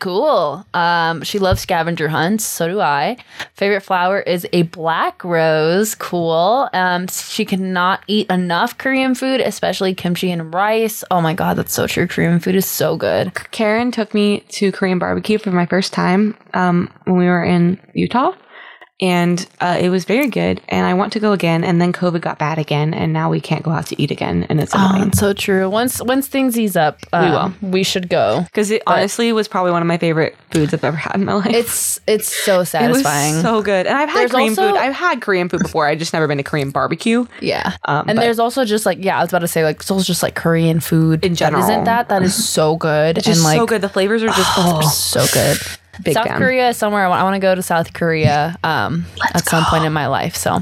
Speaker 2: Cool. Um, she loves scavenger hunts. So do I. Favorite flower is a black rose. Cool. Um, she cannot eat enough Korean food, especially kimchi and rice. Oh my god, that's so true. Korean food is so good.
Speaker 3: Karen took me to Korean barbecue for my first time um, when we were in Utah, and uh, it was very good. And I want to go again, and then COVID got bad again, and now we can't go out to eat again, and it's
Speaker 2: Oh,
Speaker 3: annoying.
Speaker 2: that's so true. Once once things ease up, um, we should go.
Speaker 3: Because it honestly was probably one of my favorite foods I've ever had in my life.
Speaker 2: It's it's so
Speaker 3: it was
Speaker 2: satisfying.
Speaker 3: so good, and I've had
Speaker 2: There's
Speaker 3: Korean
Speaker 2: also-
Speaker 3: food. I've had Korean food before. I've just never been to Korean barbecue.
Speaker 2: yeah.
Speaker 3: Um,
Speaker 2: and
Speaker 3: but-
Speaker 2: there's also just like yeah, I was about to say like so it's just like Korean food
Speaker 3: In
Speaker 2: That
Speaker 3: general.
Speaker 2: Isn't that that is so good
Speaker 3: It's just
Speaker 2: and like
Speaker 3: so good. The flavors are just oh,
Speaker 2: so good.
Speaker 3: Big
Speaker 2: South
Speaker 3: fan.
Speaker 2: Korea is somewhere I want, I want to go to South Korea um, at some point in my life. So,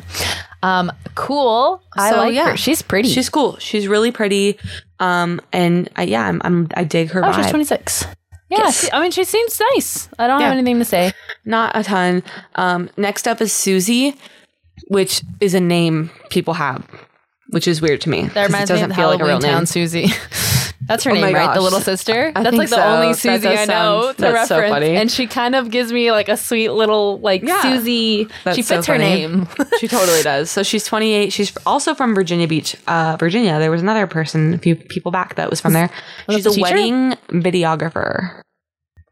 Speaker 2: um, cool. I
Speaker 3: So,
Speaker 2: like
Speaker 3: yeah.
Speaker 2: her. She's pretty.
Speaker 3: she's cool. She's really pretty, um, and I, yeah, I'm, I'm I dig her
Speaker 2: oh,
Speaker 3: vibe.
Speaker 2: she's twenty six. Yeah,
Speaker 3: Yes.
Speaker 2: she- I mean, she seems nice. I don't have
Speaker 3: Yeah.
Speaker 2: anything to say.
Speaker 3: Not a ton. Um, next up is Susie, which is a name people have. which is weird to me.
Speaker 2: That
Speaker 3: *laughs* 'cause
Speaker 2: reminds
Speaker 3: it
Speaker 2: me
Speaker 3: doesn't
Speaker 2: of
Speaker 3: feel
Speaker 2: Halloween
Speaker 3: like a real
Speaker 2: Town
Speaker 3: name.
Speaker 2: Susie. *laughs* That's her
Speaker 3: Oh
Speaker 2: name,
Speaker 3: my
Speaker 2: right? The
Speaker 3: gosh.
Speaker 2: little sister.
Speaker 3: I
Speaker 2: That's
Speaker 3: think
Speaker 2: like the
Speaker 3: so.
Speaker 2: only
Speaker 3: That
Speaker 2: Susie
Speaker 3: does
Speaker 2: I know
Speaker 3: sound-
Speaker 2: to
Speaker 3: that's so
Speaker 2: reference.
Speaker 3: funny.
Speaker 2: And she kind of gives me like a sweet little like
Speaker 3: Yeah.
Speaker 2: Susie.
Speaker 3: That's
Speaker 2: she
Speaker 3: so
Speaker 2: fits her
Speaker 3: funny. *laughs*
Speaker 2: name.
Speaker 3: she totally does. So she's 28. She's also from Virginia Beach, uh, Virginia. There was another person a few people back that was from there.
Speaker 2: Was
Speaker 3: She's
Speaker 2: it
Speaker 3: a
Speaker 2: the teacher?
Speaker 3: wedding videographer.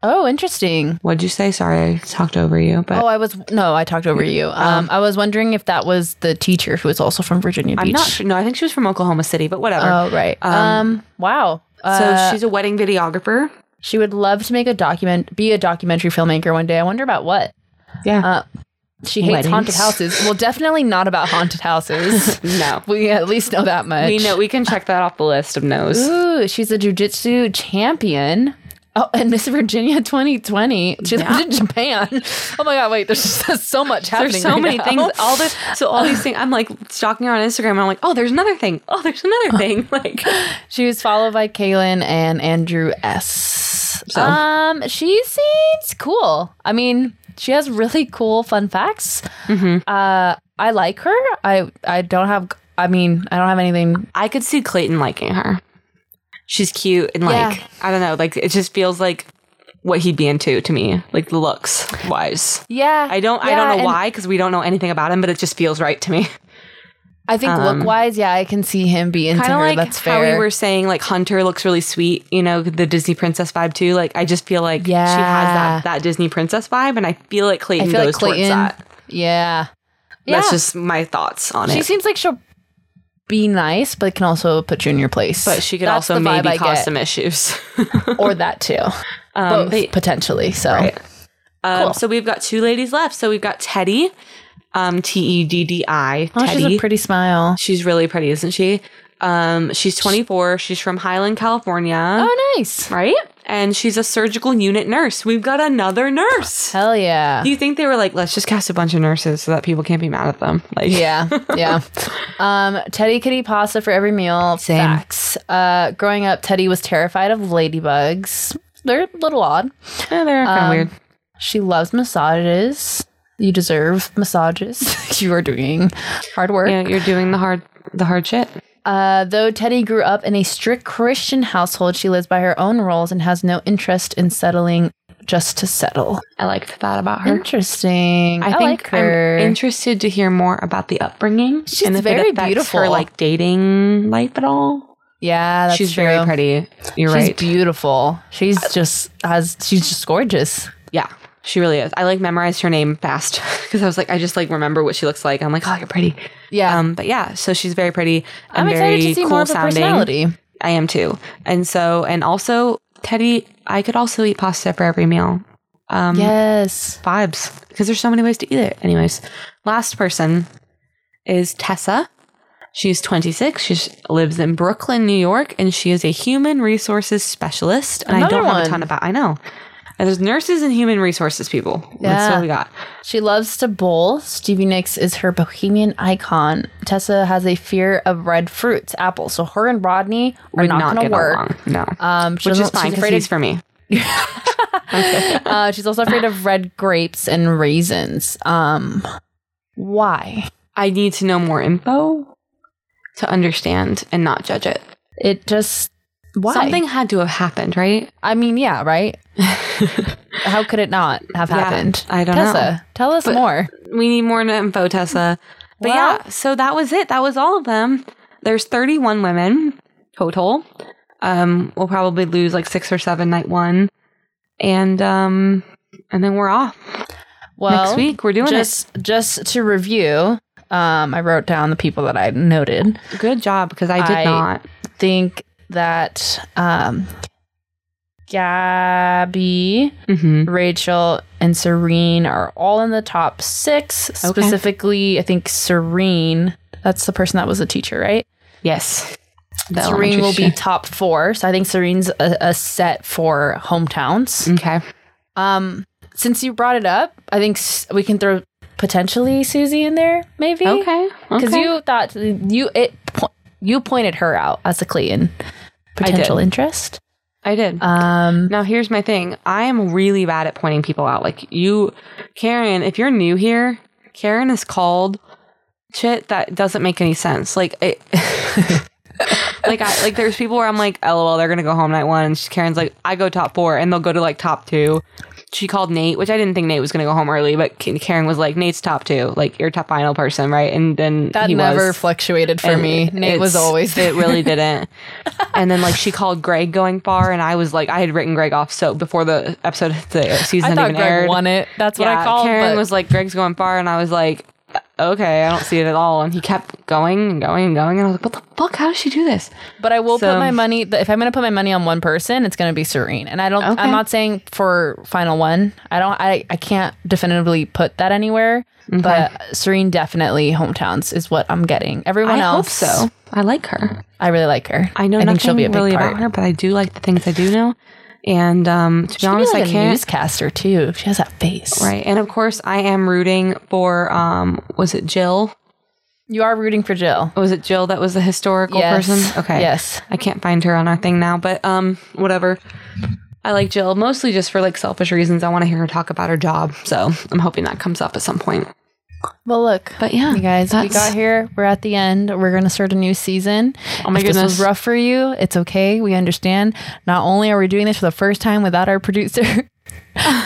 Speaker 2: oh, interesting.
Speaker 3: What'd you say? Sorry, I talked over you. But
Speaker 2: Oh, I was no, I talked over
Speaker 3: Oh.
Speaker 2: you. Um, I was wondering if that was the teacher who was also from Virginia Beach.
Speaker 3: I'm not sure. No, I think she was from Oklahoma City, but whatever.
Speaker 2: Oh, right. Um, wow.
Speaker 3: so
Speaker 2: Uh,
Speaker 3: she's a wedding videographer.
Speaker 2: she would love to make a document, be a documentary filmmaker one day. I wonder about what.
Speaker 3: Yeah.
Speaker 2: Uh, she hates
Speaker 3: Weddings.
Speaker 2: haunted houses. Well, definitely not about haunted
Speaker 3: *laughs*
Speaker 2: houses.
Speaker 3: no.
Speaker 2: we at least know that much.
Speaker 3: We know we can check that off the list of no's.
Speaker 2: Ooh, she's a jujitsu champion. Oh, and Miss Virginia 2020. She lives *laughs* in Japan. Oh my God! Wait, there's just so much happening.
Speaker 3: There's so
Speaker 2: right
Speaker 3: many
Speaker 2: now.
Speaker 3: things. All *laughs* the so all these things. I'm like stalking her on Instagram. And I'm like, oh, there's another thing. Oh, there's *laughs* another thing. Like,
Speaker 2: She was followed by Kaylin and Andrew S.
Speaker 3: So?
Speaker 2: Um, she seems cool. I mean, she has really cool fun facts. Uh, I like her. I I don't have. I mean, I don't have anything.
Speaker 3: I could see Clayton liking her. She's cute and
Speaker 2: Yeah.
Speaker 3: like I don't know. Like it just feels like what he'd be into to me. Like the looks wise.
Speaker 2: Yeah,
Speaker 3: I don't. I
Speaker 2: yeah,
Speaker 3: don't know
Speaker 2: and
Speaker 3: why because we don't know anything about him, but it just feels right to *laughs* me.
Speaker 2: I think
Speaker 3: Um,
Speaker 2: look wise, yeah, I can see him be into
Speaker 3: kind
Speaker 2: her.
Speaker 3: of like
Speaker 2: That's
Speaker 3: how
Speaker 2: fair.
Speaker 3: we were saying like hunter looks really sweet you know the disney princess vibe too like i just feel like she has
Speaker 2: Yeah.
Speaker 3: that, that disney princess vibe and i feel like
Speaker 2: I
Speaker 3: clayton
Speaker 2: feel like
Speaker 3: goes
Speaker 2: Clayton.
Speaker 3: towards that
Speaker 2: Yeah,
Speaker 3: that's
Speaker 2: Yeah.
Speaker 3: just my thoughts on
Speaker 2: she
Speaker 3: it
Speaker 2: seems like she'll be nice, but can also put you in your place.
Speaker 3: but she could
Speaker 2: That's the
Speaker 3: also
Speaker 2: vibe
Speaker 3: maybe
Speaker 2: I
Speaker 3: cause
Speaker 2: get.
Speaker 3: some issues *laughs*
Speaker 2: or that too,
Speaker 3: um,
Speaker 2: both
Speaker 3: but-
Speaker 2: potentially. So
Speaker 3: right. um,
Speaker 2: Cool.
Speaker 3: so we've got two ladies left so we've got teddy um t-e-d-d-i
Speaker 2: oh,
Speaker 3: teddy
Speaker 2: she's a pretty smile.
Speaker 3: she's really pretty isn't she um she's 24 she's from highland california
Speaker 2: Oh, nice.
Speaker 3: right and she's a surgical unit nurse we've got another nurse
Speaker 2: Hell yeah.
Speaker 3: *laughs* Do you think they were like, let's just cast a bunch of nurses so that people can't be mad at them? Like, *laughs*
Speaker 2: yeah, *laughs* yeah. Um, Teddy could eat pasta for every meal.
Speaker 3: Same.
Speaker 2: Facts. Uh, growing up, Teddy was terrified of ladybugs. They're a little odd.
Speaker 3: eh, they're kind of
Speaker 2: Um,
Speaker 3: weird.
Speaker 2: She loves massages. You deserve massages. *laughs* you are doing hard work.
Speaker 3: Yeah, you're doing the hard, the hard shit.
Speaker 2: Uh, though Teddy grew up in a strict Christian household, she lives by her own rules and has no interest in settling just to settle.
Speaker 3: I liked that about her.
Speaker 2: Interesting. I,
Speaker 3: Mm. I think
Speaker 2: like her.
Speaker 3: I'm interested to hear more about the upbringing.
Speaker 2: She's
Speaker 3: and if
Speaker 2: very
Speaker 3: it affects
Speaker 2: beautiful.
Speaker 3: Her like dating life at all.
Speaker 2: yeah, that's
Speaker 3: she's
Speaker 2: true.
Speaker 3: very pretty. You're
Speaker 2: She's
Speaker 3: right.
Speaker 2: beautiful. She's just has she's just gorgeous.
Speaker 3: yeah, she really is. I like memorized her name fast *laughs* because I was like, I just like remember what she looks like. I'm like, oh, you're pretty.
Speaker 2: Yeah.
Speaker 3: Um, but yeah, so she's very pretty.
Speaker 2: I'm
Speaker 3: and
Speaker 2: excited
Speaker 3: very
Speaker 2: to see
Speaker 3: cool
Speaker 2: more of her
Speaker 3: sounding. Mm-hmm.
Speaker 2: personality.
Speaker 3: I am too. And so, and also, Teddy, I could also eat pasta for every meal. Um,
Speaker 2: Yes.
Speaker 3: Vibes. Because there's so many ways to eat it. Anyways, last person is Tessa. She's 26. She lives in Brooklyn, New York, and she is a human resources specialist. And
Speaker 2: Another
Speaker 3: I don't have
Speaker 2: one.
Speaker 3: a ton about. I know. And there's nurses and human resources people. That's
Speaker 2: Yeah.
Speaker 3: what we got.
Speaker 2: She loves to bowl. Stevie Nicks is her bohemian icon. Tessa has a fear of red fruits, apples. So her and Rodney are
Speaker 3: Would
Speaker 2: not, going to work.
Speaker 3: No.
Speaker 2: Um, she
Speaker 3: Which is
Speaker 2: doesn't-
Speaker 3: fine
Speaker 2: She's
Speaker 3: because
Speaker 2: afraid
Speaker 3: he's
Speaker 2: of,
Speaker 3: for me. *laughs*
Speaker 2: *laughs* uh, she's also afraid of red grapes and raisins. Um, why?
Speaker 3: I need to know more info to understand and not judge it.
Speaker 2: It just why?
Speaker 3: Something had to have happened, right?
Speaker 2: I mean, yeah,
Speaker 3: *laughs*
Speaker 2: right. How could it not have
Speaker 3: Yeah,
Speaker 2: happened?
Speaker 3: I don't
Speaker 2: Tessa,
Speaker 3: know.
Speaker 2: tell us more.
Speaker 3: We need more info, Tessa. But
Speaker 2: Well-
Speaker 3: yeah, so that was it. That was all of them. There's 31 women total. Um, we'll probably lose like six or seven night one, and um, and then we're off
Speaker 2: Well,
Speaker 3: next week. We're doing
Speaker 2: just just to review, um, I wrote down the people that I noted.
Speaker 3: it. Good job because I did
Speaker 2: I-
Speaker 3: not.
Speaker 2: Think that um, Gabby,
Speaker 3: Mm-hmm.
Speaker 2: Rachel, and Serene are all in the top six. Specifically, I think Serene. That's the person that was a teacher, right?
Speaker 3: Yes, The
Speaker 2: Serene
Speaker 3: elementary
Speaker 2: will be
Speaker 3: teacher.
Speaker 2: top four. So I think Serene's a, a set for hometowns.
Speaker 3: okay.
Speaker 2: Um, since you brought it up, I think s- we can throw potentially Susie in there, maybe.
Speaker 3: Okay,
Speaker 2: because
Speaker 3: okay.
Speaker 2: you thought you it po- you pointed her out as a Clayton
Speaker 3: did.
Speaker 2: potential interest.
Speaker 3: I did.
Speaker 2: Um,
Speaker 3: Now here's my thing. I am really bad at pointing people out. Like you, Karen, if you're new here, Karen is called shit that doesn't make any sense. Like it. *laughs* like I like there's people where I'm like, lol, they're gonna go home night one. And she- Karen's like, I go top four, and they'll go to like top two. She called Nate, which I didn't think Nate was gonna go home early, but K- Karen was like, Nate's top two, like your top final person, right? And then
Speaker 2: That
Speaker 3: he
Speaker 2: never
Speaker 3: was.
Speaker 2: fluctuated for
Speaker 3: And
Speaker 2: me.
Speaker 3: it-
Speaker 2: Nate was
Speaker 3: it's-
Speaker 2: always there.
Speaker 3: *laughs* It really didn't. and then like she called Greg going far, and I was like, I had written Greg off so before the episode of the
Speaker 2: *laughs*
Speaker 3: season
Speaker 2: I
Speaker 3: had
Speaker 2: thought
Speaker 3: even
Speaker 2: Greg
Speaker 3: aired.
Speaker 2: won it. That's what
Speaker 3: yeah,
Speaker 2: I called.
Speaker 3: Karen
Speaker 2: but
Speaker 3: was like, Greg's going far, and I was like, okay, I don't see it at all. And he kept going and going and going, and I was like, what the fuck? How does she do this?
Speaker 2: But I will put
Speaker 3: So-
Speaker 2: my money. th- If I'm going to put my money on one person, it's going to be Serene. And I don't.
Speaker 3: Okay.
Speaker 2: I'm not saying for final one. I don't. I I can't definitively put that anywhere. But Serene definitely hometowns is what I'm getting. Everyone
Speaker 3: I hope
Speaker 2: else,
Speaker 3: so. I like her.
Speaker 2: I really like her.
Speaker 3: I know
Speaker 2: I
Speaker 3: nothing
Speaker 2: think she'll be a big
Speaker 3: really
Speaker 2: part.
Speaker 3: about her, but I do like the things I do know. And um, to be
Speaker 2: She'll be
Speaker 3: honest,
Speaker 2: like
Speaker 3: I
Speaker 2: a
Speaker 3: can't.
Speaker 2: newscaster too. She has that face.
Speaker 3: Right, and of course, I am rooting for. Um, was it Jill?
Speaker 2: You are rooting for Jill.
Speaker 3: Was it Jill that was the historical
Speaker 2: Yes.
Speaker 3: person? Okay.
Speaker 2: Yes.
Speaker 3: I can't find her on our thing now, but um, whatever. I like Jill mostly just for like selfish reasons. I want to hear her talk about her job, so I'm hoping that comes up at some point.
Speaker 2: Well, look.
Speaker 3: But yeah,
Speaker 2: You guys, we
Speaker 3: that's-
Speaker 2: got here. We're at the end. We're going to start a new season.
Speaker 3: Oh my
Speaker 2: if This was
Speaker 3: goodness.
Speaker 2: rough for you. It's okay. We understand. Not only are we doing this for the first time without our producer, *laughs*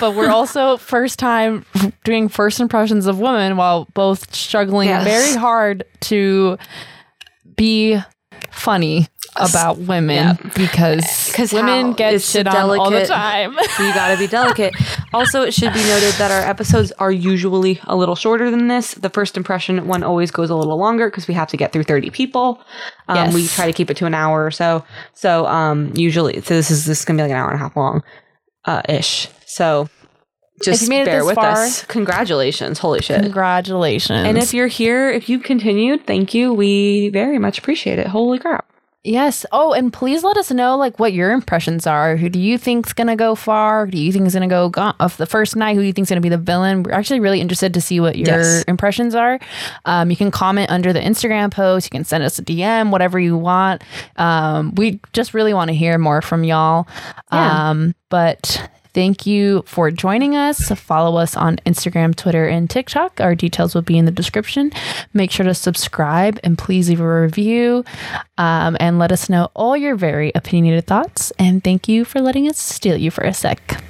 Speaker 2: but we're
Speaker 3: *laughs*
Speaker 2: also first time doing first impressions of women while both struggling
Speaker 3: Yes.
Speaker 2: very hard to be funny about women because
Speaker 3: Eh, 'Cause
Speaker 2: women
Speaker 3: how-
Speaker 2: get
Speaker 3: it's a
Speaker 2: shit on all the
Speaker 3: delicate- *laughs*
Speaker 2: time.
Speaker 3: you gotta be delicate. Also, it should be noted that our episodes are usually a little shorter than this. The first impression one always goes a little longer because we have to get through 30 people. Um, We
Speaker 2: Yes.
Speaker 3: try to keep it to an hour or so. So um, usually, so this is this is gonna be like an hour and a half long, uh, ish. So just
Speaker 2: you made it
Speaker 3: bear
Speaker 2: this
Speaker 3: with
Speaker 2: far-
Speaker 3: us. Congratulations! Holy shit!
Speaker 2: Congratulations.
Speaker 3: And if you're here, if you've continued, thank you. We very much appreciate it. Holy crap!
Speaker 2: Yes. Oh, and please let us know like what your impressions are. Who do you think's gonna go far? Who do you think is gonna go go- off the first night? Who do you think's gonna be the villain? We're actually really interested to see what your
Speaker 3: Yes.
Speaker 2: impressions are. Um, you can comment under the Instagram post. You can send us a DM, whatever you want. Um, we just really want to hear more from y'all.
Speaker 3: Yeah.
Speaker 2: Um, but. Thank you for joining us. Follow us on Instagram, Twitter, and TikTok. Our details will be in the description. Make sure to subscribe and please leave a review um, and let us know all your very opinionated thoughts. And thank you for letting us steal you for a sec.